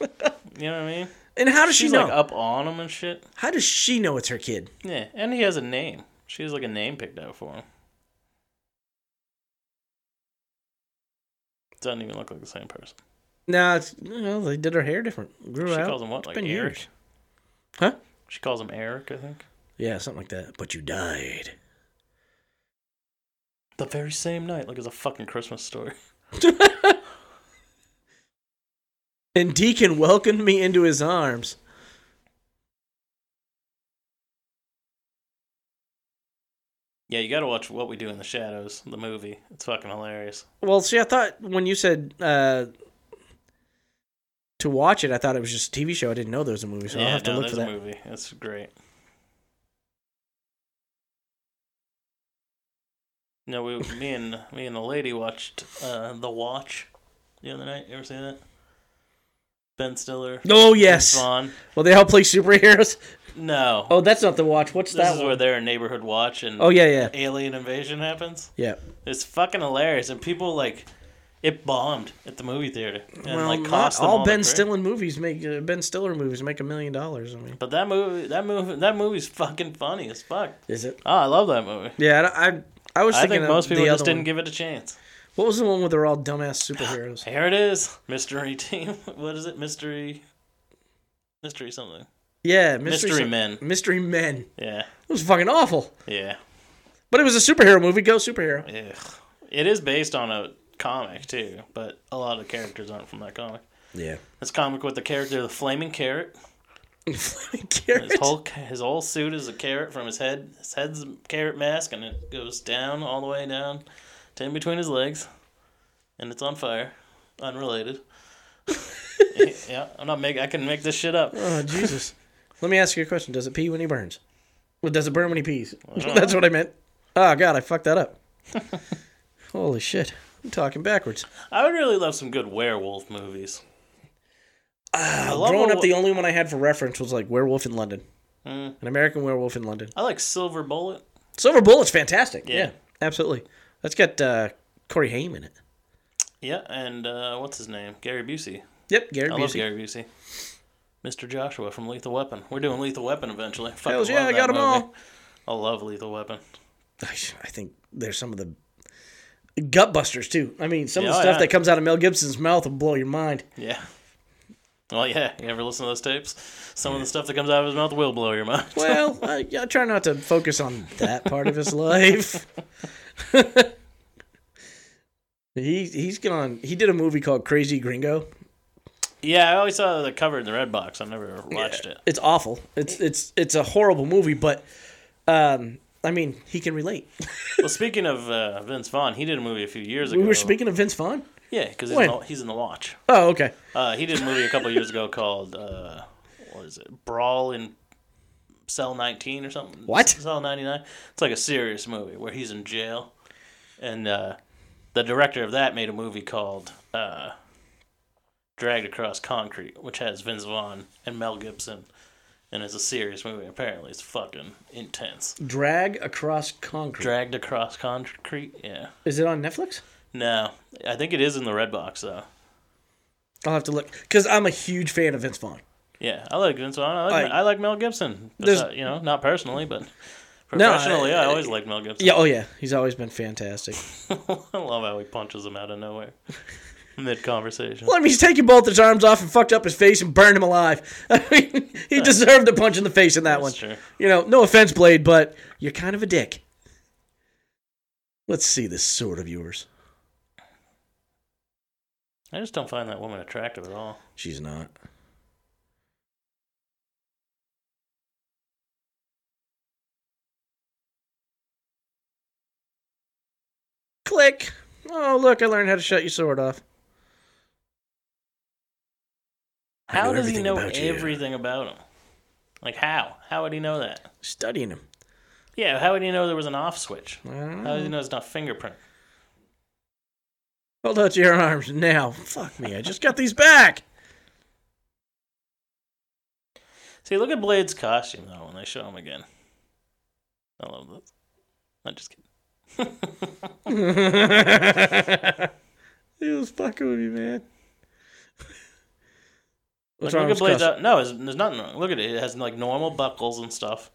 B: You know what I mean?
C: and how does
B: She's
C: she know?
B: like up on him and shit.
C: how does she know it's her kid?
B: Yeah, and he has a name. She has like a name picked out for him. Doesn't even look like the same person.
C: Nah, it's, well, they did her hair different. Grew
B: She
C: out.
B: calls him what? Like
C: been
B: Eric?
C: years. Huh?
B: She calls him Eric, I think.
C: Yeah, something like that.
D: But you died.
B: The very same night, like it's a fucking Christmas story.
C: And Deacon welcomed me into his arms.
B: Yeah, you gotta watch What We Do in the Shadows, the movie. It's fucking hilarious.
C: Well, see, I thought when you said uh, to watch it, I thought it was just a TV show. I didn't know there was a movie, so
B: yeah,
C: I'll have to
B: no,
C: look
B: there's
C: for
B: a
C: that.
B: movie. It's great. No, we, me and me and the lady watched uh, The Watch the other night. You ever seen that? Ben Stiller.
C: Oh yes.
B: James Vaughn.
C: Well, they all play superheroes.
B: No.
C: Oh, that's not the watch. What's
B: this
C: that
B: is
C: one?
B: where they're a neighborhood watch and
C: Oh yeah, yeah,
B: alien invasion happens.
C: yeah.
B: It's fucking hilarious, and people like it bombed at the movie theater, and
C: Well,
B: like
C: not
B: cost them
C: all,
B: all the
C: Ben
B: cra-
C: Stiller movies make uh, Ben Stiller movies make a million dollars. I mean,
B: But that movie, that movie, that movie's fucking funny as fuck.
C: is it?
B: Oh, I love that movie.
C: Yeah, I I, I was
B: I
C: thinking
B: think
C: of
B: most people
C: the
B: just
C: other
B: didn't
C: one.
B: give it a chance.
C: What was the one where they're all dumbass superheroes?
B: Here it is, mystery team. What is it? Mystery, mystery something.
C: yeah,
B: Mystery
C: Som-
B: Men.
C: Mystery Men. It
B: Yeah,
C: was fucking awful,
B: yeah,
C: but it was a superhero movie. Go superhero.
B: yeah. It is based on a comic too, but a lot of the characters aren't from that comic.
D: Yeah.
B: This comic with the character the flaming carrot. His
C: Carrot.
B: whole ca- his whole suit is a carrot from his head. His head's a carrot mask, and it goes down all the way down to in between his legs, and it's on fire. Unrelated. yeah, I'm not make. I can make this shit up.
C: Oh Jesus! Let me ask you a question. Does it pee when he burns? Well, does it burn when he pees? That's what I meant. Oh God, I fucked that up. Holy shit! I'm talking backwards.
B: I would really love some good werewolf movies. I love
C: Growing
B: a-
C: up, the only one I had for reference was like Werewolf in London,
B: Mm.
C: an American Werewolf in London.
B: I like Silver Bullet.
C: Silver Bullet's fantastic. Yeah,
B: Yeah.
C: absolutely. That's got uh, Corey Haim in it.
B: Yeah, and uh, what's his name? Gary Busey.
C: Yep, Gary
B: I love
C: Busey.
B: Gary Busey. Mr. Joshua from Lethal Weapon. We're doing Lethal Weapon eventually. I fucking
C: Hells yeah,
B: love
C: I
B: that
C: got 'em
B: movie.
C: all.
B: I love Lethal Weapon.
C: I sh- I think there's some of the gut busters too. I mean, some of
B: Yeah,
C: the
B: oh,
C: stuff
B: yeah.
C: that comes out of Mel Gibson's mouth will blow your mind.
B: Yeah. Well, yeah. You ever listen to those tapes? Some of the stuff that comes out of his mouth will blow your mind.
C: Well, I, I try not to focus on that part of his life. he he's gone. He did a movie called Crazy Gringo.
B: Yeah, I always saw the cover in the red box. I never watched it.
C: It's awful. It's it's it's a horrible movie, but um, I mean, he can relate.
B: Well, speaking of uh, Vince Vaughn, he did a movie a few years ago.
C: We were speaking of Vince Vaughn.
B: Yeah, because he's,
C: When?
B: in the- he's in the watch.
C: Oh, okay.
B: Uh, he did a movie a couple years ago called uh, what is it? Brawl in Cell 19 or something.
C: What?
B: Cell 99. It's like a serious movie where he's in jail, and uh, the director of that made a movie called uh, Dragged Across Concrete, which has Vince Vaughn and Mel Gibson, and it's a serious movie. Apparently, it's fucking intense.
C: Drag across concrete.
B: Dragged Across Concrete. Yeah.
C: Is it on Netflix?
B: No, I think it is in the red box though.
C: I'll have to look because I'm a huge fan of Vince Vaughn.
B: Yeah, I like Vince Vaughn. I like,
C: Like-
B: I like Mel Gibson.
C: There's-
B: Besi- you know, not personally, but
C: No, I-
B: professionally, I, always liked Mel Gibson.
C: Yeah. Oh yeah. He's always been fantastic.
B: I love how he punches him out of nowhere mid conversation.
C: Well, I mean, he's taken both his arms off and fucked up his face and burned him alive. I mean, he deserved a punch in the face in that one.
B: That's true.
C: You know, no offense, Blade, but you're kind of a dick. Let's see this sword of yours.
B: I just don't find that woman attractive at all.
D: She's not.
C: Click. Oh, look, I learned how to shut your sword off.
D: I
B: How
D: know
B: does he
D: everything
B: know
D: about you.
B: everything about him? Like how? How would he know that?
D: Studying him.
B: Yeah, how would he know there was an off switch?
C: I don't
B: How
C: know.
B: would he know it's not fingerprint?
C: Hold out your arms now. Fuck me, I just got these back.
B: See, look at Blade's costume though when they show him again. I love this. I'm just kidding.
C: He was fucking with me, man. What's
B: like,
C: wrong
B: look at
C: with
B: Blade's uh,
C: Scott?
B: out. No, it's, there's nothing wrong. Look at it. It has like normal buckles and stuff.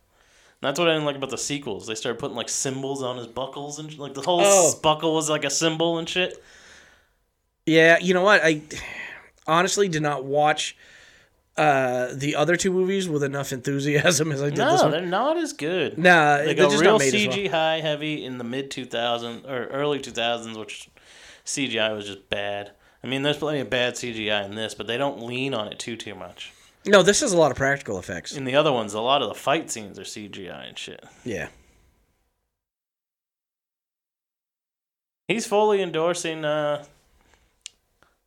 B: And that's what I didn't like about the sequels. They started putting like symbols on his buckles and sh- like the whole
C: Oh.
B: s- buckle was like a symbol and shit.
C: Yeah, you know what? I honestly did not watch uh, the other two movies with enough enthusiasm as I did this
B: No,
C: one.
B: they're not as good.
C: Nah,
B: they
C: they're
B: go
C: just
B: real
C: not made as
B: CG
C: well.
B: high heavy in the mid 2000s or early 2000s, which CGI was just bad. I mean, there's plenty of bad CGI in this, but they don't lean on it too too much.
C: No, this has a lot of practical effects.
B: In the other ones, a lot of the fight scenes are CGI and shit.
C: Yeah.
B: He's fully endorsing uh,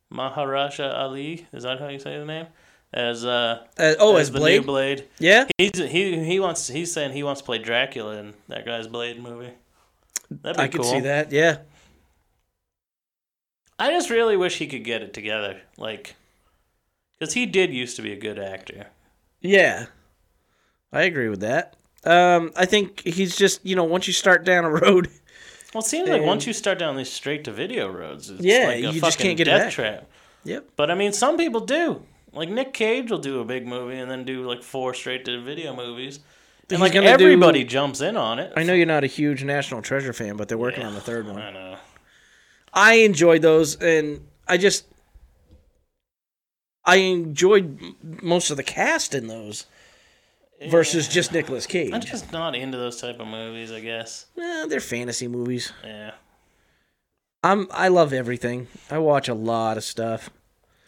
B: Maharaja Ali. Is that how you say the name? As uh,
C: Uh, oh, as
B: the
C: Blade?
B: new Blade.
C: Yeah.
B: He's he he wants he's saying he wants to play Dracula in that guy's Blade movie. That'd be
C: I could
B: cool.
C: see that. Yeah.
B: I just really wish he could get it together, like, because he did used to be a good actor.
C: Yeah. I agree with that. Um, I think he's just, you know, once you start down a road,
B: Well, it seems like
C: And-
B: once you start down these straight to video roads, it's
C: Yeah,
B: like a
C: you
B: fucking
C: just can't get it
B: death
C: back.
B: trap.
C: Yep.
B: But I mean, some people do. Like Nick Cage will do a big movie and then do like four straight to video movies,
C: He's
B: and like
C: gonna do-
B: everybody jumps in on it.
C: I know you're not a huge National Treasure fan, but they're working on the third one.
B: I know.
C: I enjoyed those, and I just I enjoyed m- most of the cast in those versus just Nicolas Cage.
B: I'm just not into those type of movies. I guess.
C: Eh, they're fantasy movies.
B: Yeah.
C: I'm I love everything. I watch a lot of stuff.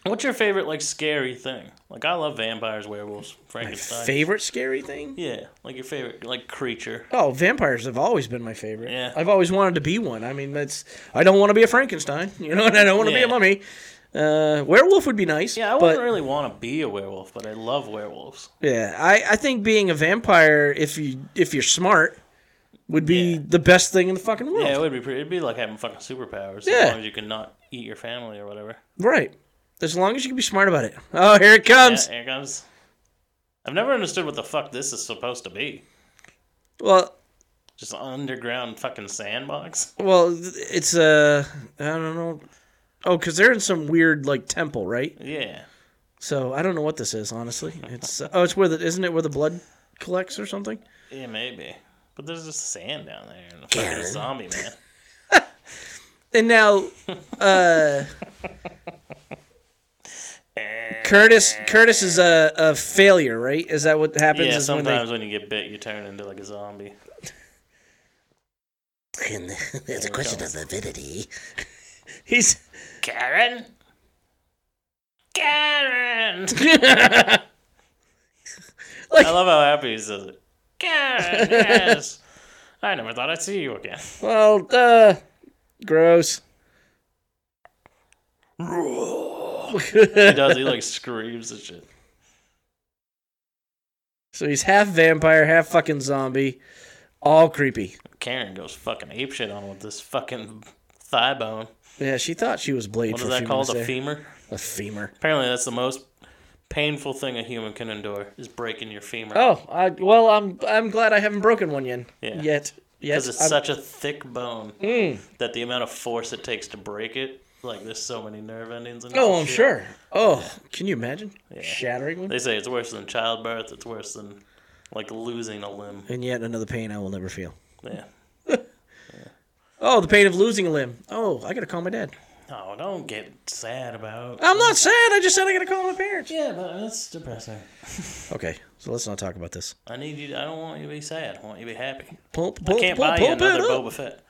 B: What's your favorite like scary thing? Like I love vampires, werewolves,
C: My
B: Frankenstein.
C: favorite scary thing?
B: yeah, like your favorite like creature.
C: Oh, vampires have always been my favorite.
B: Yeah.
C: I've always wanted to be one. I mean, that's I don't want to be a Frankenstein, you know, and I don't want to be
B: Yeah.
C: a mummy. Uh, werewolf would be nice.
B: Yeah, I
C: but-
B: wouldn't really want to be a werewolf, but I love werewolves.
C: Yeah, I, I think being a vampire, if you if you're smart, would be the best thing in the fucking world.
B: Yeah, it would be pretty. It'd be like having fucking superpowers
C: Yeah.
B: as long as you can not eat your family or whatever.
C: right. As long as you can be smart about it. Oh, here it
B: Yeah,
C: comes.
B: here it comes. I've never understood what the fuck this is supposed to be.
C: Well,
B: Just an underground fucking sandbox.
C: well, it's uh, I don't know, Oh, because they're in some weird like temple, right?
B: Yeah.
C: So I don't know what this is, honestly. It's oh, it's where the isn't it where the blood collects or something?
B: Yeah, maybe. But there's just sand down there and a fucking zombie man.
C: And now, uh, Curtis Curtis is a, a failure, right? Is that what happens?
B: Yeah,
C: is when they-
B: sometimes when, you get bit, you turn into like a zombie.
E: And there's a question of avidity.
C: he's
B: Karen? Karen! I love how happy he says it. Karen, yes! I never thought I'd see you again.
C: well, uh, gross.
B: He does, he like screams and shit.
C: So he's half vampire, half fucking zombie, all creepy.
B: Karen goes fucking apeshit on with this fucking thigh bone.
C: Yeah, she thought she was Blade
B: What is
C: for a
B: that
C: few
B: called?
C: minutes
B: A
C: there.
B: femur?
C: a femur.
B: Apparently, that's the most painful thing a human can endure is breaking your femur.
C: Oh, I, well, I'm I'm glad I haven't broken one yet.
B: Yeah.
C: Yet, yet.
B: Because it's
C: I'm- Mm.
B: such a thick bone that the amount of force it takes to break it, like there's so many nerve endings. And
C: oh, I'm
B: shit.
C: sure. Oh, can you imagine shattering one?
B: They say it's worse than childbirth. It's worse than like losing a limb.
C: And yet another pain I will never feel.
B: Yeah.
C: Oh, the pain of losing a limb. Oh, I gotta call my dad.
B: Oh, don't get sad about.
C: I'm not sad. I just said I gotta call my parents.
B: Yeah, but that's depressing.
C: Okay, so let's not talk about this.
B: I need you. I don't want you to be sad. I want you to be happy.
C: Pull, pull,
B: I can't
C: pull,
B: buy
C: pull,
B: you another
C: pull,
B: Boba Fett.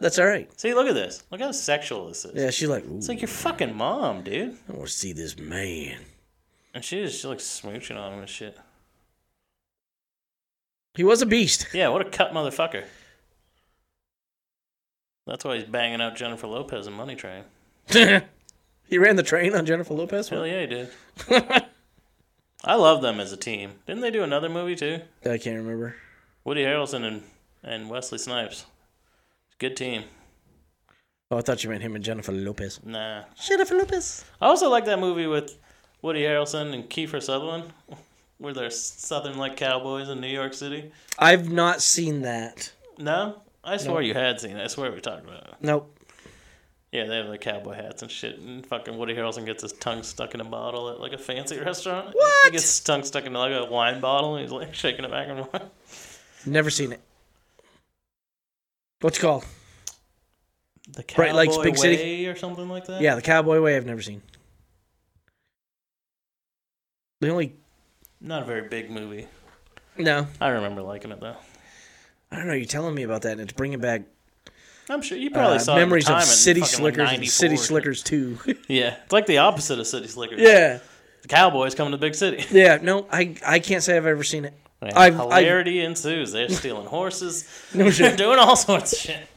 C: That's all right.
B: See, look at this. Look how sexual this is.
C: Yeah, she's like, Ooh,
B: It's like your fucking mom, dude.
D: I want to see this man.
B: And she just she like smooching on him and shit.
C: he was a beast.
B: Yeah, what a cut motherfucker. That's why he's banging out Jennifer Lopez in Money Train.
C: He ran the train on Jennifer Lopez.
B: Hell yeah, he did. I love them as a team. Didn't they do another movie too?
C: I can't remember.
B: Woody Harrelson and, and Wesley Snipes. Good team.
C: Oh, I thought you meant him and Jennifer Lopez.
B: Nah.
C: Jennifer Lopez.
B: I also like that movie with Woody Harrelson and Kiefer Sutherland, where they're southern like cowboys in New York City.
C: I've not seen that.
B: No? I swear you had seen it. I swear we talked about it.
C: Nope.
B: Yeah, they have like cowboy hats and shit, and fucking Woody Harrelson gets his tongue stuck in a bottle at like a fancy restaurant. What? He gets his tongue stuck in like a wine bottle, and he's like shaking it back and forth.
C: Never seen it. What's it called?
B: The cowboy
C: Bright Lights, Big
B: way
C: City?
B: or something like that.
C: Yeah, the Cowboy Way. I've never seen. The only
B: not a very big movie.
C: no,
B: I remember liking it though.
C: I don't know. You're telling me about that, and it's bringing back
B: I'm sure you probably
C: uh,
B: saw
C: memories
B: it at the
C: of
B: time in
C: City
B: fucking,
C: Slickers
B: like
C: and City
B: 94 or
C: Slickers Two.
B: something. Yeah, it's like the opposite of City Slickers.
C: yeah,
B: the cowboys come to the big city.
C: yeah. No, I I can't say I've ever seen it.
B: Man,
C: I've-
B: hilarity ensues. They're stealing horses.
C: No
B: They're
C: shit.
B: doing all sorts of shit.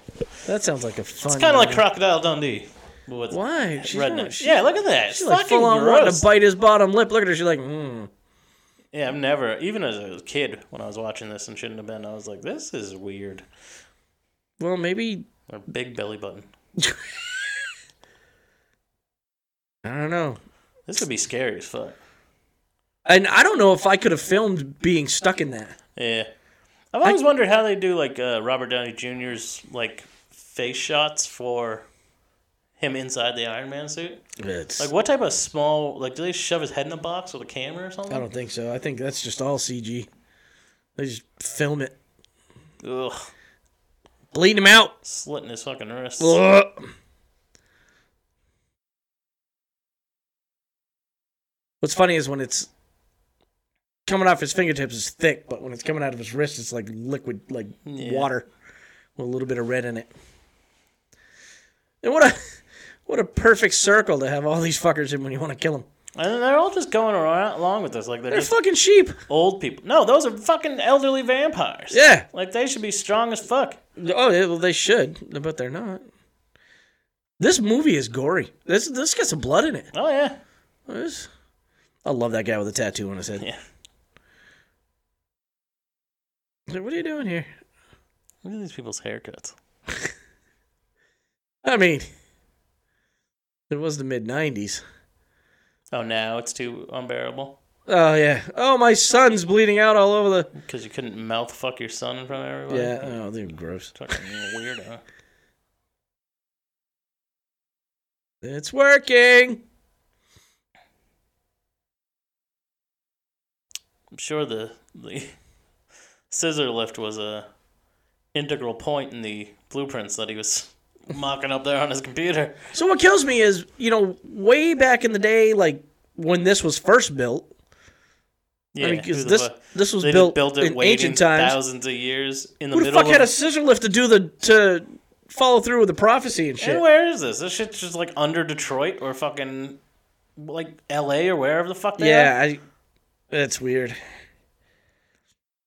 C: That sounds like a fun.
B: It's kind of like
C: movie.
B: Crocodile Dundee, but with
C: why? She's
B: redneck.
C: not- she-
B: yeah, look at that.
C: She's
B: It's
C: like
B: fucking
C: full on wanting
B: gross.
C: to bite his bottom lip. Look at her. She's like, mm.
B: Yeah, I've never, even as a kid, when I was watching this and shouldn't have been, I was like, this is weird.
C: well, maybe
B: Or big belly button.
C: I don't know.
B: This could be scary as fuck.
C: And I don't know if I could have filmed being stuck in that.
B: Yeah. I've always wondered how they do, like, uh, Robert Downey Jr.'s, like, face shots for him inside the Iron Man suit.
D: It's
B: Like, what type of small, like, do they shove his head in a box with a camera or something?
C: I don't think so. I think that's just all CG. They just film it,
B: Ugh.
C: bleed him out.
B: Slitting his fucking wrists.
C: Ugh. What's funny is when it's coming off his fingertips, it's thick, but when it's coming out of his wrist, it's like liquid, like
B: Yeah.
C: water with a little bit of red in it. And what a what a perfect circle to have all these fuckers in when you want to kill them.
B: And they're all just going around, along with this. Like, they're
C: They're
B: just
C: fucking sheep.
B: old people. No, those are fucking elderly vampires.
C: Yeah.
B: Like, they should be strong as fuck.
C: Oh, yeah, well, they should, but they're not. This movie is gory. This this got some blood in it.
B: Oh, yeah.
C: This- I love that guy with a tattoo on his head.
B: Yeah.
C: Like, What are you doing here?
B: Look at these people's haircuts.
C: I mean, it was the mid '90s.
B: Oh, now it's too unbearable
C: Oh yeah. Oh, my son's bleeding out all over the.
B: because you couldn't mouth fuck your son in front of everybody.
C: Yeah. Oh, they're gross.
B: Fucking weirdo.
C: It's working.
B: I'm sure the the scissor lift was a integral point in the blueprints that he was mocking up there on his computer.
C: So what kills me is, you know, way back in the day, like when this was first built.
B: Yeah,
C: I mean, 'cause
B: who the
C: this
B: fuck-
C: this was
B: they didn't
C: built,
B: build it
C: in
B: waiting
C: ancient times.
B: thousands of years in the
C: Who the
B: middle
C: fuck
B: of
C: had a scissor lift to do the to follow through with the prophecy and shit?
B: And where is this? This shit's just like under Detroit or fucking like L.A. or wherever the fuck they
C: yeah,
B: are.
C: I, that's weird.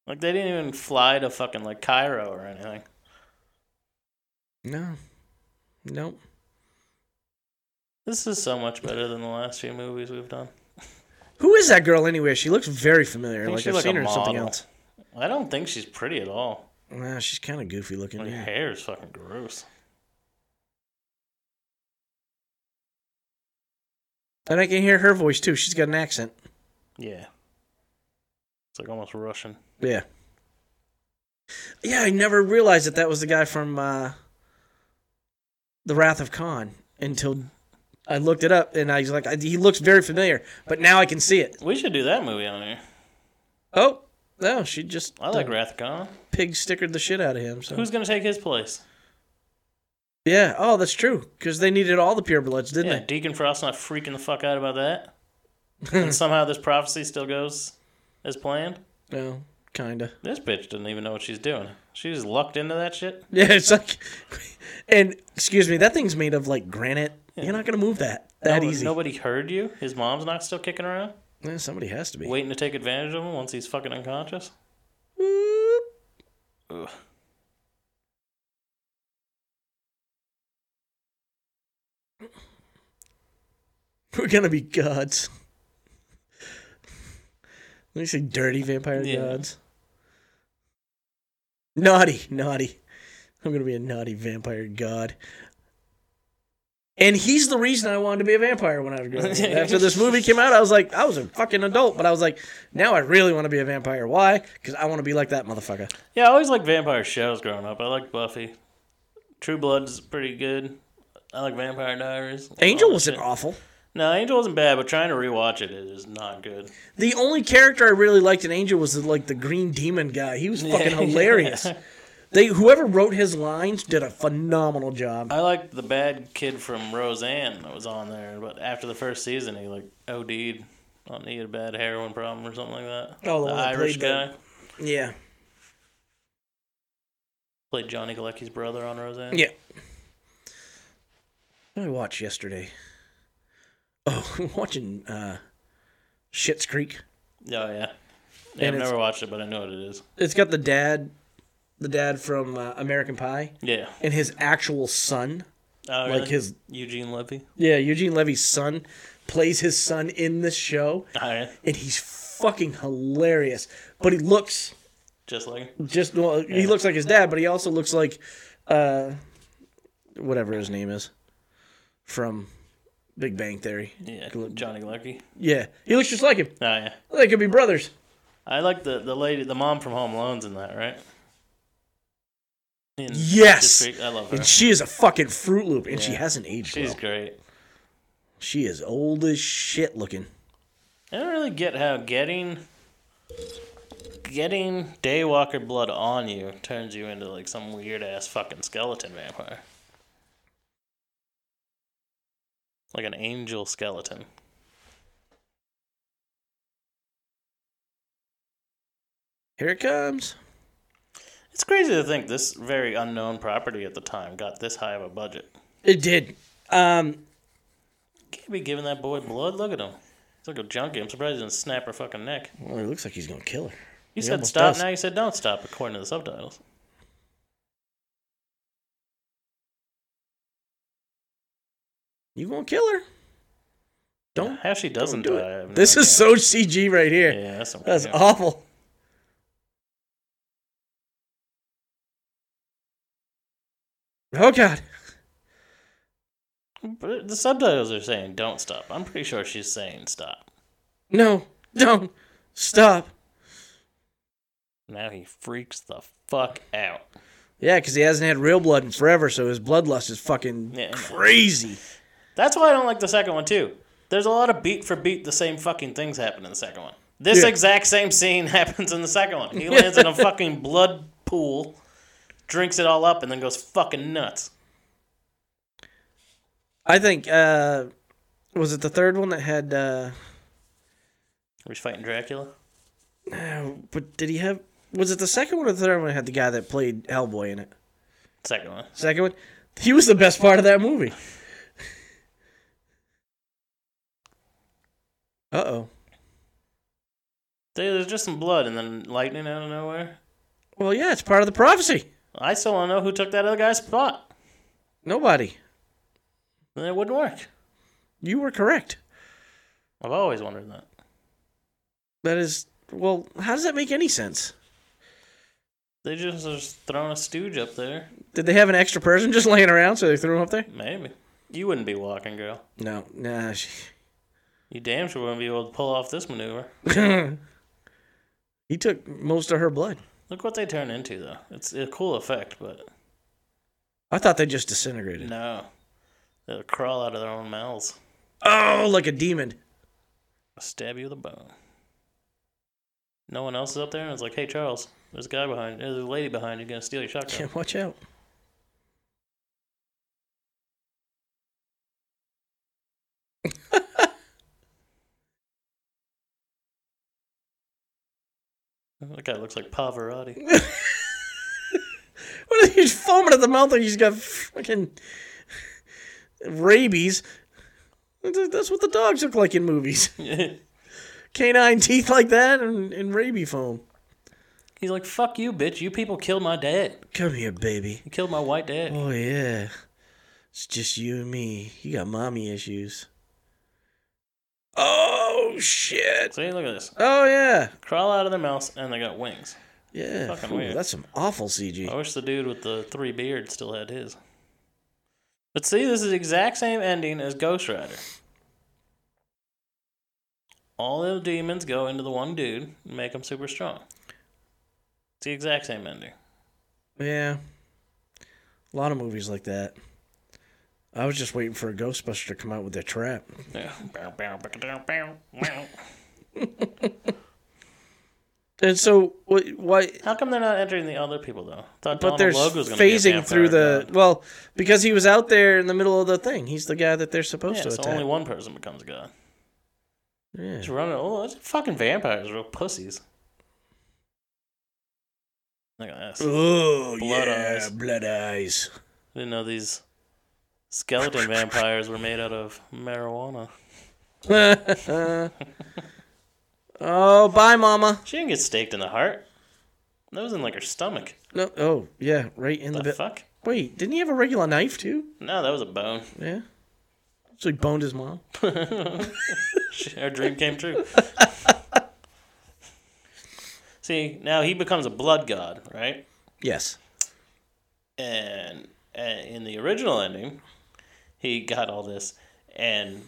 B: Like they didn't even fly to fucking like Cairo or anything.
C: No, nope.
B: This is so much better than the last few movies we've done.
C: Who is that girl anyway? She looks very familiar.
B: think
C: Like
B: she's
C: I've
B: like
C: seen
B: a
C: her in something
B: model.
C: else.
B: I don't think she's pretty at all.
C: Nah, she's kind of goofy looking.
B: Her
C: yeah.
B: hair is fucking gross.
C: And I can hear her voice too. She's got an accent.
B: Yeah. It's like almost Russian.
C: Yeah. Yeah, I never realized that that was the guy from uh, The Wrath of Khan until I looked it up and I was like, I, he looks very familiar, but now I can see it.
B: We should do that movie on here.
C: Oh, no, she just
B: I like
C: the
B: Rathcon.
C: pig stickered the shit out of him. So.
B: Who's gonna take his place?
C: yeah, oh, that's true because they needed all the purebloods, didn't
B: Yeah, Deacon Frost not freaking the fuck out about that. and somehow this prophecy still goes as planned.
C: they? No, kinda.
B: This bitch doesn't even know what she's doing. She's lucked into that shit.
C: Yeah, it's like, and excuse me, that thing's made of like granite. You're not gonna move that that
B: No-
C: easy.
B: Nobody heard you. His mom's not still kicking around,
C: Yeah, somebody has to be.
B: waiting to take advantage of him once he's fucking unconscious. Ugh.
C: We're gonna be gods. Let me say dirty vampire
B: Yeah.
C: gods. Naughty, naughty. I'm gonna be a naughty vampire god. And he's the reason I wanted to be a vampire when I was growing up. After this movie came out, I was like, I was a fucking adult, but I was like, now I really want to be a vampire. Why? Because I want to be like that motherfucker.
B: Yeah, I always liked vampire shows growing up. I liked Buffy. True Blood's pretty good. I like Vampire Diaries.
C: Angel
B: All that
C: wasn't
B: Oh, shit.
C: awful.
B: No, Angel wasn't bad, but trying to rewatch it, it is not good.
C: The only character I really liked in Angel was the, like the Green Demon guy. He was fucking hilarious. They whoever wrote his lines did a phenomenal job.
B: I liked the bad kid from Roseanne that was on there, but after the first season, he like OD'd. On he had a bad heroin problem or something like that.
C: Oh, the one that
B: Irish
C: played
B: guy
C: the- Yeah,
B: played Johnny Galecki's brother on Roseanne.
C: yeah. What did I watched yesterday. Oh, watching uh, Shit's Creek.
B: Oh yeah. Yeah, I've
C: it's-
B: never watched it, but I know what it is.
C: It's got the dad, the dad from uh, American Pie,
B: Yeah.
C: and his actual son.
B: Oh,
C: Like
B: really?
C: his-
B: Eugene Levy.
C: Yeah, Eugene Levy's son plays his son in this show,
B: All right,
C: and he's fucking hilarious. But he looks
B: just like
C: just well, he looks like his dad, but he also looks like uh whatever his name is from Big Bang Theory.
B: yeah, Johnny Galecki.
C: Yeah, he looks just like him.
B: Oh yeah,
C: They could be brothers.
B: I like the the lady, the mom from Home Alone's in that, right? In
C: Yes!
B: District- I love her.
C: And she is a fucking Fruit Loop, and she hasn't aged
B: She's
C: well.
B: great.
C: She is old as shit looking.
B: I don't really get how getting getting Daywalker blood on you turns you into like some weird ass fucking skeleton vampire, like an angel skeleton.
C: Here it comes.
B: It's crazy to think this very unknown property at the time got this high of a budget.
C: It did. Um,
B: Can't be giving that boy blood. Look at him. He's like a junkie. I'm surprised he didn't snap her fucking neck.
C: well, it looks like he's gonna kill her.
B: You
C: He
B: said
C: almost
B: stop.
C: does.
B: Now you said don't stop, according to the subtitles.
C: You gonna kill her? Don't
B: How she doesn't
C: do
B: die. I have
C: it.
B: no
C: This is
B: idea.
C: so CG right here.
B: Yeah, that's, some
C: That's
B: weird-
C: awful. Oh God!
B: But the subtitles are saying don't stop. I'm pretty sure she's saying stop.
C: No! Don't stop!
B: Now he freaks the fuck out.
C: Yeah, because he hasn't had real blood in forever, so his bloodlust is fucking
B: Yeah.
C: crazy.
B: That's why I don't like the second one too. There's a lot of beat for beat the same fucking things happen in the second one. This
C: Yeah.
B: exact same scene happens in the second one. He lands in a fucking blood pool, drinks it all up, and then goes fucking nuts.
C: I think uh, was it the third one that had? Uh,
B: He's fighting Dracula.
C: uh, but did he have? Was it the second one or the third one that had the guy that played Hellboy in it?
B: Second one.
C: Second one. He was the best part of that movie. Uh oh.
B: Dude, There's just some blood and then lightning out of nowhere.
C: Well, yeah, it's part of the prophecy.
B: I still don't know who took that other guy's spot.
C: Nobody.
B: Then it wouldn't work.
C: You were correct.
B: I've always wondered that.
C: That is. Well, how does that make any sense?
B: They just are just throwing a stooge up there.
C: Did they have an extra person just laying around, so they threw him up there?
B: Maybe. You wouldn't be walking, girl.
C: No, nah. She...
B: You damn sure wouldn't be able to pull off this maneuver.
C: he took most of her blood.
B: Look what they turn into, though. It's a cool effect, but
C: I thought they just disintegrated.
B: no. They'll crawl out of their own mouths.
C: Oh, like a demon.
B: Stab you with a bone. No one else is up there, and it's like, hey, Charles, there's a guy behind There's a lady behind you going to steal your shotgun.
C: Yeah, watch out.
B: That guy looks like Pavarotti.
C: What are you foaming at the mouth like he's got fucking rabies? That's that's what the dogs look like in movies.
B: He's
C: Canine teeth like that and, and rabies foam.
B: like, fuck you, bitch. You people killed my dad.
C: Come here, baby.
B: You killed my white dad.
C: Oh, yeah. It's just you and me. You got mommy issues. Oh, shit.
B: See, look at this.
C: Oh, yeah.
B: Crawl out of their mouths, and they got wings.
C: Yeah.
B: Fucking
C: Ooh,
B: weird. Oh.
C: that's some awful CG.
B: I wish the dude with the three beards still had his. But see, this is the exact same ending as Ghost Rider. All the demons go into the one dude and make him super strong. It's the exact same ending.
C: Yeah. A lot of movies like that. I was just waiting for a Ghostbuster to come out with their trap.
B: Yeah. Bow, bow, bow, bow, bow, bow.
C: And so, what? Why?
B: How come they're not entering the other people though? Thought
C: But
B: Donald
C: they're
B: Logue was gonna be a
C: phasing through
B: vampire
C: the
B: god.
C: well because he was out there in the middle of the thing. He's the guy that they're supposed
B: Yeah,
C: to
B: so
C: attack.
B: only one person becomes god.
C: Yeah.
B: Just running. Oh, it's fucking vampires, real pussies. Look at this.
D: Oh,
B: Blood eyes.
D: blood eyes.
B: I didn't know these skeleton vampires were made out of marijuana.
C: oh, bye, mama.
B: She didn't get staked in the heart. That was in like her stomach.
C: No. Oh, yeah, right in the,
B: The
C: bit.
B: fuck?
C: Wait, didn't he have a regular knife too?
B: No, that was a bone.
C: Yeah. So he boned his mom.
B: She- Her dream came true. See, now he becomes a blood god, right?
C: Yes.
B: And uh, in the original ending, he got all this, and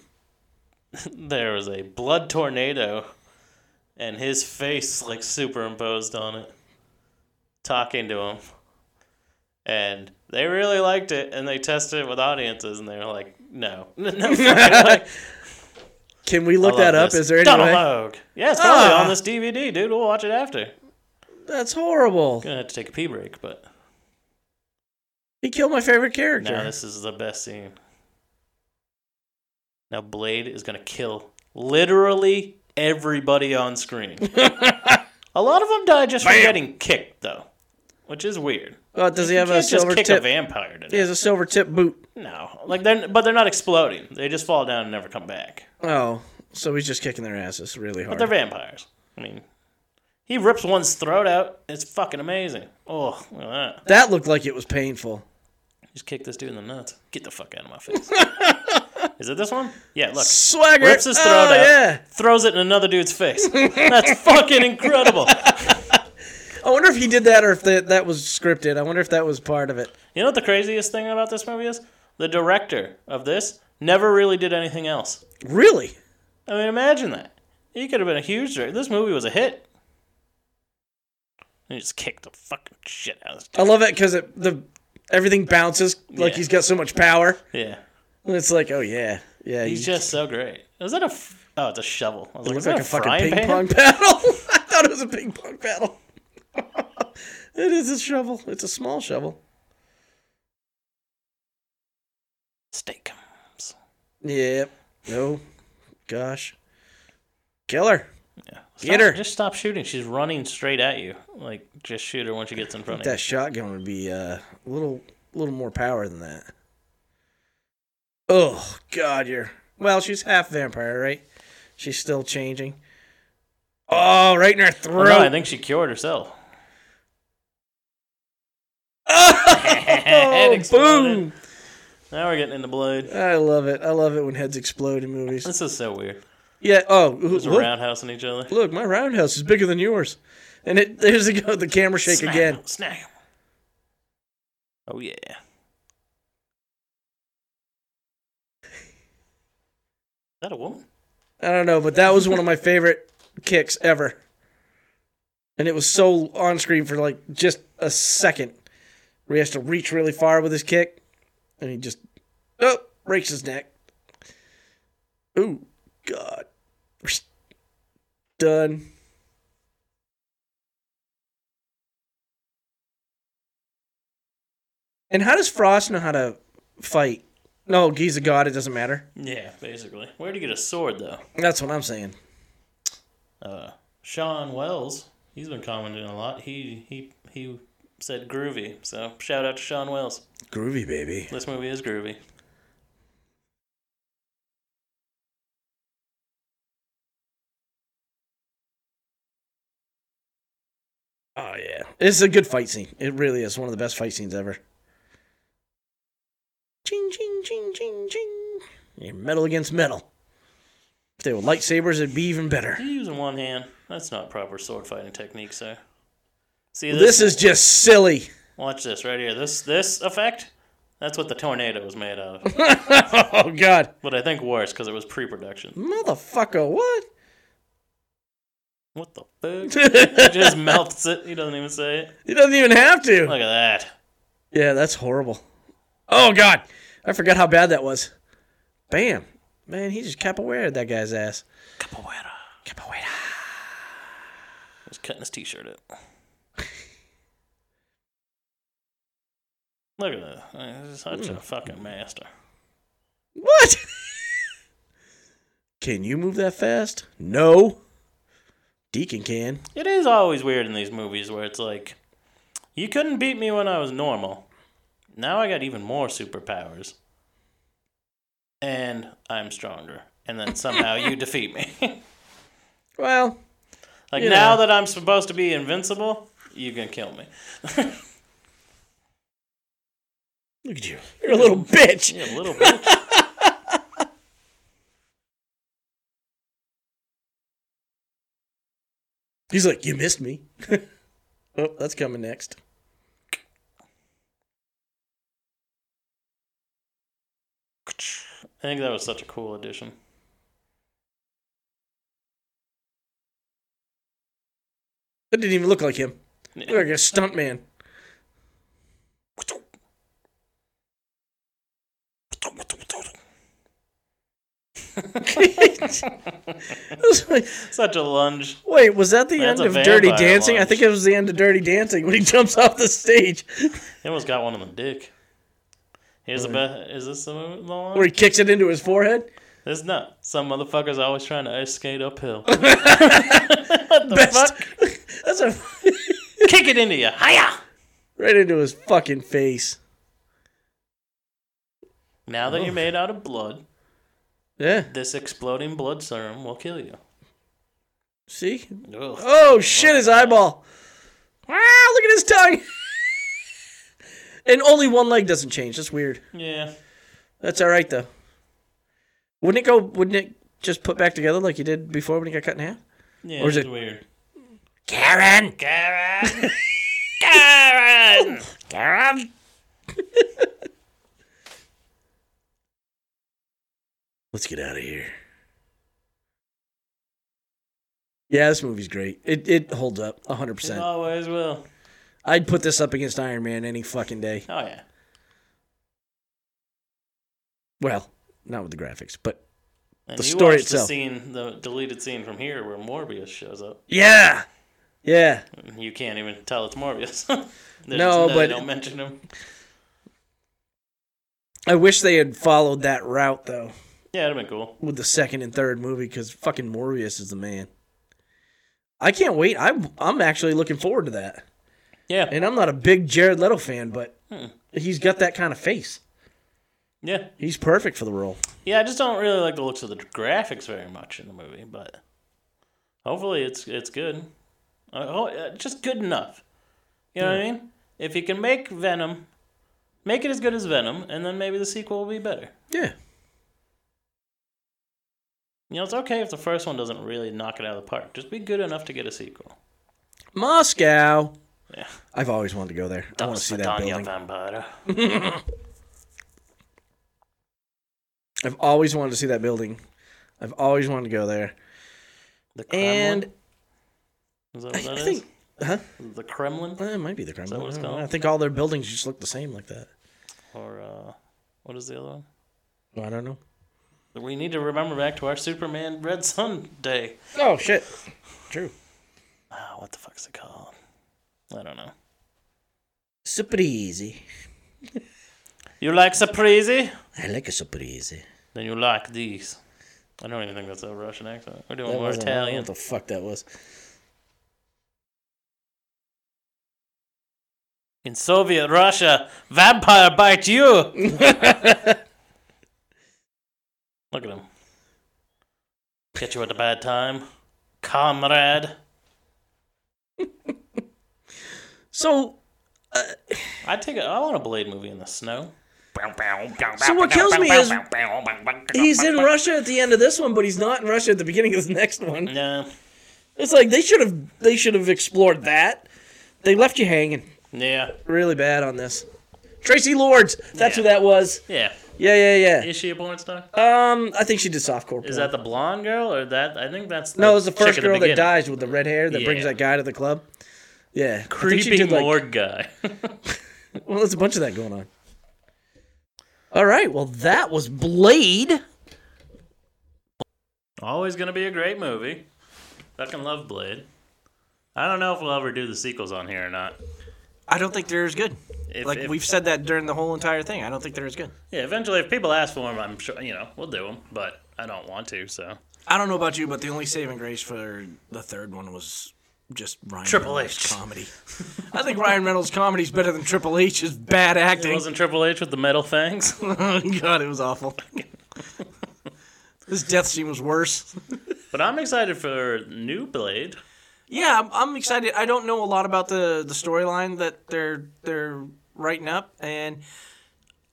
B: there was a blood tornado, and his face like superimposed on it, talking to him. And they really liked it, and they tested it with audiences, and they were like, "No, no, fucking way.
C: Can we
B: I
C: look that
B: love
C: up?
B: this.
C: Is there any
B: Donald
C: way?
B: Logue. Yeah, it's probably
C: Ah.
B: on this DVD, dude. We'll watch it after.
C: That's horrible.
B: Gonna have to take a pee break, but
C: He killed my favorite character.
B: now this is the best scene. Now Blade is gonna kill literally everybody on screen. a lot of them die just from getting kicked, though, which is weird.
C: Oh, does he have
B: you
C: a
B: can't just
C: silver
B: kick a
C: tip?
B: vampire to
C: He has
B: death.
C: a silver tip boot.
B: No, like they're but they're not exploding. They just fall down and never come back.
C: Oh, so he's just kicking their asses really
B: But
C: hard.
B: they're vampires. I mean, he rips one's throat out. It's fucking amazing. Oh, look at that.
C: that looked like it was painful.
B: Just kick this dude in the nuts. Get the fuck out of my face. Is it this one? Yeah, look.
C: Swagger
B: Rips his throat
C: oh,
B: out.
C: Yeah.
B: Throws it in another dude's face. That's fucking incredible.
C: I wonder if he did that or if that that was scripted. I wonder if that was part of it.
B: You know what the craziest thing about this movie is? The director of this never really did anything else.
C: Really?
B: I mean, imagine that. He could have been a huge director. This movie was a hit. He just kicked the fucking shit out of this
C: I love it because it the everything bounces like
B: Yeah.
C: he's got so much power.
B: dude. Yeah.
C: It's like, oh yeah, yeah.
B: He's
C: you-
B: just so great. Is that a? F- oh, it's a shovel. I was
C: it
B: like, is
C: looks
B: that
C: like a fucking
B: frying
C: ping
B: pan?
C: pong paddle. I thought it was a ping pong paddle. it is a shovel. It's a small shovel.
B: Steak.
C: Yep. No. Oh, Gosh. Killer.
B: Yeah. Stop,
C: Get her.
B: Just stop shooting. She's running straight at you. Like, just shoot her when she gets in front of you.
C: That shotgun would be uh, a little, little more power than that. Oh God, you're well. She's half vampire, right? She's still changing. Oh, right in her
B: Oh,
C: throat.
B: no, I think she cured herself. Head
C: oh, boom!
B: exploded. Now we're getting into blood.
C: I love it. I love it when heads explode in movies.
B: This is so weird.
C: Yeah. Oh,
B: Just
C: look,
B: roundhousing each other.
C: look, my roundhouse is bigger than yours. And it there's the, the camera shake
B: Snap,
C: again.
B: Snap. Oh yeah. Is that a woman?
C: I don't know, but that was one of my favorite kicks ever. And it was so on screen for like just a second. Where he has to reach really far with his kick. And he just oh breaks his neck. Ooh, God. Done. And how does Frost know how to fight? No, he's a god, it doesn't matter.
B: Yeah, basically. Where'd you get a sword though?
C: That's what I'm saying.
B: Uh, Sean Wells. He's been commenting a lot. He he he said groovy. So shout out to Sean Wells.
D: Groovy, baby.
B: This movie is groovy.
C: Oh yeah, it's a good fight scene. It really is one of the best fight scenes ever. Ching ching ching ching ching. Yeah, metal against metal. If they were lightsabers, it'd be even better.
B: He's using one hand. That's not proper sword fighting technique, sir. See
C: This is just silly.
B: Watch this right here. This this effect. That's what the tornado was made out of.
C: oh god,
B: But I think worse because it was pre-production.
C: motherfucker! What?
B: What the fuck? he
C: he
B: just mouths it. He doesn't even say it.
C: doesn't even have to.
B: Look at that.
C: Yeah, that's horrible. Oh god, I forgot how bad that was. Bam, man, he just capoeira that guy's ass.
B: Capoeira.
C: Capoeira.
B: He's cutting his t-shirt up. Look at that. Uh, He's such a fucking master.
C: What? can you move that fast? No. Deacon can.
B: It is always weird in these movies where it's like, you couldn't beat me when I was normal. Now I got even more superpowers. And I'm stronger. And then somehow you defeat me.
C: Well,
B: Like
C: Yeah.
B: now that I'm supposed to be invincible, you can kill me.
C: look at you. You're a little bitch.
B: Yeah, little bitch.
C: He's like, you missed me. oh, that's coming next.
B: I think that was such a cool addition.
C: That didn't even look like him. Look like a stuntman. It was like-
B: Such a lunge.
C: Wait, was that the
B: That's
C: end
B: a
C: of Dirty
B: vampire
C: Dancing? I
B: launch.
C: think it was the end of Dirty Dancing when he jumps off the stage
B: He almost got one on the dick. Here's the best. Is this the moment? the one?
C: where he kicks it into his forehead.
B: It's not. Some motherfuckers always trying to ice skate uphill. what the
C: Best.
B: fuck?
C: That's a
B: Kick it into you. Hiya!
C: right into his fucking face.
B: Now that you're made out of blood,
C: Yeah.
B: this exploding blood serum will kill you.
C: See?
B: Ugh.
C: Oh shit, his eyeball. Ah, look at his tongue. and only one leg doesn't change. That's weird.
B: Yeah.
C: That's all right though. Wouldn't it go? Wouldn't it just put back together like you did before when he got cut in half?
B: Yeah,
C: Or is
B: it's
C: it-
B: weird.
E: Karen!
B: Karen! Karen!
E: Karen!
D: Let's get out of here.
C: Yeah, this movie's great. It it holds up hundred
B: It
C: percent.
B: always will.
C: I'd put this up against Iron Man any fucking day.
B: Oh, yeah.
C: Well, not with the graphics, but
B: And
C: The
B: you
C: story
B: watched The
C: itself.
B: scene, the deleted scene from here where Morbius shows up.
C: yeah, yeah.
B: You can't even tell it's Morbius. They
C: No,
B: just-
C: but-
B: they don't mention him.
C: I wish they had followed that route though
B: Yeah, it'd have been cool.
C: with the second and third movie because fucking Morbius is the man. I can't wait. I'm I'm actually looking forward to that.
B: Yeah, Hmm.
C: And I'm not a big Jared Leto fan, but he's got that kind of face.
B: yeah,
C: He's perfect for the role.
B: yeah. I just don't really like the looks of the graphics very much in the movie, but hopefully it's it's good. Uh, ho- uh, just good enough. You know
C: Hmm.
B: what I mean? If you can make Venom, make it as good as Venom, and then maybe the sequel will be better.
C: Yeah.
B: You know, it's okay if the first one doesn't really knock it out of the park. Just be good enough to get a sequel.
C: Moscow.
B: Yeah.
C: I've always wanted to go there. I want to see that building.
B: Vampire.
C: I've always wanted to see that building. I've always wanted to go there.
B: The Kremlin.
C: And
B: is that what
C: I,
B: that
C: I
B: is?
C: think, huh?
B: The Kremlin,
C: Uh, It might be the Kremlin.
B: that what it's
C: I don't know.
B: called?
C: I think all their buildings just look the same like that.
B: or uh, what is the other one?
C: I don't know.
B: We need to remember back to our Superman Red Sun Day.
C: Oh shit! True.
B: Ah, what the fuck's it called? I don't know.
E: Super easy.
B: You like surprise?
E: I like a super easy.
B: Then you like these. I don't even think that's a Russian accent. We're doing
C: That
B: more
C: wasn't- I don't know
B: Italian.
C: What the fuck that was?
B: In Soviet Russia, vampire bite you. Look at him. Get you at a bad time, comrade.
C: So,
B: I take. A, I want a Blade movie in the snow.
C: so what kills me is he's in Russia at the end of this one, but he's not in Russia at the beginning of the next one.
B: Nah.
C: It's like they should have they should have explored that. They left you hanging
B: Yeah.
C: really bad on this. Tracy Lords, that's
B: Yeah.
C: who that was.
B: Yeah.
C: Yeah, yeah, yeah.
B: Is she a porn star?
C: Um, I think she did softcore.
B: Is
C: porn.
B: that the blonde girl or that? I think that's the
C: no? It was the
B: chick at
C: first girl that
B: beginning.
C: dies with the red hair that brings
B: Yeah.
C: that guy to the club. Yeah, I think she
B: Creepy
C: did, like-
B: morgue guy.
C: Well, there's a bunch of that going on. All right. Well, that was Blade.
B: Always gonna be a great movie. Fucking love Blade. I don't know if we'll ever do the sequels on here or not.
C: I don't think they're as good.
B: If,
C: Like
B: if-
C: we've said that during the whole entire thing. I don't think they're as good.
B: yeah, eventually if people ask for them, I'm sure you know we'll do them. But I don't want to. So
C: I don't know about you, but the only saving grace for the third one was just Ryan
B: Triple
C: Reynolds'
B: H.
C: comedy. I think Ryan Reynolds' comedy is better than Triple H's bad
B: it
C: acting.
B: wasn't Triple H with the metal fangs.
C: God, it was awful. this death scene was worse.
B: but I'm excited for new Blade.
C: Yeah, I'm, I'm excited. I don't know a lot about the the storyline that they're they're writing up, and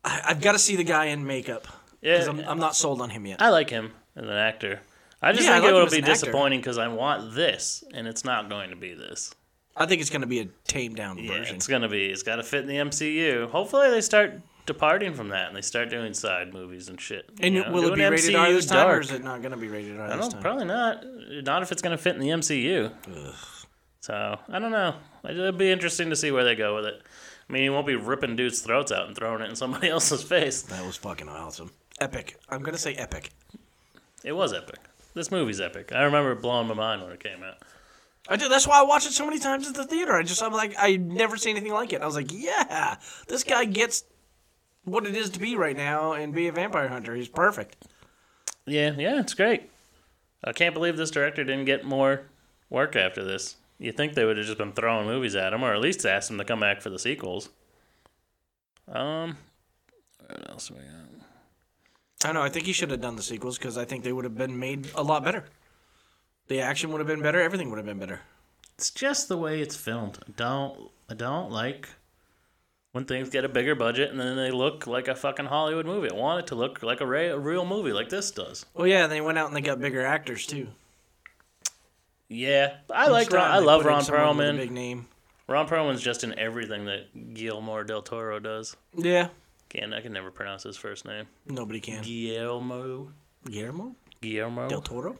C: I, I've got to see the guy in makeup because
B: Yeah,
C: I'm, I'm not sold on him yet.
B: I like him as an actor. I just
C: Yeah, I
B: think
C: like him
B: it'll
C: as
B: be
C: an actor.
B: disappointing because I want this, and it's not going to be this.
C: I think it's going to be a tamed down
B: Yeah,
C: version.
B: it's gonna be. It's gotta fit in the MCU. Hopefully, they start departing from that and they start doing side movies and shit.
C: And
B: you know?
C: will it
B: Doing
C: be rated R
B: MCU
C: this time, or
B: dark.
C: is it not going to be rated R
B: I
C: this
B: don't.
C: time?
B: Probably not. Not if it's gonna fit in the MCU. So I don't know. It'll be interesting to see where they go with it. I mean, he won't be ripping dudes' throats out and throwing it in somebody else's face.
C: That was fucking awesome. Epic. I'm going to say epic.
B: It was epic. This movie's epic. I remember it blowing my mind when it came out.
C: I did. That's why I watched it so many times at the theater. I just I'm like I never seen anything like it. I was like, yeah, this guy gets what it is to be right now and be a vampire hunter. He's perfect.
B: Yeah, yeah, it's great. I can't believe this director didn't get more work after this. You think they would have just been throwing movies at him, or at least asked him to come back for the sequels. Um, what else we got?
C: I don't know. I think he should have done the sequels because I think they would have been made a lot better. The action would have been better. Everything would have been better.
B: It's just the way it's filmed. I don't I don't like when things get a bigger budget and then they look like a fucking Hollywood movie. I want it to look like a, re- a real movie, like this does.
C: Well, yeah, they went out and they got bigger actors too.
B: Yeah, I like
C: Just
B: Ron, I
C: they
B: love
C: put in
B: Ron
C: someone with a
B: Perlman.
C: Big name.
B: Ron Perlman's just in everything that Guillermo del Toro does.
C: Yeah,
B: Again, I can never pronounce his first name.
C: nobody can.
B: Guillermo.
C: Guillermo
B: Guillermo.
C: del Toro.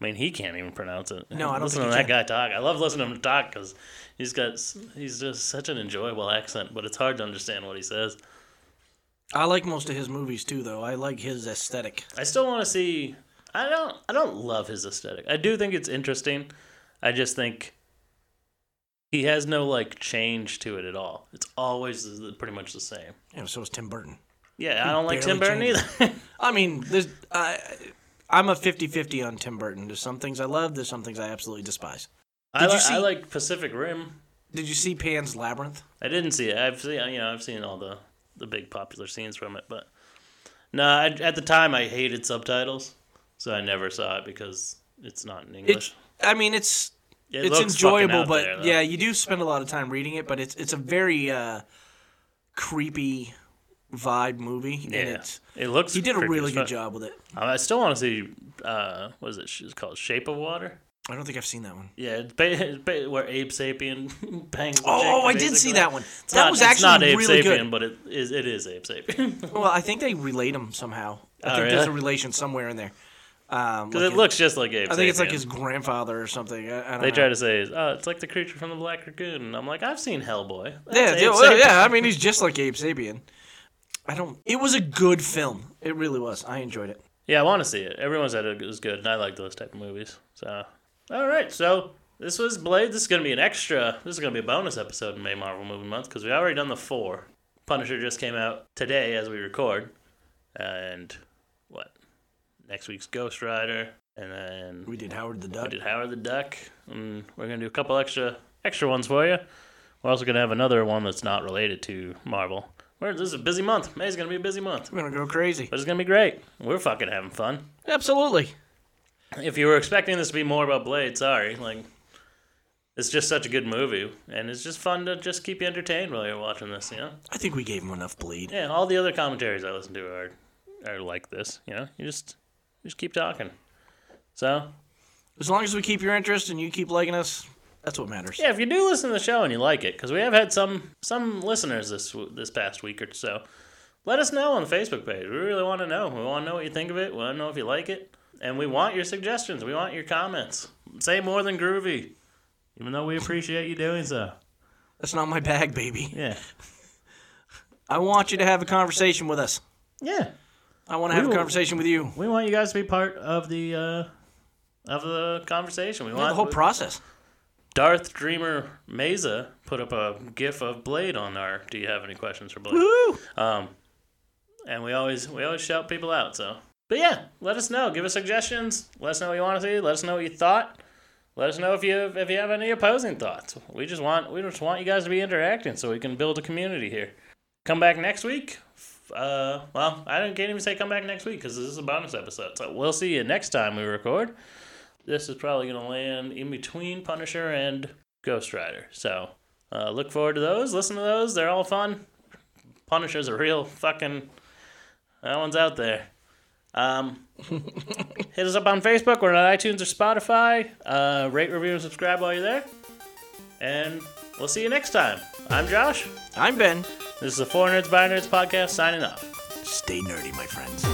B: I mean, he can't even pronounce it.
C: No, I don't
B: Listen
C: think
B: to
C: he
B: that guy talk. I love listening to him talk because he's got s- he's just such an enjoyable accent, but it's hard to understand what he says.
C: I like most of his movies too, though. I like his aesthetic.
B: I still want to see. I don't. I don't love his aesthetic. I do think it's interesting. I just think he has no like change to it at all. It's always the- pretty much the same.
C: Yeah, so is Tim Burton.
B: Yeah, I don't like Tim Burton
C: barely
B: either.
C: I mean, there's I, I'm a 50-50 on Tim Burton. There's some things I love. There's some things I absolutely despise.
B: I,
C: Did you
B: li- I
C: see-
B: like Pacific Rim.
C: Did you see Pan's Labyrinth?
B: I didn't see it. I've seen you know I've seen all the the big popular scenes from it, but no, I, at the time I hated subtitles, so I never saw it because it's not in English.
C: It's, I mean, it's
B: It
C: it's
B: looks fucking
C: enjoyable,
B: out
C: but
B: there, though.
C: yeah, you do spend a lot of time reading it. But it's it's a very uh, creepy vibe movie, and
B: yeah,
C: it's
B: it looks.
C: he did a
B: creepy
C: really
B: as
C: good
B: fuck.
C: job with it.
B: I still want to see uh, what is it? It's called Shape of Water.
C: I don't think I've seen that one.
B: Yeah, it's ba- it's ba- where Abe Sapien bangs. the chick,
C: Oh, I did see
B: basically.
C: that one.
B: It's
C: that
B: not,
C: was
B: it's
C: actually
B: not Abe
C: really
B: Sapien,
C: good.
B: but it is it is Abe Sapien because
C: Well, I think they relate them somehow. I
B: Oh,
C: think there's
B: really?
C: a relation somewhere in there. Um, like
B: it
C: his-
B: looks just like Abe.
C: I think it's like
B: Sapien.
C: his grandfather or something. I, I don't
B: They
C: know.
B: try to say, "Oh, it's like the creature from the Black Lagoon." And I'm like, "I've seen Hellboy."
C: Yeah,
B: That's
C: yeah,
B: Abe
C: well,
B: Sapien.
C: yeah. I mean, he's just like Abe Sabian. I don't. It was a good film. It really was. I enjoyed it.
B: Yeah, I want to see it. Everyone said it was good, and I like those type of movies. So, all right. So this was Blade. This is gonna be an extra. This is gonna be a bonus episode in May Marvel Movie Month because we already done the four. Punisher just came out today as we record, and what next week's Ghost Rider, and then
C: We did Howard the
B: we
C: Duck.
B: did Howard the Duck, and we're gonna do a couple extra extra ones for you. We're also gonna have another one that's not related to Marvel. We're, this is a busy month. May's gonna be a busy month,
C: We're gonna go crazy.
B: but it's gonna be great. We're fucking having fun.
C: Absolutely.
B: If you were expecting this to be more about Blade, sorry. Like, it's just such a good movie, and it's just fun to just keep you entertained while you're watching this. You know,
C: I think we gave him enough bleed.
B: yeah. All the other commentaries I listen to are are like this. You know, you just just keep talking. So
C: As long as we keep your interest and you keep liking us, that's what matters.
B: Yeah, if you do listen to the show and you like it, because we have had some some listeners this this past week or so, let us know on the Facebook page. We really want to know. We want to know what you think of it. We want to know if you like it, and we want your suggestions. We want your comments. Say more than groovy, even though we appreciate you doing so.
C: That's not my bag, baby.
B: Yeah,
C: I want you to have a conversation with us.
B: yeah.
C: I want to have a
B: will-
C: conversation with you.
B: We want you guys to be part of the uh, of the conversation. We want
C: The whole process.
B: Darth Dreamer Mesa put up a GIF of Blade on our. Do you have any questions for Blade?
C: Woo!
B: Um, and we always we always shout people out. So, but yeah, let us know. Give us suggestions. Let us know what you want to see. Let us know what you thought. Let us know if you if you have any opposing thoughts. We just want we just want you guys to be interacting so we can build a community here. Come back next week. F- Uh, well, I don't can't even say come back next week because this is a bonus episode. So we'll see you next time we record. This is probably gonna land in between Punisher and Ghost Rider. So uh, look forward to those. Listen to those. They're all fun. Punisher's a real fucking that one's out there. Um, hit us up on Facebook. We're on iTunes or Spotify. Uh, rate, review, and subscribe while you're there. And we'll see you next time. I'm Josh.
C: I'm Ben.
B: This is the Four Nerds by Nerds podcast signing off.
C: Stay nerdy, my friends.